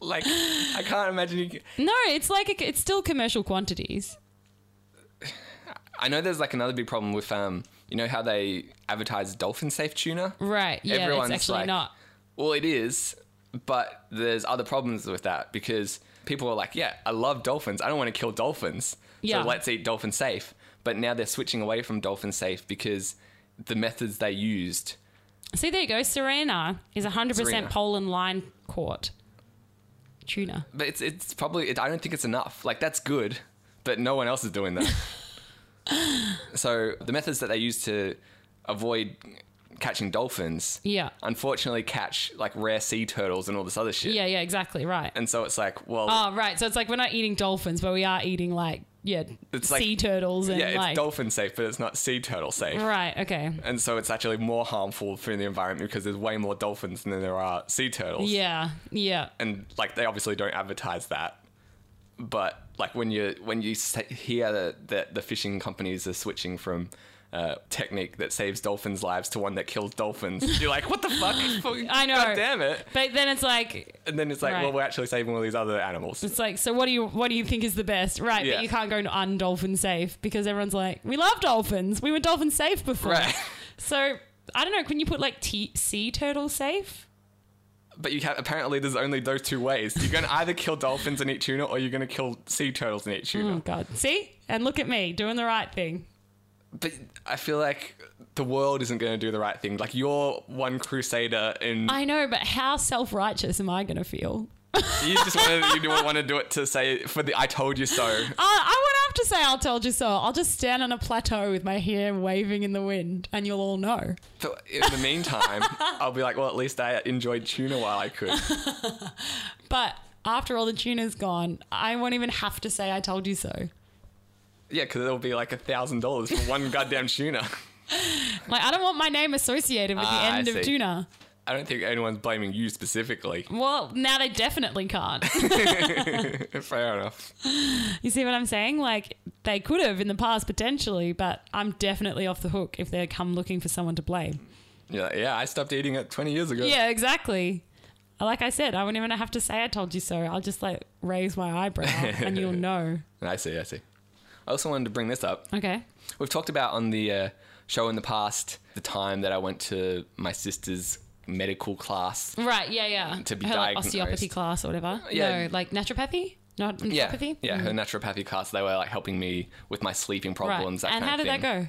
[SPEAKER 2] like, I can't imagine. You can...
[SPEAKER 3] No, it's like a, it's still commercial quantities.
[SPEAKER 2] I know there's like another big problem with um, you know how they advertise dolphin safe tuna.
[SPEAKER 3] Right? Yeah,
[SPEAKER 2] Everyone's
[SPEAKER 3] it's actually
[SPEAKER 2] like-
[SPEAKER 3] not.
[SPEAKER 2] Well, it is, but there's other problems with that because people are like, yeah, I love dolphins. I don't want to kill dolphins.
[SPEAKER 3] Yeah.
[SPEAKER 2] So let's eat dolphin safe. But now they're switching away from dolphin safe because the methods they used.
[SPEAKER 3] See, there you go. Serena is 100%
[SPEAKER 2] Serena.
[SPEAKER 3] pole and line caught tuna.
[SPEAKER 2] But it's it's probably it, I don't think it's enough. Like that's good, but no one else is doing
[SPEAKER 3] <laughs>
[SPEAKER 2] that. so the methods that they use to avoid catching dolphins,
[SPEAKER 3] Yeah.
[SPEAKER 2] unfortunately, catch like rare sea turtles and all this other shit.
[SPEAKER 3] Yeah, yeah, exactly. Right.
[SPEAKER 2] And so it's like, well,
[SPEAKER 3] Oh, right. So it's like we're not eating dolphins, but we are eating like yeah,
[SPEAKER 2] It's like-
[SPEAKER 3] sea turtles and
[SPEAKER 2] yeah, it's
[SPEAKER 3] like
[SPEAKER 2] dolphin safe, but it's not sea turtle safe.
[SPEAKER 3] right. Okay.
[SPEAKER 2] And so it's actually more harmful for the environment because there's way more dolphins than there are sea turtles.
[SPEAKER 3] Yeah, yeah,
[SPEAKER 2] And like they obviously don't advertise that, but like when you when you sa- hear that the, the fishing companies are switching from uh, technique that saves dolphins' lives to one that kills dolphins, you're like, what the
[SPEAKER 3] <laughs>
[SPEAKER 2] fuck?
[SPEAKER 3] I know.
[SPEAKER 2] God damn it!
[SPEAKER 3] But then it's like
[SPEAKER 2] And then it's like, well,
[SPEAKER 3] Right.
[SPEAKER 2] we're actually saving all these other animals.
[SPEAKER 3] it's like so. What do you what do you think is the best? Right,
[SPEAKER 2] Yeah.
[SPEAKER 3] but you can't go undolphin safe because everyone's like, we love dolphins. We were dolphin safe before.
[SPEAKER 2] Right.
[SPEAKER 3] So I don't know. Can you put like t- sea turtle safe?
[SPEAKER 2] But you have apparently there's only those two ways. You're gonna either kill dolphins and eat tuna, or you're gonna kill sea turtles and eat tuna.
[SPEAKER 3] Oh God! See, and look at me doing the right thing.
[SPEAKER 2] But I feel like the world isn't gonna do the right thing. Like you're one crusader,
[SPEAKER 3] <laughs>
[SPEAKER 2] and
[SPEAKER 3] I know, but how self righteous am I going to feel?
[SPEAKER 2] you just want to you don't want to do it to say for the "I told you so."
[SPEAKER 3] I, I won't have to say I told you so. I'll just stand on a plateau with my hair waving in the wind, and you'll all know.
[SPEAKER 2] But in the meantime, I'll be like, well, at least I enjoyed tuna while I could.
[SPEAKER 3] But after all the tuna's gone, I won't even have to say I told you so.
[SPEAKER 2] Yeah, because it'll be like a thousand dollars for one goddamn tuna. <laughs>
[SPEAKER 3] Like I don't want my name associated with
[SPEAKER 2] Ah,
[SPEAKER 3] the
[SPEAKER 2] I
[SPEAKER 3] end of
[SPEAKER 2] see.
[SPEAKER 3] tuna.
[SPEAKER 2] I don't think anyone's blaming you specifically. <laughs>
[SPEAKER 3] Well, now they definitely <laughs> can't.
[SPEAKER 2] Fair enough.
[SPEAKER 3] you see what I'm saying? Like they could have in the past potentially, but I'm definitely off the hook if they come looking for someone to blame.
[SPEAKER 2] You're like, yeah, I stopped eating it 20 years ago.
[SPEAKER 3] Yeah, exactly. Like I said, I wouldn't even have to say I told you so. I'll just like raise my eyebrow and
[SPEAKER 2] <laughs>
[SPEAKER 3] you'll know.
[SPEAKER 2] I see, I see. I also wanted to bring this up.
[SPEAKER 3] Okay.
[SPEAKER 2] We've talked about on the uh, show in the past the time that I went to my sister's medical class.
[SPEAKER 3] Right, yeah, yeah.
[SPEAKER 2] To be
[SPEAKER 3] Her, like,
[SPEAKER 2] diagnosed.
[SPEAKER 3] osteopathy class or whatever.
[SPEAKER 2] Yeah.
[SPEAKER 3] No, like naturopathy? Not
[SPEAKER 2] Yeah,
[SPEAKER 3] naturopathy? Mm.
[SPEAKER 2] yeah, her naturopathy class. They were like helping me with my sleeping
[SPEAKER 3] Right.
[SPEAKER 2] problems. That
[SPEAKER 3] and
[SPEAKER 2] kind
[SPEAKER 3] how
[SPEAKER 2] of thing.
[SPEAKER 3] did that go?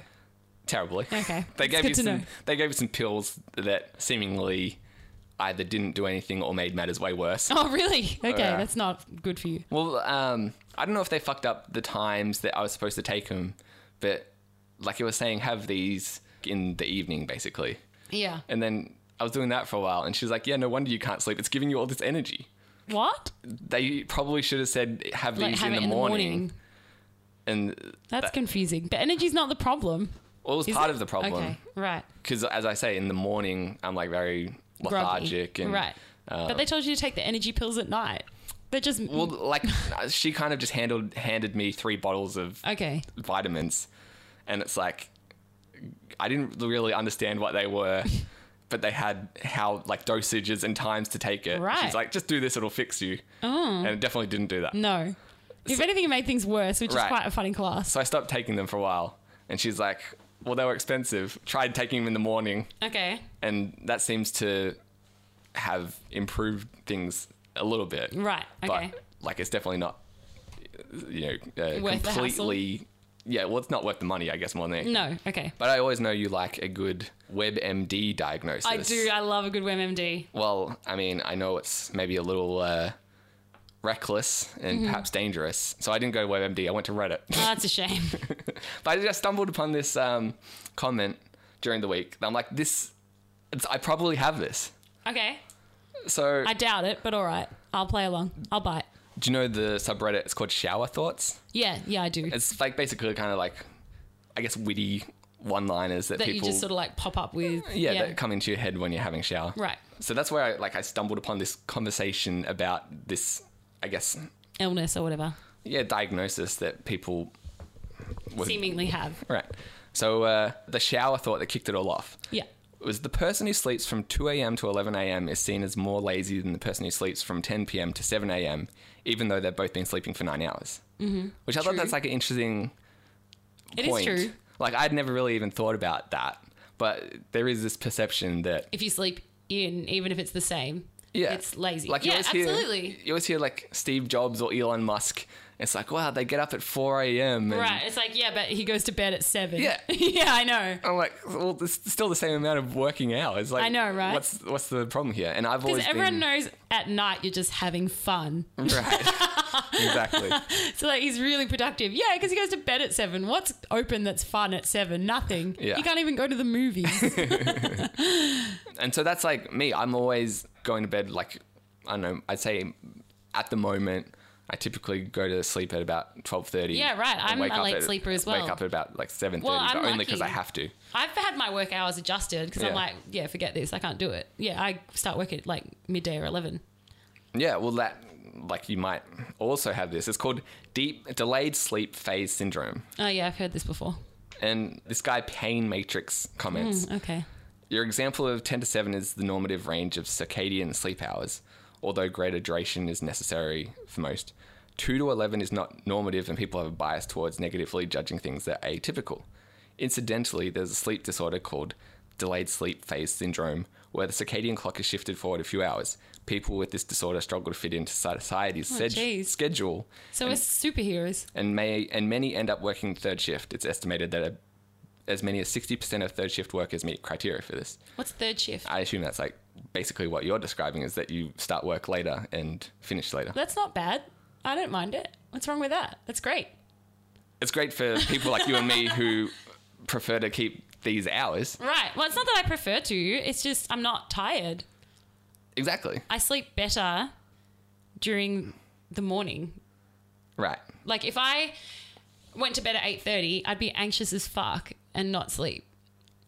[SPEAKER 2] Terribly.
[SPEAKER 3] Okay.
[SPEAKER 2] <laughs> they
[SPEAKER 3] It's
[SPEAKER 2] gave
[SPEAKER 3] good
[SPEAKER 2] you
[SPEAKER 3] to
[SPEAKER 2] some.
[SPEAKER 3] know.
[SPEAKER 2] They gave you some pills that seemingly either didn't do anything or made matters way worse.
[SPEAKER 3] Oh, really? <laughs> Okay,
[SPEAKER 2] Yeah.
[SPEAKER 3] that's not good for you.
[SPEAKER 2] Well, um, I don't know if they fucked up the times that I was supposed to take them, but like you were saying, have these in the evening, basically.
[SPEAKER 3] Yeah.
[SPEAKER 2] And then I was doing that for a while, and she was like, "Yeah, no wonder you can't sleep. It's giving you all this energy.
[SPEAKER 3] What?
[SPEAKER 2] They probably should have said have
[SPEAKER 3] Like
[SPEAKER 2] these
[SPEAKER 3] have
[SPEAKER 2] in,
[SPEAKER 3] it
[SPEAKER 2] the, morning. And
[SPEAKER 3] That's
[SPEAKER 2] that-
[SPEAKER 3] confusing. But energy's not the problem.
[SPEAKER 2] well, it was
[SPEAKER 3] is
[SPEAKER 2] part
[SPEAKER 3] it?
[SPEAKER 2] of the problem
[SPEAKER 3] Okay, right.
[SPEAKER 2] because, as I say, in the morning I'm like very
[SPEAKER 3] Groggy.
[SPEAKER 2] lethargic and
[SPEAKER 3] right.
[SPEAKER 2] um,
[SPEAKER 3] but they told you to take the energy pills at night. They're just
[SPEAKER 2] well,
[SPEAKER 3] <laughs>
[SPEAKER 2] like she kind of just handled handed me three bottles of
[SPEAKER 3] okay.
[SPEAKER 2] vitamins, and it's like I didn't really understand what they
[SPEAKER 3] <laughs>
[SPEAKER 2] were, but they had how like dosages and times to take it.
[SPEAKER 3] Right.
[SPEAKER 2] She's like, just do this, it'll fix you.
[SPEAKER 3] Oh
[SPEAKER 2] And it definitely didn't do that.
[SPEAKER 3] no. If anything, it made things worse, which
[SPEAKER 2] Right.
[SPEAKER 3] is quite a funny class.
[SPEAKER 2] So I stopped taking them for a while, and she's like, well, they were expensive. Tried taking them in the morning,
[SPEAKER 3] Okay.
[SPEAKER 2] and that seems to have improved things a little bit.
[SPEAKER 3] Right. Okay.
[SPEAKER 2] But like, it's definitely not, you know, uh,
[SPEAKER 3] Worth the hassle? Mm.
[SPEAKER 2] completely. Yeah, well, it's not worth the money, I guess, more than anything.
[SPEAKER 3] no. Okay.
[SPEAKER 2] But I always know you like a good WebMD diagnosis.
[SPEAKER 3] I do. I love a good WebMD.
[SPEAKER 2] well, I mean, I know it's maybe a little uh, reckless and
[SPEAKER 3] Mm-hmm.
[SPEAKER 2] perhaps dangerous. So I didn't go to WebMD. I went to Reddit.
[SPEAKER 3] Oh, that's
[SPEAKER 2] <laughs>
[SPEAKER 3] a shame.
[SPEAKER 2] but I just stumbled upon this um, comment during the week. I'm like, this, it's, I probably have this.
[SPEAKER 3] okay.
[SPEAKER 2] So
[SPEAKER 3] I doubt it, but all right. I'll play along. I'll bite.
[SPEAKER 2] do you know the subreddit? It's called Shower Thoughts.
[SPEAKER 3] Yeah. Yeah, I do.
[SPEAKER 2] It's like basically kind of like, I guess, witty one-liners that,
[SPEAKER 3] That you
[SPEAKER 2] people
[SPEAKER 3] just sort of like pop up with.
[SPEAKER 2] yeah, that come into your head when you're having a shower.
[SPEAKER 3] Right.
[SPEAKER 2] So that's where I like I stumbled upon this conversation about this I guess
[SPEAKER 3] illness or whatever.
[SPEAKER 2] yeah diagnosis that people would
[SPEAKER 3] Seemingly have.
[SPEAKER 2] right. So uh, the shower thought that kicked it all off
[SPEAKER 3] Yeah.
[SPEAKER 2] was the person who sleeps from 2 a.m. to 11 a.m. is seen as more lazy than the person who sleeps from 10 p.m. to 7 a.m., even though they've both been sleeping for nine hours. Mm-hmm. Which I thought that's like an interesting
[SPEAKER 3] It is
[SPEAKER 2] point.
[SPEAKER 3] true.
[SPEAKER 2] Like, I'd never really even thought about that. But there is this perception that,
[SPEAKER 3] If you sleep in, even if it's the same,
[SPEAKER 2] yeah.
[SPEAKER 3] it's lazy.
[SPEAKER 2] Like, you
[SPEAKER 3] yeah,
[SPEAKER 2] always hear-
[SPEAKER 3] absolutely.
[SPEAKER 2] you always hear, like, Steve Jobs or Elon Musk. It's like, wow, they get up at 4 a.m. and-
[SPEAKER 3] Right. It's like, yeah, but he goes to bed at seven.
[SPEAKER 2] Yeah.
[SPEAKER 3] <laughs> yeah, I know.
[SPEAKER 2] I'm like, well, it's still the same amount of working hours. Like,
[SPEAKER 3] I know, right?
[SPEAKER 2] What's what's the problem here? And I've always
[SPEAKER 3] Because
[SPEAKER 2] been,
[SPEAKER 3] everyone knows at night you're just having fun.
[SPEAKER 2] right,
[SPEAKER 3] <laughs>
[SPEAKER 2] exactly.
[SPEAKER 3] So like he's really productive. Yeah, because he goes to bed at seven. What's open that's fun at seven? Nothing.
[SPEAKER 2] Yeah.
[SPEAKER 3] You can't even go to
[SPEAKER 2] <laughs>
[SPEAKER 3] the movies.
[SPEAKER 2] and so that's like me. I'm always going to bed like I don't know. I'd say at the moment I typically go to sleep at about twelve thirty.
[SPEAKER 3] Yeah, right. I'm a late
[SPEAKER 2] at,
[SPEAKER 3] sleeper as well.
[SPEAKER 2] Wake up at about like seven thirty,
[SPEAKER 3] Well, I'm
[SPEAKER 2] but only because I
[SPEAKER 3] lucky.
[SPEAKER 2] have to.
[SPEAKER 3] I've had my work hours adjusted because I'm
[SPEAKER 2] Yeah.
[SPEAKER 3] like, yeah, forget this. I can't do it. Yeah, I start work at like midday or eleven.
[SPEAKER 2] Yeah, well that like you might also have this. It's called deep delayed sleep phase syndrome.
[SPEAKER 3] Oh yeah, I've heard this before.
[SPEAKER 2] And this guy Pain Matrix comments.
[SPEAKER 3] Okay.
[SPEAKER 2] Your example of 10 to 7 is the normative range of circadian sleep hours, although greater duration is necessary for most. 2 to 11 is not normative, and people have a bias towards negatively judging things that are atypical. Incidentally, there's a sleep disorder called delayed sleep phase syndrome, where the circadian clock is shifted forward a few hours. People with this disorder struggle to fit into society's sed-
[SPEAKER 3] geez.
[SPEAKER 2] schedule
[SPEAKER 3] So we're superheroes.
[SPEAKER 2] and may and many end up working third shift. It's estimated that a, as many as 60% of third shift workers meet criteria for this.
[SPEAKER 3] What's third shift?
[SPEAKER 2] I assume that's like basically what you're describing is that you start work later and finish later.
[SPEAKER 3] That's not bad. I don't mind it. What's wrong with that? That's great.
[SPEAKER 2] It's great for people like you and me who prefer to keep these hours.
[SPEAKER 3] Right. Well, it's not that I prefer to. It's just I'm not tired.
[SPEAKER 2] Exactly.
[SPEAKER 3] I sleep better during the morning.
[SPEAKER 2] Right.
[SPEAKER 3] Like if I went to bed at 8:30, I'd be anxious as fuck and not sleep.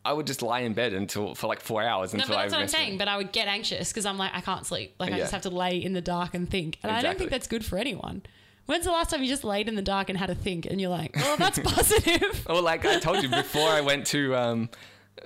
[SPEAKER 2] I would just lie in bed until for like four hours
[SPEAKER 3] No,
[SPEAKER 2] until
[SPEAKER 3] but that's
[SPEAKER 2] I
[SPEAKER 3] what I'm
[SPEAKER 2] eventually-
[SPEAKER 3] saying. But I would get anxious because I'm like, I can't sleep. Like I
[SPEAKER 2] Yeah.
[SPEAKER 3] just have to lay in the dark and think. And I don't
[SPEAKER 2] Exactly.
[SPEAKER 3] think that's good for anyone. When's the last time you just laid in the dark and had to think and you're like, well,
[SPEAKER 2] <laughs>
[SPEAKER 3] that's <laughs> positive.
[SPEAKER 2] Well, like I told you before, I went to um,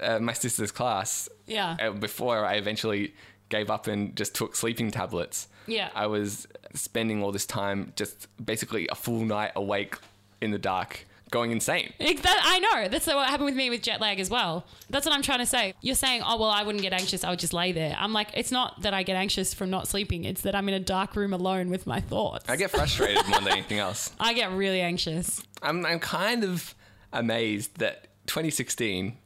[SPEAKER 2] uh, my sister's class.
[SPEAKER 3] yeah.
[SPEAKER 2] Uh, before I eventually gave up and just took sleeping tablets.
[SPEAKER 3] Yeah.
[SPEAKER 2] I was spending all this time just basically a full night awake in the dark, going insane.
[SPEAKER 3] Ex- that- I know. That's what happened with me with jet lag as well. That's what I'm trying to say. You're saying, oh, well, I wouldn't get anxious. I would just lay there. I'm like, it's not that I get anxious from not sleeping. It's that I'm in a dark room alone with my thoughts.
[SPEAKER 2] I get frustrated more than anything else.
[SPEAKER 3] I get really anxious.
[SPEAKER 2] I'm, I'm kind of amazed that 2016,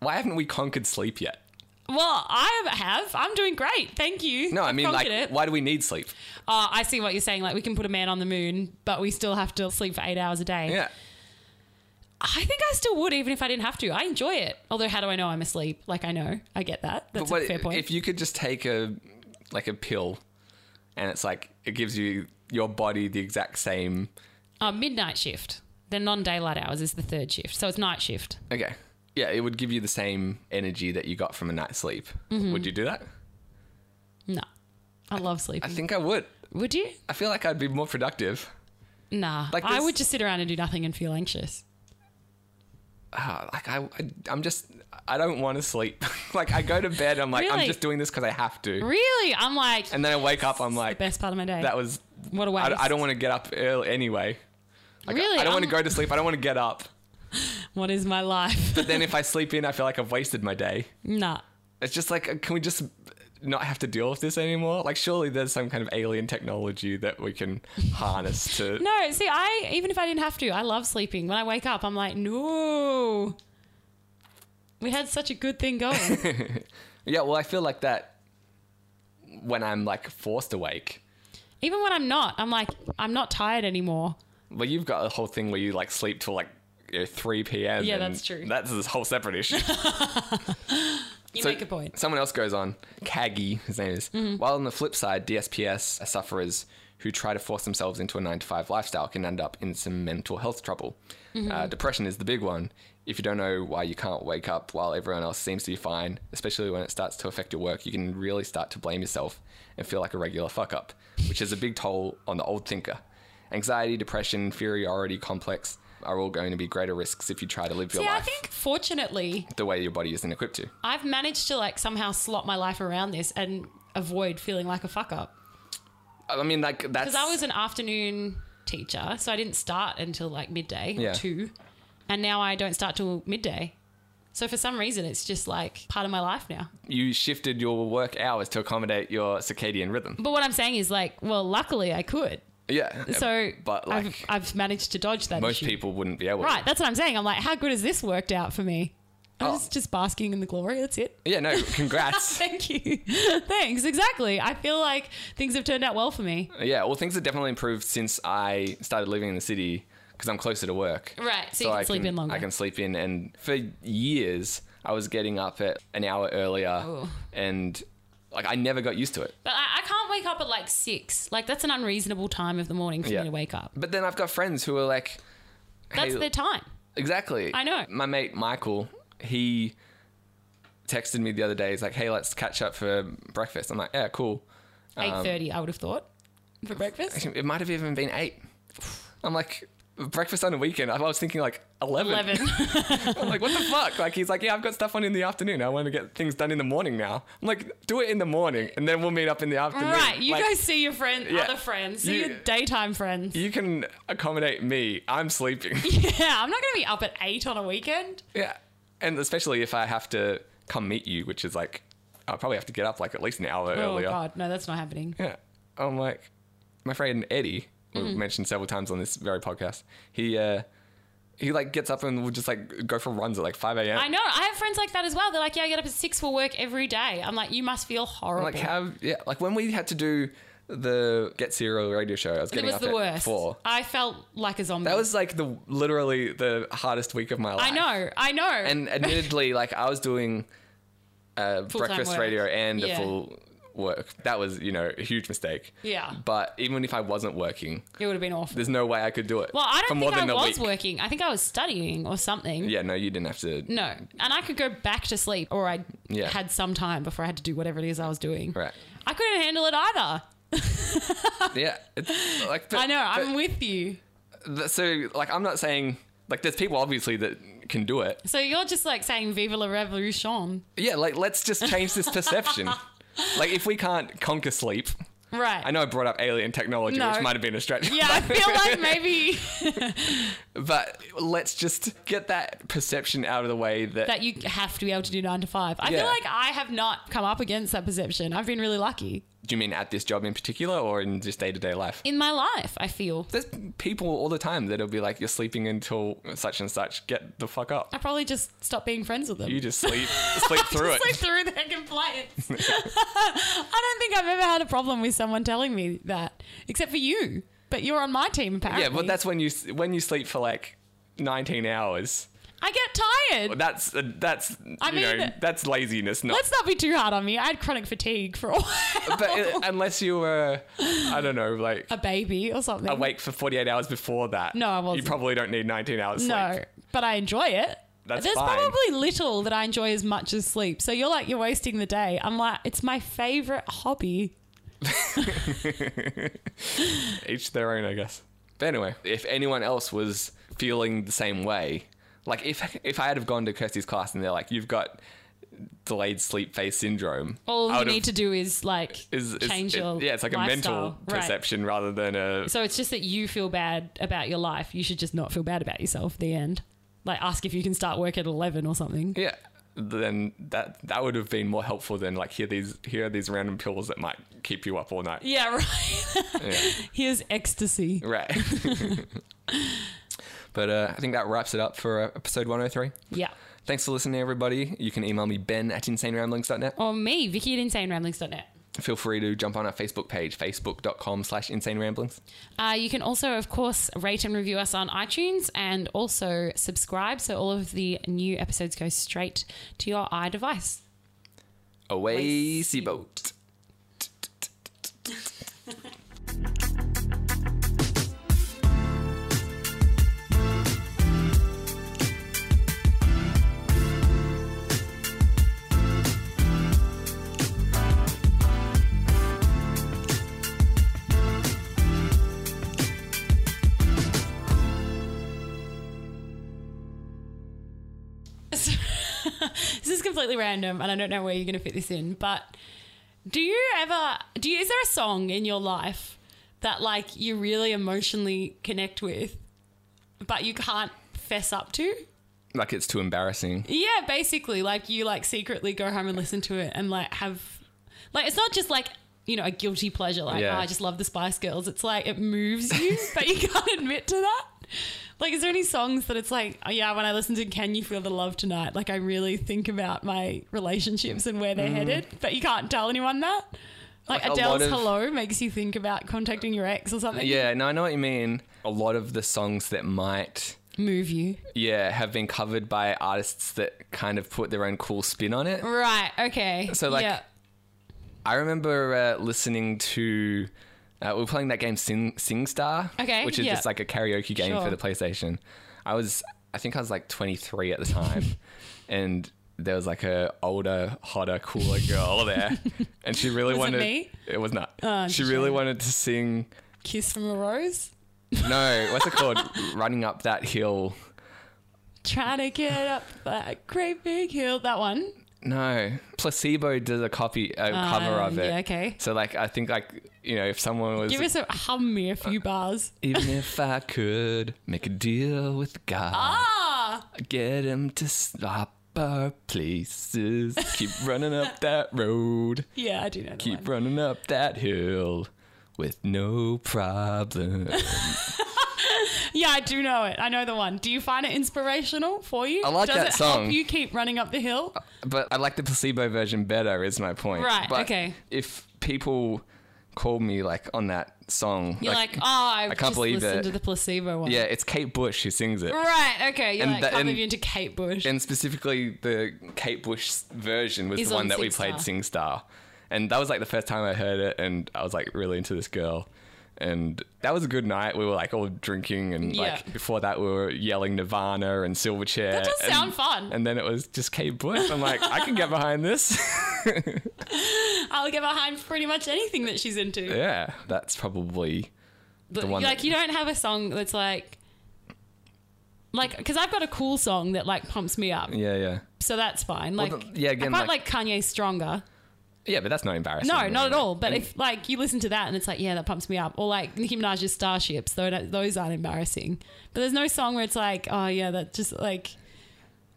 [SPEAKER 2] why haven't we conquered sleep yet?
[SPEAKER 3] Well, I have. I'm doing great. Thank you.
[SPEAKER 2] No, I mean, like,
[SPEAKER 3] Conquered it.
[SPEAKER 2] why do we need sleep?
[SPEAKER 3] Oh, I see what you're saying. Like, we can put a man on the moon, but we still have to sleep for eight hours a day.
[SPEAKER 2] Yeah.
[SPEAKER 3] I think I still would, even if I didn't have to. I enjoy it. Although, how do I know I'm asleep? Like, I know. I get that. That's
[SPEAKER 2] But
[SPEAKER 3] a fair point.
[SPEAKER 2] if you could just take a, like, a pill and it's like, it gives you your body the exact same.
[SPEAKER 3] oh, midnight shift. The non daylight hours is the third shift. So it's night shift.
[SPEAKER 2] Okay. Yeah, it would give you the same energy that you got from a night's sleep.
[SPEAKER 3] Mm-hmm.
[SPEAKER 2] Would you do that?
[SPEAKER 3] No. I love
[SPEAKER 2] I
[SPEAKER 3] sleeping.
[SPEAKER 2] think I would.
[SPEAKER 3] would you?
[SPEAKER 2] I feel like I'd be more productive.
[SPEAKER 3] Nah.
[SPEAKER 2] Like
[SPEAKER 3] I
[SPEAKER 2] this-
[SPEAKER 3] would just sit around and do nothing and feel anxious.
[SPEAKER 2] Ah, like I, I, am just, I don't want to sleep. <laughs> like I go to bed, I'm like, I'm
[SPEAKER 3] Really?
[SPEAKER 2] just doing this because I have to.
[SPEAKER 3] Really? I'm like,
[SPEAKER 2] And then I wake up, I'm like,
[SPEAKER 3] best part of my day.
[SPEAKER 2] that was.
[SPEAKER 3] what a waste.
[SPEAKER 2] I, I don't want to get up early anyway. Like, I-
[SPEAKER 3] Really?
[SPEAKER 2] I, don't want to
[SPEAKER 3] I'm-
[SPEAKER 2] go to sleep. I don't want to get up.
[SPEAKER 3] What is my life? <laughs>
[SPEAKER 2] But then if I sleep in, I feel like I've wasted my day.
[SPEAKER 3] nah.
[SPEAKER 2] It's just like, can we just not have to deal with this anymore? Like, surely there's some kind of alien technology that we can harness to.
[SPEAKER 3] <laughs> No, see, I, even if I didn't have to, I love sleeping. When I wake up, I'm like, no. We had such a good thing
[SPEAKER 2] <laughs>
[SPEAKER 3] going.
[SPEAKER 2] Yeah, well, I feel like that when I'm like forced awake.
[SPEAKER 3] even when I'm not, I'm like, I'm not tired anymore.
[SPEAKER 2] Well, you've got a whole thing where you like sleep till like you know, 3 p.m.
[SPEAKER 3] Yeah,
[SPEAKER 2] and
[SPEAKER 3] that's true.
[SPEAKER 2] That's a whole separate issue.
[SPEAKER 3] You
[SPEAKER 2] So
[SPEAKER 3] make a point. Mm-hmm.
[SPEAKER 2] Someone else goes on. Caggy, his name is. While on the flip side, DSPS sufferers who try to force themselves into a nine to five lifestyle can end up in some mental health trouble.
[SPEAKER 3] Mm-hmm.
[SPEAKER 2] Uh, depression is the big one. If you don't know why you can't wake up while everyone else seems to be fine, especially when it starts to affect your work, you can really start to blame yourself and feel like a regular fuck up, which is a big toll on the old thinker. Anxiety, depression, inferiority complex are all going to be greater risks if you try to live your
[SPEAKER 3] Yeah, I
[SPEAKER 2] life
[SPEAKER 3] think fortunately
[SPEAKER 2] the way your body isn't equipped to.
[SPEAKER 3] I've managed to like somehow slot my life around this and avoid feeling like a fuck up.
[SPEAKER 2] I mean, like that's
[SPEAKER 3] Because I was an afternoon teacher, so I didn't start until like midday, or
[SPEAKER 2] Yeah.
[SPEAKER 3] two, and now I don't start till midday. So for some reason, it's just like part of my life now.
[SPEAKER 2] you shifted your work hours to accommodate your circadian rhythm.
[SPEAKER 3] But what I'm saying is like, well, luckily I could.
[SPEAKER 2] Yeah.
[SPEAKER 3] So
[SPEAKER 2] but like
[SPEAKER 3] I've, I've managed to dodge that.
[SPEAKER 2] most
[SPEAKER 3] issue.
[SPEAKER 2] people wouldn't be able.
[SPEAKER 3] Right, that's what I'm saying. I'm like, how good has this worked out for me? I'm
[SPEAKER 2] Oh.
[SPEAKER 3] just, just basking in the glory. That's it. <laughs>
[SPEAKER 2] To. Yeah. No. Congrats.
[SPEAKER 3] Thank you. <laughs> Thanks. Exactly. I feel like things have turned out well for me.
[SPEAKER 2] yeah. Well, things have definitely improved since I started living in the city because I'm closer to work.
[SPEAKER 3] Right. So, you can
[SPEAKER 2] I
[SPEAKER 3] sleep in longer.
[SPEAKER 2] I can sleep in, and for years I was getting up at an hour earlier,
[SPEAKER 3] Oh.
[SPEAKER 2] and like I never got used to it.
[SPEAKER 3] But I, I can't wake up at like six. Like that's an unreasonable time of the morning for
[SPEAKER 2] Yeah.
[SPEAKER 3] me to wake up.
[SPEAKER 2] But then I've got friends who are like,
[SPEAKER 3] That's
[SPEAKER 2] hey,
[SPEAKER 3] their time.
[SPEAKER 2] Exactly.
[SPEAKER 3] I know.
[SPEAKER 2] My mate Michael, he texted me the other day. He's like, "Hey, let's catch up for breakfast." I'm like, "Yeah, cool." um,
[SPEAKER 3] Eight thirty, I would have thought,
[SPEAKER 2] <laughs>
[SPEAKER 3] for breakfast.
[SPEAKER 2] It might have even been eight. <sighs> I'm like, breakfast on a weekend. I was thinking like 11 <laughs>
[SPEAKER 3] Eleven.
[SPEAKER 2] I'm like, what the fuck? Like, he's like, yeah, I've got stuff on in the afternoon. I want to get things done in the morning now. I'm like, do it in the morning, and then we'll meet up in the afternoon.
[SPEAKER 3] right. You
[SPEAKER 2] Like,
[SPEAKER 3] guys see your friend,
[SPEAKER 2] Yeah.
[SPEAKER 3] other friends, see
[SPEAKER 2] You-
[SPEAKER 3] your daytime
[SPEAKER 2] <laughs>
[SPEAKER 3] friends.
[SPEAKER 2] You can accommodate me. I'm sleeping.
[SPEAKER 3] <laughs> yeah, I'm not gonna be up at eight on a weekend.
[SPEAKER 2] yeah, and especially if I have to come meet you, which is like, I'll probably have to get up like at least an hour earlier.
[SPEAKER 3] Oh god, no, that's not happening.
[SPEAKER 2] Yeah. I'm like, my friend Eddie, we've
[SPEAKER 3] Mm-hmm.
[SPEAKER 2] mentioned several times on this very podcast, he, uh, he like gets up and will just like go for runs at like 5 a.m.
[SPEAKER 3] I know. I have friends like that as well. They're like, yeah, I get up at six for work every day. I'm like, you must feel horrible.
[SPEAKER 2] Like, have, yeah, like when we had to do the Get Zero radio show, I was
[SPEAKER 3] it
[SPEAKER 2] getting
[SPEAKER 3] was
[SPEAKER 2] up
[SPEAKER 3] the
[SPEAKER 2] at
[SPEAKER 3] worst.
[SPEAKER 2] four.
[SPEAKER 3] I felt like a zombie.
[SPEAKER 2] That was like the literally the hardest week of my life.
[SPEAKER 3] I know. I know.
[SPEAKER 2] And admittedly, like I was doing uh, breakfast
[SPEAKER 3] work.
[SPEAKER 2] radio and
[SPEAKER 3] Yeah.
[SPEAKER 2] a full work. That was, you know, a huge mistake.
[SPEAKER 3] Yeah.
[SPEAKER 2] But even if I wasn't working,
[SPEAKER 3] <laughs> it would have been awful.
[SPEAKER 2] there's no way I could do it.
[SPEAKER 3] Well, I
[SPEAKER 2] for
[SPEAKER 3] don't
[SPEAKER 2] more
[SPEAKER 3] think I
[SPEAKER 2] than a
[SPEAKER 3] was
[SPEAKER 2] week.
[SPEAKER 3] working. I think I was studying or something.
[SPEAKER 2] Yeah, no, you didn't have to.
[SPEAKER 3] No. And I could go back to sleep or I
[SPEAKER 2] Yeah.
[SPEAKER 3] had some time before I had to do whatever it is I was doing.
[SPEAKER 2] Right.
[SPEAKER 3] I couldn't handle it either.
[SPEAKER 2] Yeah. It's like,
[SPEAKER 3] I know.
[SPEAKER 2] but-
[SPEAKER 3] I'm with you.
[SPEAKER 2] th- so, like, I'm not saying, like, there's people obviously that can do it.
[SPEAKER 3] So you're just like saying Viva la Revolution.
[SPEAKER 2] Yeah, like, let's just change this
[SPEAKER 3] <laughs>
[SPEAKER 2] perception. like, if we can't conquer sleep,
[SPEAKER 3] Right.
[SPEAKER 2] I know I brought up alien technology,
[SPEAKER 3] No.
[SPEAKER 2] which might have been a stretch.
[SPEAKER 3] Yeah, I
[SPEAKER 2] <laughs>
[SPEAKER 3] feel like maybe
[SPEAKER 2] But let's just get that perception out of the way that.
[SPEAKER 3] that you have to be able to do nine to five. I
[SPEAKER 2] Yeah.
[SPEAKER 3] feel like I have not come up against that perception. I've been really lucky
[SPEAKER 2] do you mean at this job in particular or in just day to day life?
[SPEAKER 3] in my life, I feel.
[SPEAKER 2] There's people all the time that'll be like, you're sleeping until such and such. Get the fuck up.
[SPEAKER 3] I probably just stopped being friends with them. <laughs>
[SPEAKER 2] You just sleep, sleep through it.
[SPEAKER 3] Sleep through their
[SPEAKER 2] <laughs>
[SPEAKER 3] compliance. <laughs> I don't think I've ever had a problem with someone telling me that, except for you. But you're on my team, apparently.
[SPEAKER 2] Yeah, but that's when you when you sleep for like 19 hours.
[SPEAKER 3] I get tired.
[SPEAKER 2] That's uh, that's
[SPEAKER 3] I
[SPEAKER 2] you know
[SPEAKER 3] mean-
[SPEAKER 2] that's laziness. Not,
[SPEAKER 3] Let's not be too hard on me. I had chronic fatigue for a <laughs> while.
[SPEAKER 2] <laughs> but uh, unless you were, I don't know, like
[SPEAKER 3] a baby or something.
[SPEAKER 2] awake for 48 hours before that.
[SPEAKER 3] No, I wasn't.
[SPEAKER 2] You probably don't need 19 hours.
[SPEAKER 3] No,
[SPEAKER 2] sleep.
[SPEAKER 3] but I enjoy it.
[SPEAKER 2] That's
[SPEAKER 3] There's
[SPEAKER 2] fine.
[SPEAKER 3] probably little that I enjoy as much as sleep. So you're like, you're wasting the day. I'm like, it's my favorite hobby.
[SPEAKER 2] each their own, I guess. But anyway, if anyone else was feeling the same way, like if if I had have gone to Kirsty's class and they're like, you've got delayed sleep phase syndrome,
[SPEAKER 3] All
[SPEAKER 2] I
[SPEAKER 3] you
[SPEAKER 2] would have-
[SPEAKER 3] need to do is like
[SPEAKER 2] is, is-
[SPEAKER 3] change
[SPEAKER 2] it-
[SPEAKER 3] your
[SPEAKER 2] yeah, it's like a mental
[SPEAKER 3] lifestyle. Right.
[SPEAKER 2] perception rather than a
[SPEAKER 3] So it's just that you feel bad about your life. You should just not feel bad about yourself. The end. Like ask if you can start work at eleven or something.
[SPEAKER 2] yeah then that that would have been more helpful than like here these here are these random pills that might keep you up all night
[SPEAKER 3] Yeah, right. <laughs> Here's ecstasy.
[SPEAKER 2] right <laughs> but uh, i think that wraps it up for uh, episode 103
[SPEAKER 3] Yeah.
[SPEAKER 2] thanks for listening everybody you can email me ben at insaneramblings.net
[SPEAKER 3] Or me, Vicky at InsaneRamblings.net.
[SPEAKER 2] feel free to jump on our facebook page facebook.com slash insane ramblings
[SPEAKER 3] Uh, you can also, of course, rate and review us on iTunes and also subscribe so all of the new episodes go straight to your <laughs> iDevice.
[SPEAKER 2] away sea boat
[SPEAKER 3] completely random, and I don't know where you're going to fit this in, but do you ever do you, is there a song in your life that like you really emotionally connect with, but you can't fess up to?
[SPEAKER 2] Like it's too embarrassing.
[SPEAKER 3] Yeah, basically, like you like secretly go home and listen to it and like have like it's not just like you know a guilty pleasure like
[SPEAKER 2] Yeah.
[SPEAKER 3] "Oh, I just love the Spice Girls. It's like it moves you,
[SPEAKER 2] <laughs>
[SPEAKER 3] but you can't admit to that. Like, is there any songs that it's like, oh yeah, when I listen to "Can You Feel the Love Tonight," like I really think about my relationships and where they're headed, but you can't tell anyone that.
[SPEAKER 2] Mm.
[SPEAKER 3] Like,
[SPEAKER 2] Like, a lot
[SPEAKER 3] Adele's
[SPEAKER 2] of-
[SPEAKER 3] "Hello" makes you think about contacting your ex or something.
[SPEAKER 2] Yeah, no, I know what you mean. A lot of the songs that might
[SPEAKER 3] move you.
[SPEAKER 2] yeah, have been covered by artists that kind of put their own cool spin on it.
[SPEAKER 3] Right. Okay.
[SPEAKER 2] So, like,
[SPEAKER 3] Yeah.
[SPEAKER 2] I remember uh, listening to. Uh, we were playing that game Sing SingStar,
[SPEAKER 3] Okay,
[SPEAKER 2] which is
[SPEAKER 3] yeah.
[SPEAKER 2] just like a karaoke game
[SPEAKER 3] Sure.
[SPEAKER 2] for the PlayStation. I was, I think I was like 23 at the
[SPEAKER 3] <laughs>
[SPEAKER 2] time, and there was like a older, hotter, cooler girl
[SPEAKER 3] <laughs>
[SPEAKER 2] there, and she really
[SPEAKER 3] Was it
[SPEAKER 2] wanted.
[SPEAKER 3] me?
[SPEAKER 2] It was not.
[SPEAKER 3] Oh,
[SPEAKER 2] she
[SPEAKER 3] shame.
[SPEAKER 2] really wanted to sing.
[SPEAKER 3] "Kiss from a Rose."
[SPEAKER 2] No, what's it called? <laughs> Running up that hill.
[SPEAKER 3] Trying to get up that great big hill. That one.
[SPEAKER 2] No, placebo did a copy, a cover
[SPEAKER 3] Um,
[SPEAKER 2] of it.
[SPEAKER 3] yeah, okay.
[SPEAKER 2] So like, I think like you know, if someone was
[SPEAKER 3] Give us a hum me a few bars.
[SPEAKER 2] Even if I could make a deal with God,
[SPEAKER 3] Ah,
[SPEAKER 2] get him to stop our places. Keep running up that road,
[SPEAKER 3] yeah, I do know that
[SPEAKER 2] keep
[SPEAKER 3] one.
[SPEAKER 2] running up that hill with no problem.
[SPEAKER 3] Yeah, I do know it. I know the one. Do you find it inspirational for you?
[SPEAKER 2] I like
[SPEAKER 3] Does
[SPEAKER 2] that
[SPEAKER 3] it
[SPEAKER 2] song. Uh,
[SPEAKER 3] Help you keep running up the hill.
[SPEAKER 2] but I like the placebo version better, is my point.
[SPEAKER 3] Right,
[SPEAKER 2] But
[SPEAKER 3] okay.
[SPEAKER 2] If people called me like on that song,
[SPEAKER 3] You're like, oh, I,
[SPEAKER 2] can't
[SPEAKER 3] just
[SPEAKER 2] believe
[SPEAKER 3] listened
[SPEAKER 2] it.
[SPEAKER 3] to the placebo one.
[SPEAKER 2] yeah, it's Kate Bush who sings it.
[SPEAKER 3] Right. Okay. You're
[SPEAKER 2] And
[SPEAKER 3] like,
[SPEAKER 2] the-
[SPEAKER 3] can't
[SPEAKER 2] and-
[SPEAKER 3] believe you into Kate Bush.
[SPEAKER 2] and specifically the Kate Bush version was
[SPEAKER 3] Is
[SPEAKER 2] the one
[SPEAKER 3] on
[SPEAKER 2] that we
[SPEAKER 3] SingStar.
[SPEAKER 2] played SingStar, and that was like the first time I heard it, and I was like really into this girl, and that was a good night. We were like all drinking, and
[SPEAKER 3] Yeah.
[SPEAKER 2] like before that we were yelling Nirvana and Silverchair.
[SPEAKER 3] That does
[SPEAKER 2] and-
[SPEAKER 3] sound fun.
[SPEAKER 2] And then it was just Kate Bush. I'm like, I can get behind this. <laughs>
[SPEAKER 3] I'll get behind pretty much anything that she's into.
[SPEAKER 2] yeah, that's probably
[SPEAKER 3] But,
[SPEAKER 2] one
[SPEAKER 3] like
[SPEAKER 2] that-
[SPEAKER 3] you don't have a song that's like, like because I've got a cool song that like pumps me up.
[SPEAKER 2] yeah, yeah,
[SPEAKER 3] So that's fine. Like,
[SPEAKER 2] the- yeah, again,
[SPEAKER 3] I quite like,
[SPEAKER 2] like-
[SPEAKER 3] Kanye stronger.
[SPEAKER 2] yeah. But that's not embarrassing.
[SPEAKER 3] No,
[SPEAKER 2] really.
[SPEAKER 3] not at all. But if like you listen to that and it's like, yeah, that pumps me up. Or like Nicki Minaj's Starships, though that, those aren't embarrassing. But there's no song where it's like, oh yeah, that just like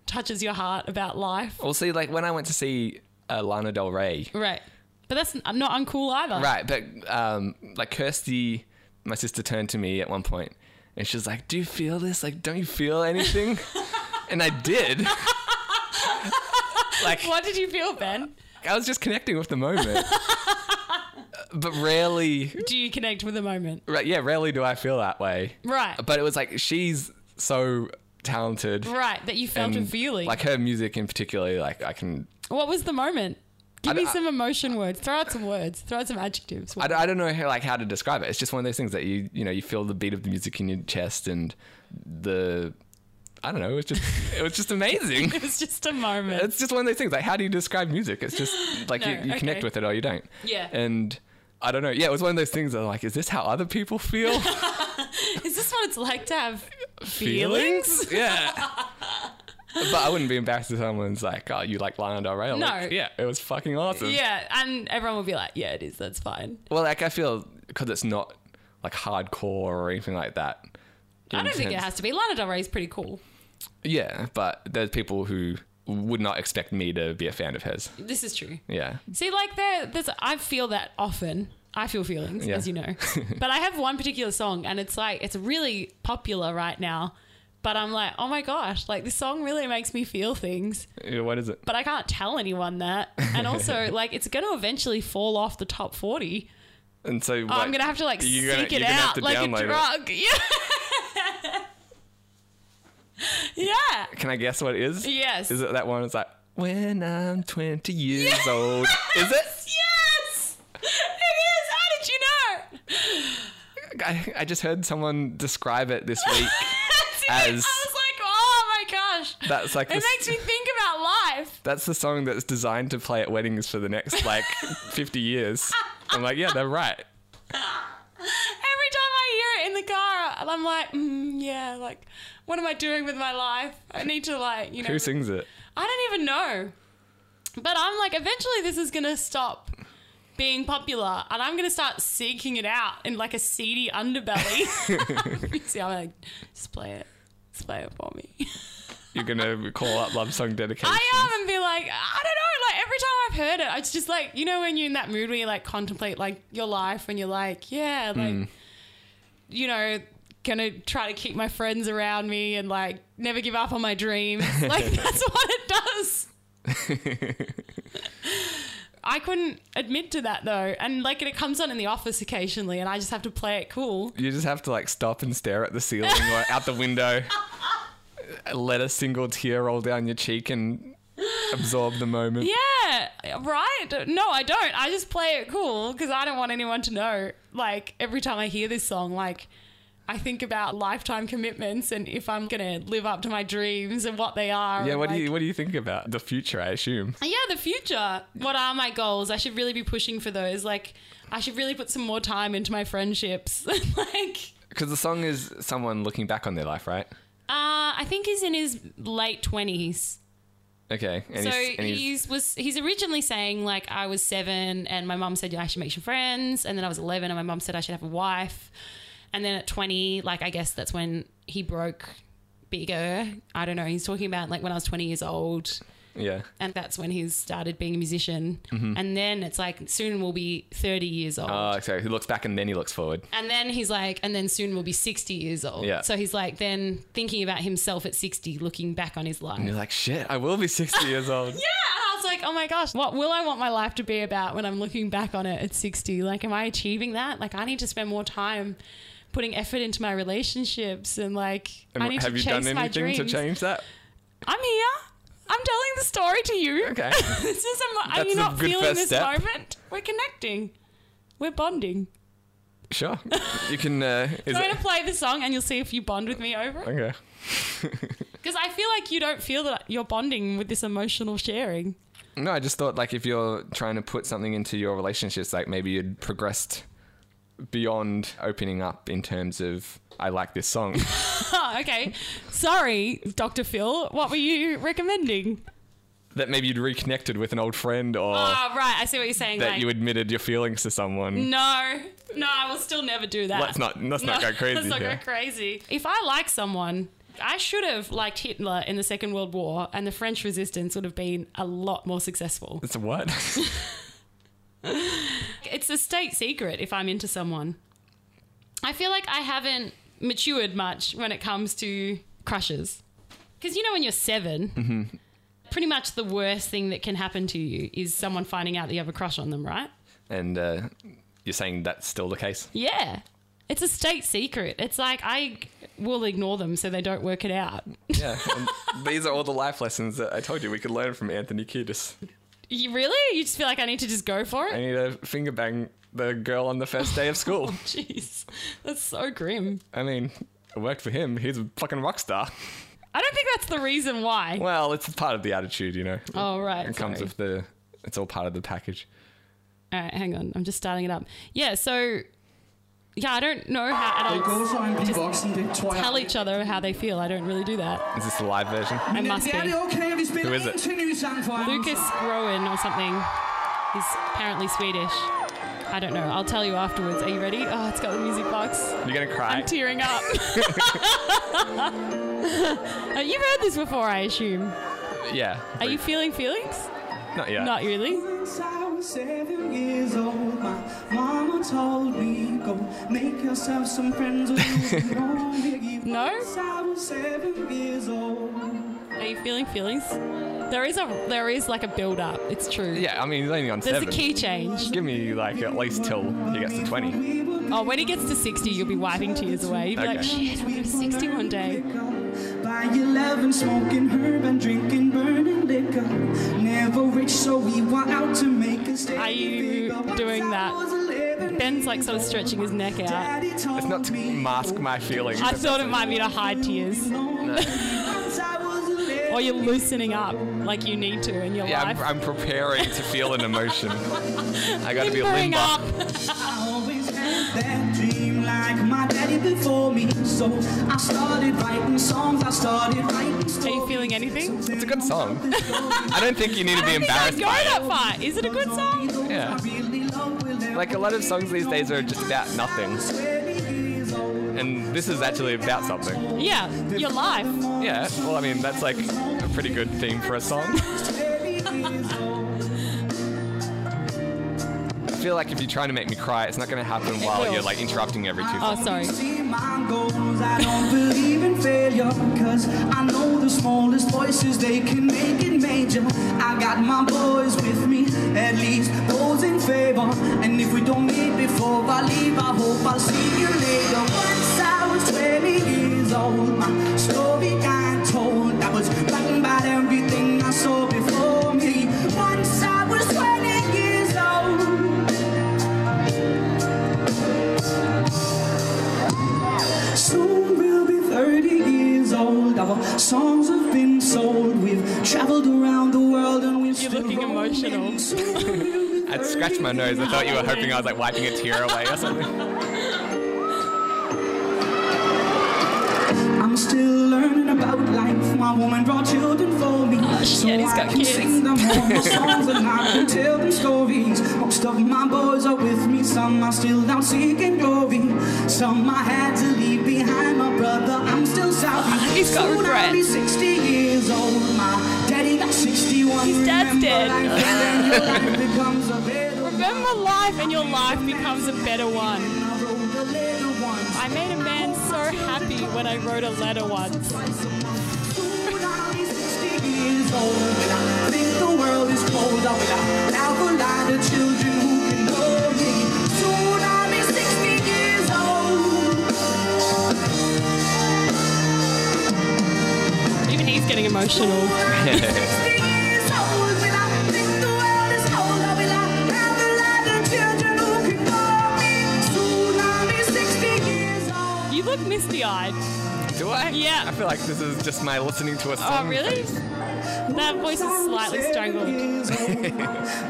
[SPEAKER 3] touches your heart about life.
[SPEAKER 2] Well, see, like when I went to see uh, Lana Del Rey,
[SPEAKER 3] Right. But that's n- not uncool either.
[SPEAKER 2] Right, but um, like Kirsty, my sister turned to me at one point and she was like, "Do you feel this? Like, don't you feel
[SPEAKER 3] <laughs>
[SPEAKER 2] anything?" and I did. like,
[SPEAKER 3] What did you feel, Ben?
[SPEAKER 2] I was just connecting with the
[SPEAKER 3] <laughs>
[SPEAKER 2] moment. but rarely,
[SPEAKER 3] Do you connect with a moment?
[SPEAKER 2] right, yeah, rarely do I feel that way.
[SPEAKER 3] Right.
[SPEAKER 2] But it was like she's so talented.
[SPEAKER 3] right. That you felt a
[SPEAKER 2] and,
[SPEAKER 3] feeling.
[SPEAKER 2] Like her music in particular, like I can
[SPEAKER 3] what was the moment? Give
[SPEAKER 2] I-
[SPEAKER 3] me
[SPEAKER 2] I-
[SPEAKER 3] some emotion words. Throw out some words. Throw out some adjectives.
[SPEAKER 2] I, d- I don't know how, like how to describe it. It's just one of those things that you you know you feel the beat of the music in your chest and the I don't know. It was just it was just
[SPEAKER 3] <laughs>
[SPEAKER 2] amazing.
[SPEAKER 3] <laughs> it was just a moment.
[SPEAKER 2] It's just one of those things. Like how do you describe music? It's just
[SPEAKER 3] <laughs>
[SPEAKER 2] like you,
[SPEAKER 3] No,
[SPEAKER 2] you connect
[SPEAKER 3] okay.
[SPEAKER 2] with it or you don't.
[SPEAKER 3] Yeah.
[SPEAKER 2] And I don't know. Yeah, it was one of those things. That I'm like, is this how other people
[SPEAKER 3] <laughs>
[SPEAKER 2] feel?
[SPEAKER 3] Is this what it's like to have feelings?
[SPEAKER 2] Feelings?
[SPEAKER 3] <laughs>
[SPEAKER 2] yeah. But I wouldn't be embarrassed if someone's like, "Oh, you like Lana Del Rey?" I'm
[SPEAKER 3] No.
[SPEAKER 2] like, yeah, it was fucking awesome.
[SPEAKER 3] Yeah, and everyone will be like, "Yeah, it is. That's fine."
[SPEAKER 2] Well, like I feel because it's not like hardcore or anything like that.
[SPEAKER 3] I don't think it has to be. Lana Del Rey's pretty cool.
[SPEAKER 2] Yeah, but there's people who would not expect me to be a fan of hers.
[SPEAKER 3] This is true.
[SPEAKER 2] Yeah.
[SPEAKER 3] See, like there, there's. I feel that often. I feel feelings,
[SPEAKER 2] Yeah.
[SPEAKER 3] as
[SPEAKER 2] <laughs>
[SPEAKER 3] you know. but I have one particular song, and it's like it's really popular right now. But I'm like, oh my gosh, like this song really makes me feel things.
[SPEAKER 2] Yeah, What is it?
[SPEAKER 3] But I can't tell anyone that. And
[SPEAKER 2] <laughs>
[SPEAKER 3] also, like, it's going to eventually fall off the top 40.
[SPEAKER 2] And so
[SPEAKER 3] Oh, I'm going to have to, like, seek
[SPEAKER 2] you're gonna-
[SPEAKER 3] it
[SPEAKER 2] you're gonna have
[SPEAKER 3] out
[SPEAKER 2] to
[SPEAKER 3] like
[SPEAKER 2] download
[SPEAKER 3] a
[SPEAKER 2] it.
[SPEAKER 3] drug. Yeah. <laughs> yeah. <laughs>
[SPEAKER 2] Can I guess what it is?
[SPEAKER 3] Yes.
[SPEAKER 2] Is it that one? It's like when I'm 20 years
[SPEAKER 3] <laughs>
[SPEAKER 2] old. Is it?
[SPEAKER 3] Yes! It is! How did you know?
[SPEAKER 2] I, I just heard someone describe it this
[SPEAKER 3] <laughs>
[SPEAKER 2] week.
[SPEAKER 3] I was
[SPEAKER 2] As-
[SPEAKER 3] like, oh my gosh.
[SPEAKER 2] That's like
[SPEAKER 3] <laughs> it
[SPEAKER 2] this-
[SPEAKER 3] makes me think about life.
[SPEAKER 2] That's the song that's designed to play at weddings for the next like 50 years. I'm like, yeah, they're right.
[SPEAKER 3] Every time I hear it in the car, I'm like, mm, yeah, like, <laughs> what am I doing with my life? I need to, like, you know.
[SPEAKER 2] Who sings it?
[SPEAKER 3] I don't even know. But I'm like, eventually this is gonna stop being popular, and I'm gonna start seeking it out in like a seedy underbelly. <laughs> See, I'm like, just play it, just play it for me.
[SPEAKER 2] You're gonna call up love song dedication.
[SPEAKER 3] I am and be like, I don't know. Like every time I've heard it, it's just like you know when you're in that mood where you like contemplate like your life and you're like, yeah, like you know, gonna try to keep my friends around me and like never give up on my dreams. like that's what it does.
[SPEAKER 2] <laughs>
[SPEAKER 3] I couldn't admit to that though, and like it comes on in the office occasionally, and I just have to play it cool.
[SPEAKER 2] you just have to like stop and stare at the ceiling or out the
[SPEAKER 3] <laughs>
[SPEAKER 2] window. Let a single tear roll down your cheek and absorb the moment.
[SPEAKER 3] Yeah, right? No, I don't. I just play it cool because I don't want anyone to know. Like, every time I hear this song, like, I think about lifetime commitments and if I'm going to live up to my dreams and what they are.
[SPEAKER 2] Yeah,
[SPEAKER 3] and,
[SPEAKER 2] what do
[SPEAKER 3] like-
[SPEAKER 2] you what do you think about the future? I assume.
[SPEAKER 3] Yeah, the future. What are my goals? I should really be pushing for those. Like, I should really put some more time into my friendships. <laughs> like,
[SPEAKER 2] Because the song is someone looking back on their life, right?
[SPEAKER 3] uh, I think he's in his late 20s.
[SPEAKER 2] Okay. And
[SPEAKER 3] so
[SPEAKER 2] he's, and
[SPEAKER 3] he's, was he's originally saying like I was seven and my mum said I should make some friends and then I was eleven and my mum said I should have a wife and then at twenty like I guess that's when he broke bigger I don't know he's talking about like when I was twenty years old
[SPEAKER 2] yeah.
[SPEAKER 3] and that's when he's started being a musician and then it's like soon we'll be thirty years old
[SPEAKER 2] Mm-hmm. Uh, so he looks back and then he looks forward.
[SPEAKER 3] and then he's like, and then soon we'll be 60 years old.
[SPEAKER 2] Yeah.
[SPEAKER 3] So he's like, then thinking about himself at 60, looking back on his life.
[SPEAKER 2] And you're like, shit, I will be
[SPEAKER 3] <laughs>
[SPEAKER 2] 60 years old.
[SPEAKER 3] Yeah, and I was like, oh my gosh, what will I want my life to be about when I'm looking back on it at 60? Like, am I achieving that? Like, I need to spend more time putting effort into my relationships and like,
[SPEAKER 2] And
[SPEAKER 3] I need
[SPEAKER 2] have
[SPEAKER 3] to
[SPEAKER 2] you
[SPEAKER 3] chase
[SPEAKER 2] done
[SPEAKER 3] my
[SPEAKER 2] anything
[SPEAKER 3] dreams.
[SPEAKER 2] to change that?
[SPEAKER 3] I'm here. I'm telling the story to you.
[SPEAKER 2] Okay.
[SPEAKER 3] <laughs> this is. I'm, are
[SPEAKER 2] That's
[SPEAKER 3] you
[SPEAKER 2] a
[SPEAKER 3] not
[SPEAKER 2] good
[SPEAKER 3] feeling
[SPEAKER 2] first
[SPEAKER 3] this
[SPEAKER 2] step.
[SPEAKER 3] moment? We're connecting. We're bonding.
[SPEAKER 2] Sure. You can.
[SPEAKER 3] <laughs>
[SPEAKER 2] Uh, is
[SPEAKER 3] I'm
[SPEAKER 2] it,
[SPEAKER 3] gonna play the song and you'll see if you bond with me over it.
[SPEAKER 2] okay.
[SPEAKER 3] Because I feel like you don't feel that you're bonding with this emotional sharing.
[SPEAKER 2] No, I just thought like if you're trying to put something into your relationships, like maybe you'd progressed beyond opening up in terms of I like this song. <laughs>
[SPEAKER 3] Oh, <laughs> okay. Sorry, Dr. Phil. What were you recommending?
[SPEAKER 2] that maybe you'd reconnected with an old friend or
[SPEAKER 3] Oh, right. I see what you're saying.
[SPEAKER 2] that
[SPEAKER 3] like,
[SPEAKER 2] you admitted your feelings to someone.
[SPEAKER 3] no, no, I will still never do that.
[SPEAKER 2] Let's not let's not
[SPEAKER 3] No,
[SPEAKER 2] go crazy
[SPEAKER 3] <laughs> Let's not
[SPEAKER 2] here.
[SPEAKER 3] go crazy. If I like someone, I should have liked Hitler in the Second World War, and the French resistance would have been a lot more successful.
[SPEAKER 2] It's what? <laughs>
[SPEAKER 3] It's a state secret if I'm into someone. I feel like I haven't matured much when it comes to crushes. Because you know, when you're 7 pretty much the worst thing that can happen to you is someone finding out that you have a crush on them, right?
[SPEAKER 2] and uh, you're saying that's still the case?
[SPEAKER 3] Yeah. It's a state secret. It's like I will ignore them so they don't work it out.
[SPEAKER 2] Yeah. and these are all the life lessons that I told you we could learn from Anthony Kiedis.
[SPEAKER 3] You really? You just feel like I need to just go for
[SPEAKER 2] I
[SPEAKER 3] it?
[SPEAKER 2] need to finger bang the girl on the first day of <laughs> school.
[SPEAKER 3] <laughs> Jeez. That's so grim.
[SPEAKER 2] I mean, it worked for him. He's a fucking rock star.
[SPEAKER 3] I don't think that's the reason why.
[SPEAKER 2] Well, it's part of the attitude, you know.
[SPEAKER 3] Oh, right.
[SPEAKER 2] it comes
[SPEAKER 3] sorry.
[SPEAKER 2] with the. It's all part of the package.
[SPEAKER 3] All right, hang on. I'm just starting it up. Yeah, so yeah, I don't know how adults
[SPEAKER 6] for en rig voksen, det tror jeg.
[SPEAKER 3] tell each other how they feel. I don't really do that.
[SPEAKER 2] Is this the live version?
[SPEAKER 3] I must
[SPEAKER 6] det er
[SPEAKER 3] be.
[SPEAKER 6] det okay, og vi spiller
[SPEAKER 2] Who is
[SPEAKER 6] en
[SPEAKER 2] it?
[SPEAKER 6] til ny sang for jer.
[SPEAKER 3] Lucas Groen or something. He's apparently Swedish. I don't know. I'll tell you afterwards. Are you ready? Oh, it's got the music box.
[SPEAKER 2] You're gonna cry.
[SPEAKER 3] I'm tearing up. <laughs> Uh, You've heard this before, I assume.
[SPEAKER 2] yeah.
[SPEAKER 3] Are you feeling feelings?
[SPEAKER 2] Not yet.
[SPEAKER 3] Not really.
[SPEAKER 6] Since I was seven years old, my mama told me, go make yourself some friends or
[SPEAKER 2] <laughs>
[SPEAKER 6] you'll be lonely."
[SPEAKER 3] No?
[SPEAKER 6] Since I was seven years old.
[SPEAKER 3] Are you feeling feelings? There is a there is like a build up. It's true.
[SPEAKER 2] yeah. I mean, he's only on
[SPEAKER 3] There's
[SPEAKER 2] seven.
[SPEAKER 3] a key change.
[SPEAKER 2] Give me like at least till he gets to twenty.
[SPEAKER 6] We were
[SPEAKER 3] Oh, when he gets to 60, you'll be wiping tears away. You'll be like,
[SPEAKER 2] Okay.
[SPEAKER 3] shit, I'm gonna be 60 one day.
[SPEAKER 6] By 11, smoking herb and drinking burning liquor. Never rich, so we were out to make a statement.
[SPEAKER 3] Are you doing that? Ben's like sort of stretching his neck out.
[SPEAKER 6] It's
[SPEAKER 2] It's not to mask my feelings.
[SPEAKER 3] I thought it might be to hide tears. Or you're loosening up like you need to in your
[SPEAKER 2] yeah,
[SPEAKER 3] life.
[SPEAKER 2] I'm, I'm
[SPEAKER 3] <laughs>
[SPEAKER 2] preparing to feel an emotion. I gotta be a
[SPEAKER 3] Limbering
[SPEAKER 2] limber.
[SPEAKER 3] up.
[SPEAKER 6] that dream like my daddy before me. So I started writing songs, I started writing
[SPEAKER 3] Are
[SPEAKER 6] stories.
[SPEAKER 3] you feeling anything?
[SPEAKER 2] It's a good song. <laughs> I don't think you need to be embarrassed
[SPEAKER 3] Go
[SPEAKER 2] by it.
[SPEAKER 3] that far. Is it a good song?
[SPEAKER 2] Yeah. Like a lot of songs these days are just about
[SPEAKER 3] <laughs>
[SPEAKER 2] nothing. And this is actually about something.
[SPEAKER 3] Yeah, your life.
[SPEAKER 2] Yeah, well, I mean, that's like a pretty good theme for a song. I feel like if you're trying to make me cry, it's not going to happen while
[SPEAKER 3] will.
[SPEAKER 2] you're like interrupting every two
[SPEAKER 3] Oh,
[SPEAKER 2] seconds.
[SPEAKER 3] sorry.
[SPEAKER 6] See my goals, I don't believe in failure. Cause I know the smallest voices, they can make it major. I got my boys with me, at least those in favor. And if we don't meet before I leave, I hope I'll see you later. Once I was 20 years old, my story got told. I was writing about everything I saw before me. Once I was 20 years old. Soon we'll be 30 years old. Our songs have been sold. We've traveled around the world and we're still
[SPEAKER 3] looking
[SPEAKER 6] rolling.
[SPEAKER 3] emotional.
[SPEAKER 6] <laughs> Soon we'll be
[SPEAKER 2] I'd scratch my
[SPEAKER 6] 30
[SPEAKER 2] nose. I thought you were hoping I was like wiping a tear away or <laughs> something.
[SPEAKER 6] I'm still learning about life. My woman brought children for me. so
[SPEAKER 3] shit, he's
[SPEAKER 6] I
[SPEAKER 3] got
[SPEAKER 6] can
[SPEAKER 3] kids.
[SPEAKER 6] sing
[SPEAKER 3] <laughs>
[SPEAKER 6] them all my songs and I can tell them stories. Most of my boys are with me. Some are still out seeking glory. Some I had to leave behind. My brother, I'm still sorry.
[SPEAKER 3] Ah, He's got
[SPEAKER 6] Soon I'll be
[SPEAKER 3] regrets.
[SPEAKER 6] 60 years old. My daddy got 61.
[SPEAKER 3] His dad's
[SPEAKER 6] Remember
[SPEAKER 3] dead.
[SPEAKER 6] life,
[SPEAKER 3] <laughs>
[SPEAKER 6] and then your life becomes a better
[SPEAKER 3] Remember life and your life becomes a better one.
[SPEAKER 6] I wrote a little one.
[SPEAKER 3] I made a man so happy when I wrote a letter once.
[SPEAKER 6] Soon I'll be 60 years old, and I think the world is cold. I will have a lot of children who can love me. Soon I'll be 60 years old.
[SPEAKER 3] Even he's getting emotional.
[SPEAKER 6] 60 years old, when I think the world is cold. I will have a lot of children who can love me. Soon I'll be 60 years old.
[SPEAKER 3] You look misty eyed.
[SPEAKER 2] Do I?
[SPEAKER 3] Yeah.
[SPEAKER 2] I feel like this is just my listening to a
[SPEAKER 3] Oh,
[SPEAKER 2] song.
[SPEAKER 3] really? That voice is slightly strangled.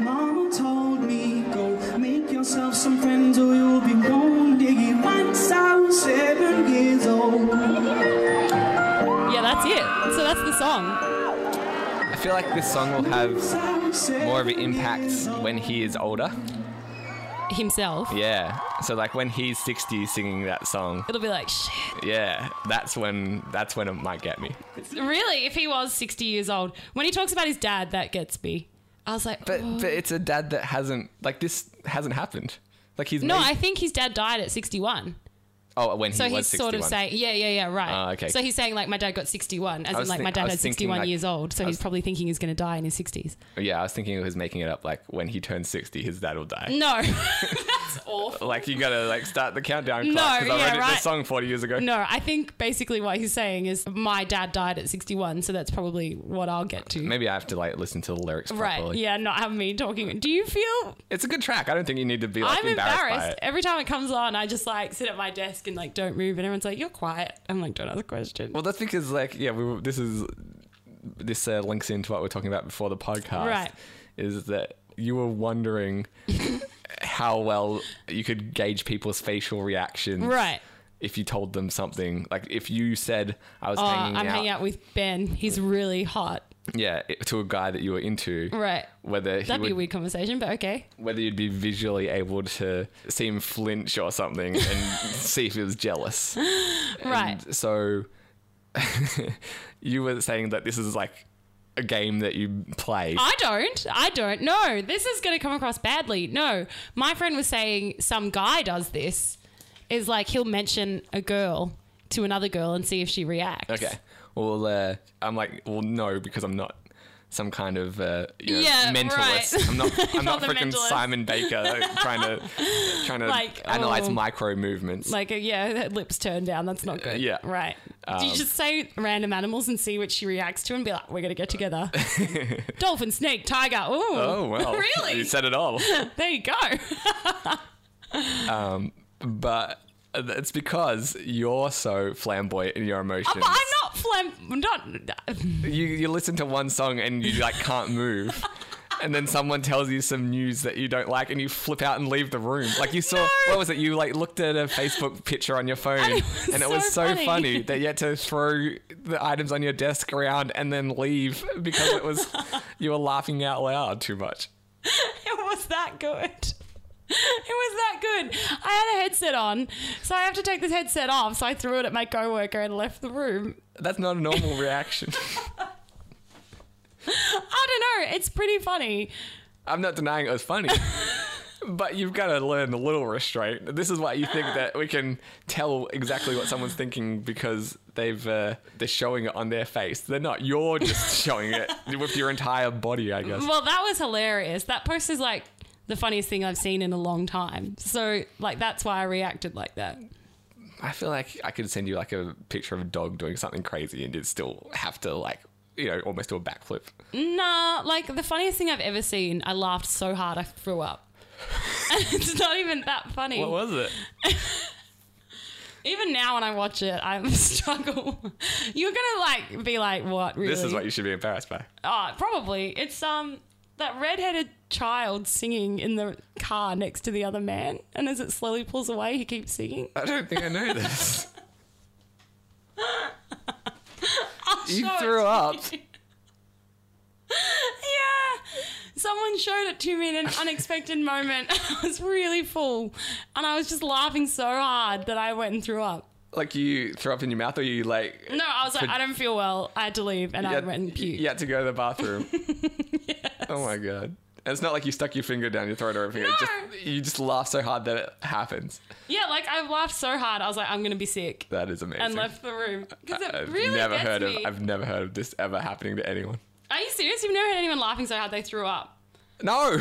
[SPEAKER 6] <laughs> Mama told me, go make yourself some friends or you'll be lonely. Once I was seven years old.
[SPEAKER 3] Yeah, that's it. So that's the song.
[SPEAKER 2] I feel like this song will have more of an impact when he is older.
[SPEAKER 3] Himself.
[SPEAKER 2] Yeah. So like when he's 60 singing that song,
[SPEAKER 3] It'll be like, shit.
[SPEAKER 2] yeah, that's when that's when it might get me.
[SPEAKER 3] Really, if he was 60 years old, when he talks about his dad, that gets me. I was like,
[SPEAKER 2] But
[SPEAKER 3] oh.
[SPEAKER 2] but it's a dad that hasn't like this hasn't happened. Like he's
[SPEAKER 3] no,
[SPEAKER 2] made-
[SPEAKER 3] I think his dad died at 61.
[SPEAKER 2] oh when he
[SPEAKER 3] So
[SPEAKER 2] was
[SPEAKER 3] he's
[SPEAKER 2] 61.
[SPEAKER 3] sort of saying, yeah, yeah, yeah, right.
[SPEAKER 2] Ah, okay.
[SPEAKER 3] So he's saying like my dad got 61, as
[SPEAKER 2] I
[SPEAKER 3] in
[SPEAKER 2] was
[SPEAKER 3] like
[SPEAKER 2] think-
[SPEAKER 3] my
[SPEAKER 2] I
[SPEAKER 3] dad
[SPEAKER 2] was
[SPEAKER 3] is
[SPEAKER 2] thinking,
[SPEAKER 3] 61
[SPEAKER 2] like-
[SPEAKER 3] years old, so
[SPEAKER 2] I
[SPEAKER 3] he's
[SPEAKER 2] was-
[SPEAKER 3] probably thinking he's going to die in his 60s.
[SPEAKER 2] yeah, I was thinking he was making it up. Like when he turns 60, his dad will die.
[SPEAKER 3] No, <laughs>
[SPEAKER 2] <laughs>
[SPEAKER 3] that's awful.
[SPEAKER 2] Like you gotta like start the countdown
[SPEAKER 3] <laughs> No,
[SPEAKER 2] clock because I
[SPEAKER 3] yeah,
[SPEAKER 2] wrote it-
[SPEAKER 3] right.
[SPEAKER 2] this song 40 years ago.
[SPEAKER 3] No, I think basically what he's saying is my dad died at 61, so that's probably what I'll get to.
[SPEAKER 2] Maybe I have to like listen to the lyrics
[SPEAKER 3] right?
[SPEAKER 2] properly.
[SPEAKER 3] Yeah, not have me talking. Do you feel?
[SPEAKER 2] It's a good track. I don't think you need to be like
[SPEAKER 3] I'm
[SPEAKER 2] embarrassed, by
[SPEAKER 3] embarrassed
[SPEAKER 2] it.
[SPEAKER 3] every time it comes on. I just like sit at my desk and like don't move, and everyone's like, "You're quiet." I'm like, "Don't ask a question."
[SPEAKER 2] Well, that's because, like, yeah, we were, this is this uh, links into what we are talking about before the podcast.
[SPEAKER 3] Right.
[SPEAKER 2] Is that you were
[SPEAKER 3] <laughs>
[SPEAKER 2] wondering how well you could gauge people's facial reactions,
[SPEAKER 3] Right.
[SPEAKER 2] If you told them something, like if you said I was
[SPEAKER 3] Oh,
[SPEAKER 2] hanging,
[SPEAKER 3] I'm
[SPEAKER 2] out,
[SPEAKER 3] hanging out with Ben. He's really hot.
[SPEAKER 2] yeah, it- to a guy that you were into,
[SPEAKER 3] Right.
[SPEAKER 2] Whether he
[SPEAKER 3] That'd be a
[SPEAKER 2] would,
[SPEAKER 3] weird conversation, but okay.
[SPEAKER 2] whether you'd be visually able to see him flinch or something
[SPEAKER 3] <laughs>
[SPEAKER 2] and see if he was jealous.
[SPEAKER 3] Right.
[SPEAKER 2] And so <laughs> you were saying that this is like a game that you play.
[SPEAKER 3] I don't. I don't. No, this is going to come across badly. No, my friend was saying some guy does this. Is like he'll mention a girl to another girl and see if she reacts.
[SPEAKER 2] okay. Well, uh, I'm like, well, no, because I'm not some kind of uh, you know,
[SPEAKER 3] Yeah,
[SPEAKER 2] mentalist.
[SPEAKER 3] right.
[SPEAKER 2] I'm
[SPEAKER 3] <laughs>
[SPEAKER 2] not. I'm
[SPEAKER 3] You're
[SPEAKER 2] not
[SPEAKER 3] the
[SPEAKER 2] freaking
[SPEAKER 3] mentalist.
[SPEAKER 2] Simon Baker like, trying
[SPEAKER 3] <laughs>
[SPEAKER 2] to trying to
[SPEAKER 3] Like,
[SPEAKER 2] analyze
[SPEAKER 3] oh.
[SPEAKER 2] micro movements.
[SPEAKER 3] Like, uh, yeah, that lips turned down. That's not good.
[SPEAKER 2] yeah.
[SPEAKER 3] Right. Do you
[SPEAKER 2] Um,
[SPEAKER 3] just say random animals and see which she reacts to and be like, we're going to get together?
[SPEAKER 2] <laughs>
[SPEAKER 3] Dolphin, snake, tiger. Ooh.
[SPEAKER 2] oh well,
[SPEAKER 3] <laughs> really?
[SPEAKER 2] You said it
[SPEAKER 3] <laughs>
[SPEAKER 2] all.
[SPEAKER 3] there you go.
[SPEAKER 2] but uh, it's because you're so flamboyant in your emotions.
[SPEAKER 3] but I'm not <laughs> flam. Not. <laughs>
[SPEAKER 2] you you listen to one song and you like can't move. and then someone tells you some news that you don't like, and you flip out and leave the room. Like you saw, what was it? You like looked at a Facebook picture on your phone,
[SPEAKER 3] And it was
[SPEAKER 2] and it was
[SPEAKER 3] so
[SPEAKER 2] so
[SPEAKER 3] funny.
[SPEAKER 2] funny. that you had to throw the items on your desk around and then leave because it
[SPEAKER 3] <laughs>
[SPEAKER 2] was you were laughing out loud too much.
[SPEAKER 3] It was that good. <laughs> It was that good. I had a headset on, so I have to take this headset off. So I threw it at my coworker and left the room.
[SPEAKER 2] That's not a normal
[SPEAKER 3] <laughs>
[SPEAKER 2] reaction.
[SPEAKER 3] I don't know. It's pretty funny.
[SPEAKER 2] I'm not denying it was <laughs> funny. But you've got to learn a little restraint. This is why you think that we can tell exactly what someone's thinking because they've uh, they're showing it on their face. They're not. You're just <laughs> showing it with your entire body, I guess.
[SPEAKER 3] Well, that was hilarious. That post is like the funniest thing I've seen in a long time. So, like, that's why I reacted like that.
[SPEAKER 2] I feel like I could send you like a picture of a dog doing something crazy and you'd still have to like you know almost do a backflip.
[SPEAKER 3] Nah, like the funniest thing I've ever seen. I laughed so hard I threw up. <laughs> And it's not even that funny.
[SPEAKER 2] What was it?
[SPEAKER 3] Even now when I watch it, I <laughs> struggle. You're gonna like be like, "What? Really?"
[SPEAKER 2] This is what you should be embarrassed by.
[SPEAKER 3] Ah, probably. It's um that redheaded child singing in the car next to the other man, and as it slowly pulls away, he keeps singing.
[SPEAKER 2] I don't think I know this. <laughs> you
[SPEAKER 3] show it
[SPEAKER 2] threw
[SPEAKER 3] to
[SPEAKER 2] up.
[SPEAKER 3] yeah. Someone showed it to me in an unexpected moment. <laughs> I was really full, and I was just laughing so hard that I went and threw up.
[SPEAKER 2] Like you threw up in your mouth or you like
[SPEAKER 3] No, I was like, I don't feel well. I had to leave, and I
[SPEAKER 2] had-
[SPEAKER 3] went and puked.
[SPEAKER 2] You had to go to the
[SPEAKER 3] <laughs>
[SPEAKER 2] bathroom. Oh my god. And it's not like you stuck your finger down your throat or anything. It
[SPEAKER 3] No.
[SPEAKER 2] just, you just laugh so hard that it happens.
[SPEAKER 3] Yeah, like I laughed so hard, I was like, I'm gonna be sick,
[SPEAKER 2] That is amazing.
[SPEAKER 3] and left the room because it
[SPEAKER 2] I've
[SPEAKER 3] really
[SPEAKER 2] never
[SPEAKER 3] gets
[SPEAKER 2] heard
[SPEAKER 3] me.
[SPEAKER 2] of I've never heard of this ever happening to anyone.
[SPEAKER 3] Are you serious? You've never had anyone laughing so hard they threw up. <laughs>
[SPEAKER 2] No.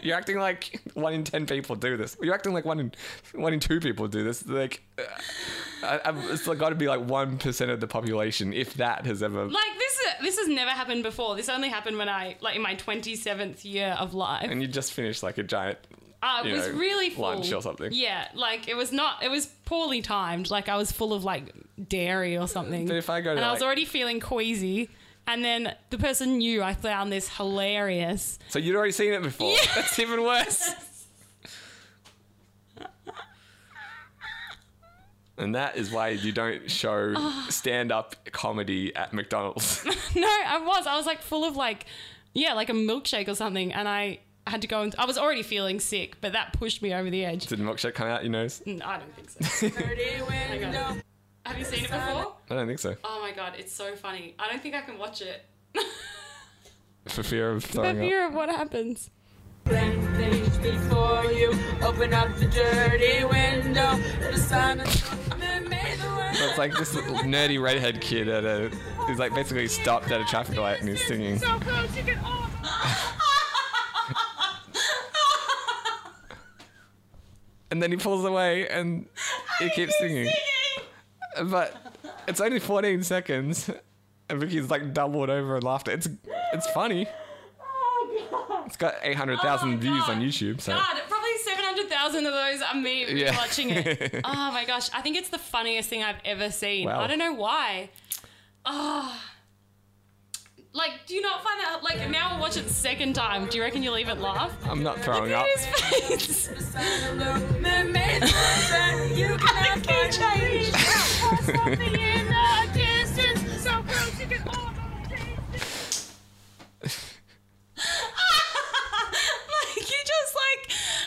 [SPEAKER 2] You're acting like one in ten people do this. You're acting like one in one in two people do this. Like, uh, I, I've, it's got to be like one percent of the population, if that has ever.
[SPEAKER 3] Like this, is, this has never happened before. This only happened when I, like, in my 27th year of life.
[SPEAKER 2] and you just finished like a giant.
[SPEAKER 3] I
[SPEAKER 2] you
[SPEAKER 3] was
[SPEAKER 2] know,
[SPEAKER 3] really full.
[SPEAKER 2] lunch or something.
[SPEAKER 3] Yeah, like it was not. It was poorly timed. Like I was full of like dairy or something.
[SPEAKER 2] But if I go to
[SPEAKER 3] and I was
[SPEAKER 2] like-
[SPEAKER 3] already feeling queasy. And then the person knew I found this hilarious. <laughs>
[SPEAKER 2] So you'd already seen it before.
[SPEAKER 3] Yes.
[SPEAKER 2] That's even worse. And that is why you don't show stand up comedy at McDonald's. <laughs>
[SPEAKER 3] No, I was. I was like full of like, yeah, like a milkshake or something. And I had to go and I was already feeling sick, but that pushed me over the edge.
[SPEAKER 2] Did the milkshake come out your nose?
[SPEAKER 3] Mm, I don't
[SPEAKER 2] <laughs>
[SPEAKER 3] think so. Hang on. Have you seen it before?
[SPEAKER 2] I don't think so.
[SPEAKER 3] Oh my god, it's so funny. I don't think I can watch it. <laughs>
[SPEAKER 2] For fear of
[SPEAKER 3] But
[SPEAKER 2] throwing up.
[SPEAKER 3] fear of what happens.
[SPEAKER 5] Blank page before you. Open up the dirty window. The sun is made the world.
[SPEAKER 2] It's
[SPEAKER 3] <laughs>
[SPEAKER 2] like this little nerdy redhead kid at a. He's like basically stopped at a traffic light and he's singing.
[SPEAKER 5] So close, you can all.
[SPEAKER 2] And then he pulls away and he keeps singing. But it's only 14 seconds. And Vicky's like doubled over in laughter. It's it's funny. It's got 800,000
[SPEAKER 3] Oh,
[SPEAKER 2] views
[SPEAKER 3] God.
[SPEAKER 2] on YouTube. So
[SPEAKER 3] God, probably 700,000 of those are me
[SPEAKER 2] Yeah. <laughs>
[SPEAKER 3] watching it. oh my gosh, I think it's the funniest thing I've ever seen.
[SPEAKER 2] Wow.
[SPEAKER 3] I don't know why. Oh. Like, do you not find that, like, now I watch it second time. Do you reckon you'll even laugh?
[SPEAKER 2] I'm not throwing up.
[SPEAKER 3] His face.
[SPEAKER 5] <laughs> The sun alone made the world.
[SPEAKER 3] <laughs>
[SPEAKER 5] You can
[SPEAKER 3] can't
[SPEAKER 5] change.
[SPEAKER 3] <laughs> like you just like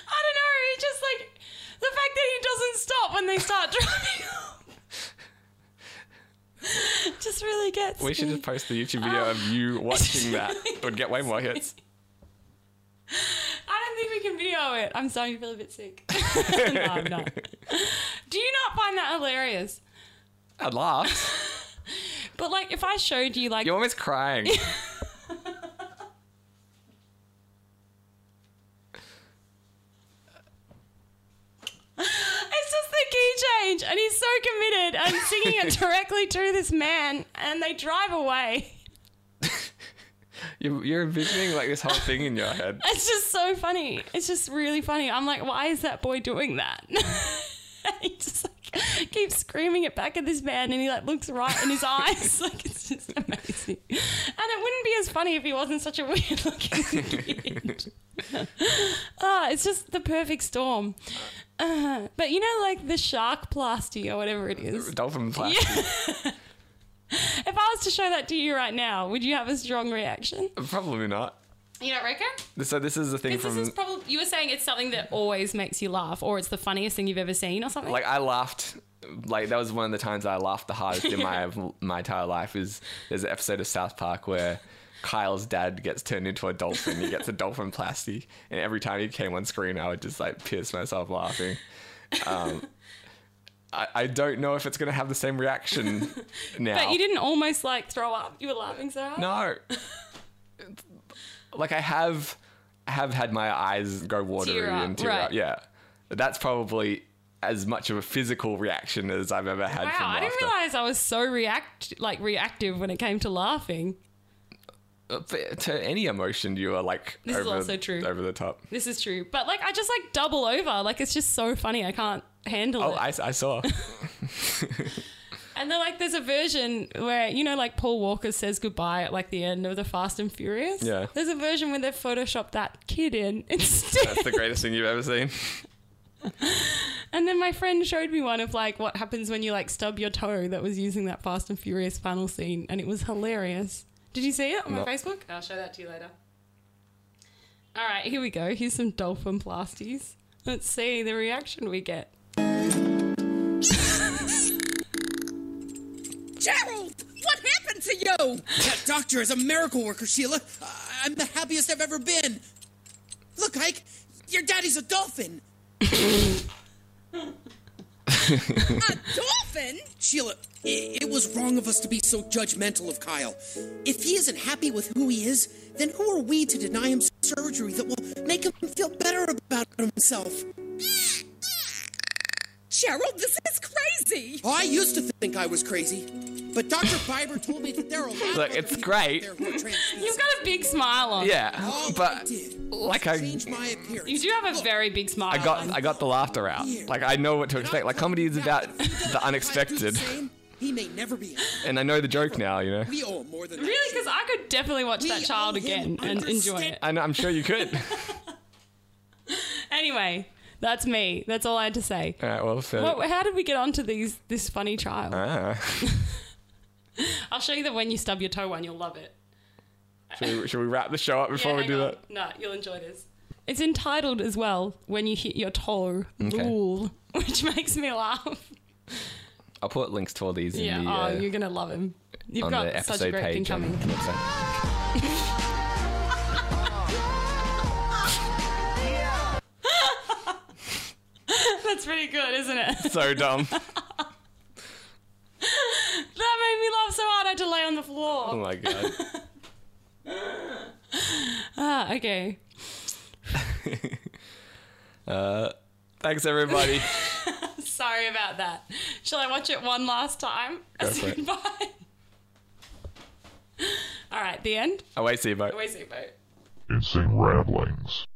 [SPEAKER 3] I don't know, he just like the fact that he doesn't stop when they start <laughs>
[SPEAKER 2] <laughs>
[SPEAKER 3] driving just really gets
[SPEAKER 2] We should
[SPEAKER 3] me.
[SPEAKER 2] just post the YouTube video of
[SPEAKER 3] <laughs>
[SPEAKER 2] you watching that. It would get way more hits.
[SPEAKER 3] I don't think we can video it. I'm starting to feel a bit sick. <laughs> no, I'm
[SPEAKER 2] <laughs>
[SPEAKER 3] not. Do you not find that hilarious?
[SPEAKER 2] I'd
[SPEAKER 3] <laughs>
[SPEAKER 2] laugh.
[SPEAKER 3] But like if I showed you like
[SPEAKER 2] You're almost crying.
[SPEAKER 3] "Oh, It's just the key change, and he's so committed. and singing it
[SPEAKER 2] <laughs>
[SPEAKER 3] directly to this man, and they drive away.
[SPEAKER 2] You're, you're envisioning like this whole thing in your
[SPEAKER 3] <laughs>
[SPEAKER 2] head.
[SPEAKER 3] It's just so funny. It's just really funny. I'm like, why is that boy doing that? <laughs> He just like keeps screaming it back at this man and he like looks right in his eyes. <laughs> Like it's just amazing. And it wouldn't be as funny if he wasn't such a <laughs> weird looking kid. <laughs> ah, it's just the perfect storm. Uh, but you know, like the shark plasty or whatever
[SPEAKER 2] <laughs>
[SPEAKER 3] it is.
[SPEAKER 2] Dolphin flash.
[SPEAKER 3] <laughs> If I was to show that to you right now, would you have a strong reaction?
[SPEAKER 2] Probably not.
[SPEAKER 3] You don't reckon?
[SPEAKER 2] So this is the thing
[SPEAKER 3] Because
[SPEAKER 2] from
[SPEAKER 3] this is probably you were saying it's something that always makes you laugh, or it's the funniest thing you've ever seen, or something.
[SPEAKER 2] like I laughed. Like that was one of the times I laughed the hardest in
[SPEAKER 3] <laughs>
[SPEAKER 2] my my entire life. Is there's an episode of South Park where Kyle's dad gets turned into a dolphin. He gets a dolphin plasty, and every time he came on screen, I would just like pierce myself laughing. Um, I, I don't know if it's gonna have the same reaction now.
[SPEAKER 3] <laughs> but you didn't almost like throw up. You were laughing so hard.
[SPEAKER 2] No. like I have I have had my eyes go watery
[SPEAKER 3] Tear up,
[SPEAKER 2] and tear
[SPEAKER 3] right.
[SPEAKER 2] up. Yeah. That's probably as much of a physical reaction as I've ever had
[SPEAKER 3] Wow,
[SPEAKER 2] from
[SPEAKER 3] I
[SPEAKER 2] laughter.
[SPEAKER 3] didn't realize I was so react like reactive when it came to laughing.
[SPEAKER 2] Uh, but to any emotion you are like
[SPEAKER 3] This is
[SPEAKER 2] over,
[SPEAKER 3] also true.
[SPEAKER 2] over the top.
[SPEAKER 3] This is true, but like I just like double over. Like it's just so funny. I can't handle
[SPEAKER 2] Oh,
[SPEAKER 3] it.
[SPEAKER 2] I, I
[SPEAKER 3] <laughs>
[SPEAKER 2] saw.
[SPEAKER 3] And then like there's a version where you know like Paul Walker says goodbye at like the end of the Fast and Furious.
[SPEAKER 2] Yeah.
[SPEAKER 3] There's a version where they've photoshopped that kid in <laughs> instead.
[SPEAKER 2] That's the greatest thing you've ever seen.
[SPEAKER 3] And then my friend showed me one of like what happens when you like stub your toe that was using that Fast and Furious final scene, and it was hilarious. Did you see it on
[SPEAKER 2] No.
[SPEAKER 3] my Facebook? I'll show that to you later. All right, here we go. Here's some dolphin plasties. Let's see the reaction we get. <laughs>
[SPEAKER 7] Jerry, what happened to you?
[SPEAKER 8] That doctor is a miracle worker, Sheila. I- I'm the happiest I've ever been. Look, Ike, your daddy's a dolphin.
[SPEAKER 7] A dolphin?
[SPEAKER 8] Sheila, i- it was wrong of us to be so judgmental of Kyle. If he isn't happy with who he is, then who are we to deny him surgery that will make him feel better about himself?
[SPEAKER 7] Gerald, this is crazy.
[SPEAKER 8] Oh, I used to think I was crazy, but Dr. Biber told me that there are a lot
[SPEAKER 2] Look,
[SPEAKER 8] of
[SPEAKER 2] it's
[SPEAKER 8] people
[SPEAKER 2] great.
[SPEAKER 8] out there who are trans-
[SPEAKER 2] <laughs>
[SPEAKER 3] You've got a big smile on.
[SPEAKER 2] Yeah.
[SPEAKER 8] All I
[SPEAKER 2] But
[SPEAKER 8] did was
[SPEAKER 2] like I-
[SPEAKER 8] change my appearance.
[SPEAKER 3] You do have a very big smile.
[SPEAKER 2] I got
[SPEAKER 3] on.
[SPEAKER 2] I got the laughter out. Like I know what to expect. Like comedy is about the unexpected.
[SPEAKER 8] He may never be. happy. <laughs>
[SPEAKER 2] And I know the joke now, you know.
[SPEAKER 8] We owe him more than that,
[SPEAKER 3] really because I could definitely watch
[SPEAKER 8] We
[SPEAKER 3] that child
[SPEAKER 8] owe him
[SPEAKER 3] again and enjoy it.
[SPEAKER 2] And I'm sure you could.
[SPEAKER 3] Anyway, that's me. That's all I had to say.
[SPEAKER 2] All right, well, fair.
[SPEAKER 3] What, how did we get onto these this funny child?
[SPEAKER 2] Ah.
[SPEAKER 3] I'll show you that when you stub your toe one, you'll love it.
[SPEAKER 2] Should we, should we wrap the show up before we
[SPEAKER 3] hang
[SPEAKER 2] do
[SPEAKER 3] on.
[SPEAKER 2] that?
[SPEAKER 3] No, you'll enjoy this. It's entitled as well, When You Hit Your Toe
[SPEAKER 2] Okay.
[SPEAKER 3] Rule, <laughs> which makes me laugh.
[SPEAKER 2] I'll put links to all these in
[SPEAKER 3] Yeah,
[SPEAKER 2] the,
[SPEAKER 3] oh,
[SPEAKER 2] uh,
[SPEAKER 3] you're going to love him. You've
[SPEAKER 2] on the
[SPEAKER 3] got such a
[SPEAKER 2] episode
[SPEAKER 3] great thing
[SPEAKER 2] page. on the
[SPEAKER 3] coming.
[SPEAKER 2] website.
[SPEAKER 3] <laughs> That's pretty good, isn't
[SPEAKER 2] <laughs>
[SPEAKER 3] it? <laughs>
[SPEAKER 2] so dumb.
[SPEAKER 3] that made me laugh so hard I had to lay on the floor.
[SPEAKER 2] Oh my god.
[SPEAKER 3] Ah, okay.
[SPEAKER 2] Thanks everybody.
[SPEAKER 3] Sorry about that. Shall I watch it one last time?
[SPEAKER 2] Go for it.
[SPEAKER 3] <laughs> Goodbye. All right, the end.
[SPEAKER 2] Oh wait, see you, bye.
[SPEAKER 3] Always see, boat.
[SPEAKER 9] It's in Ramblings.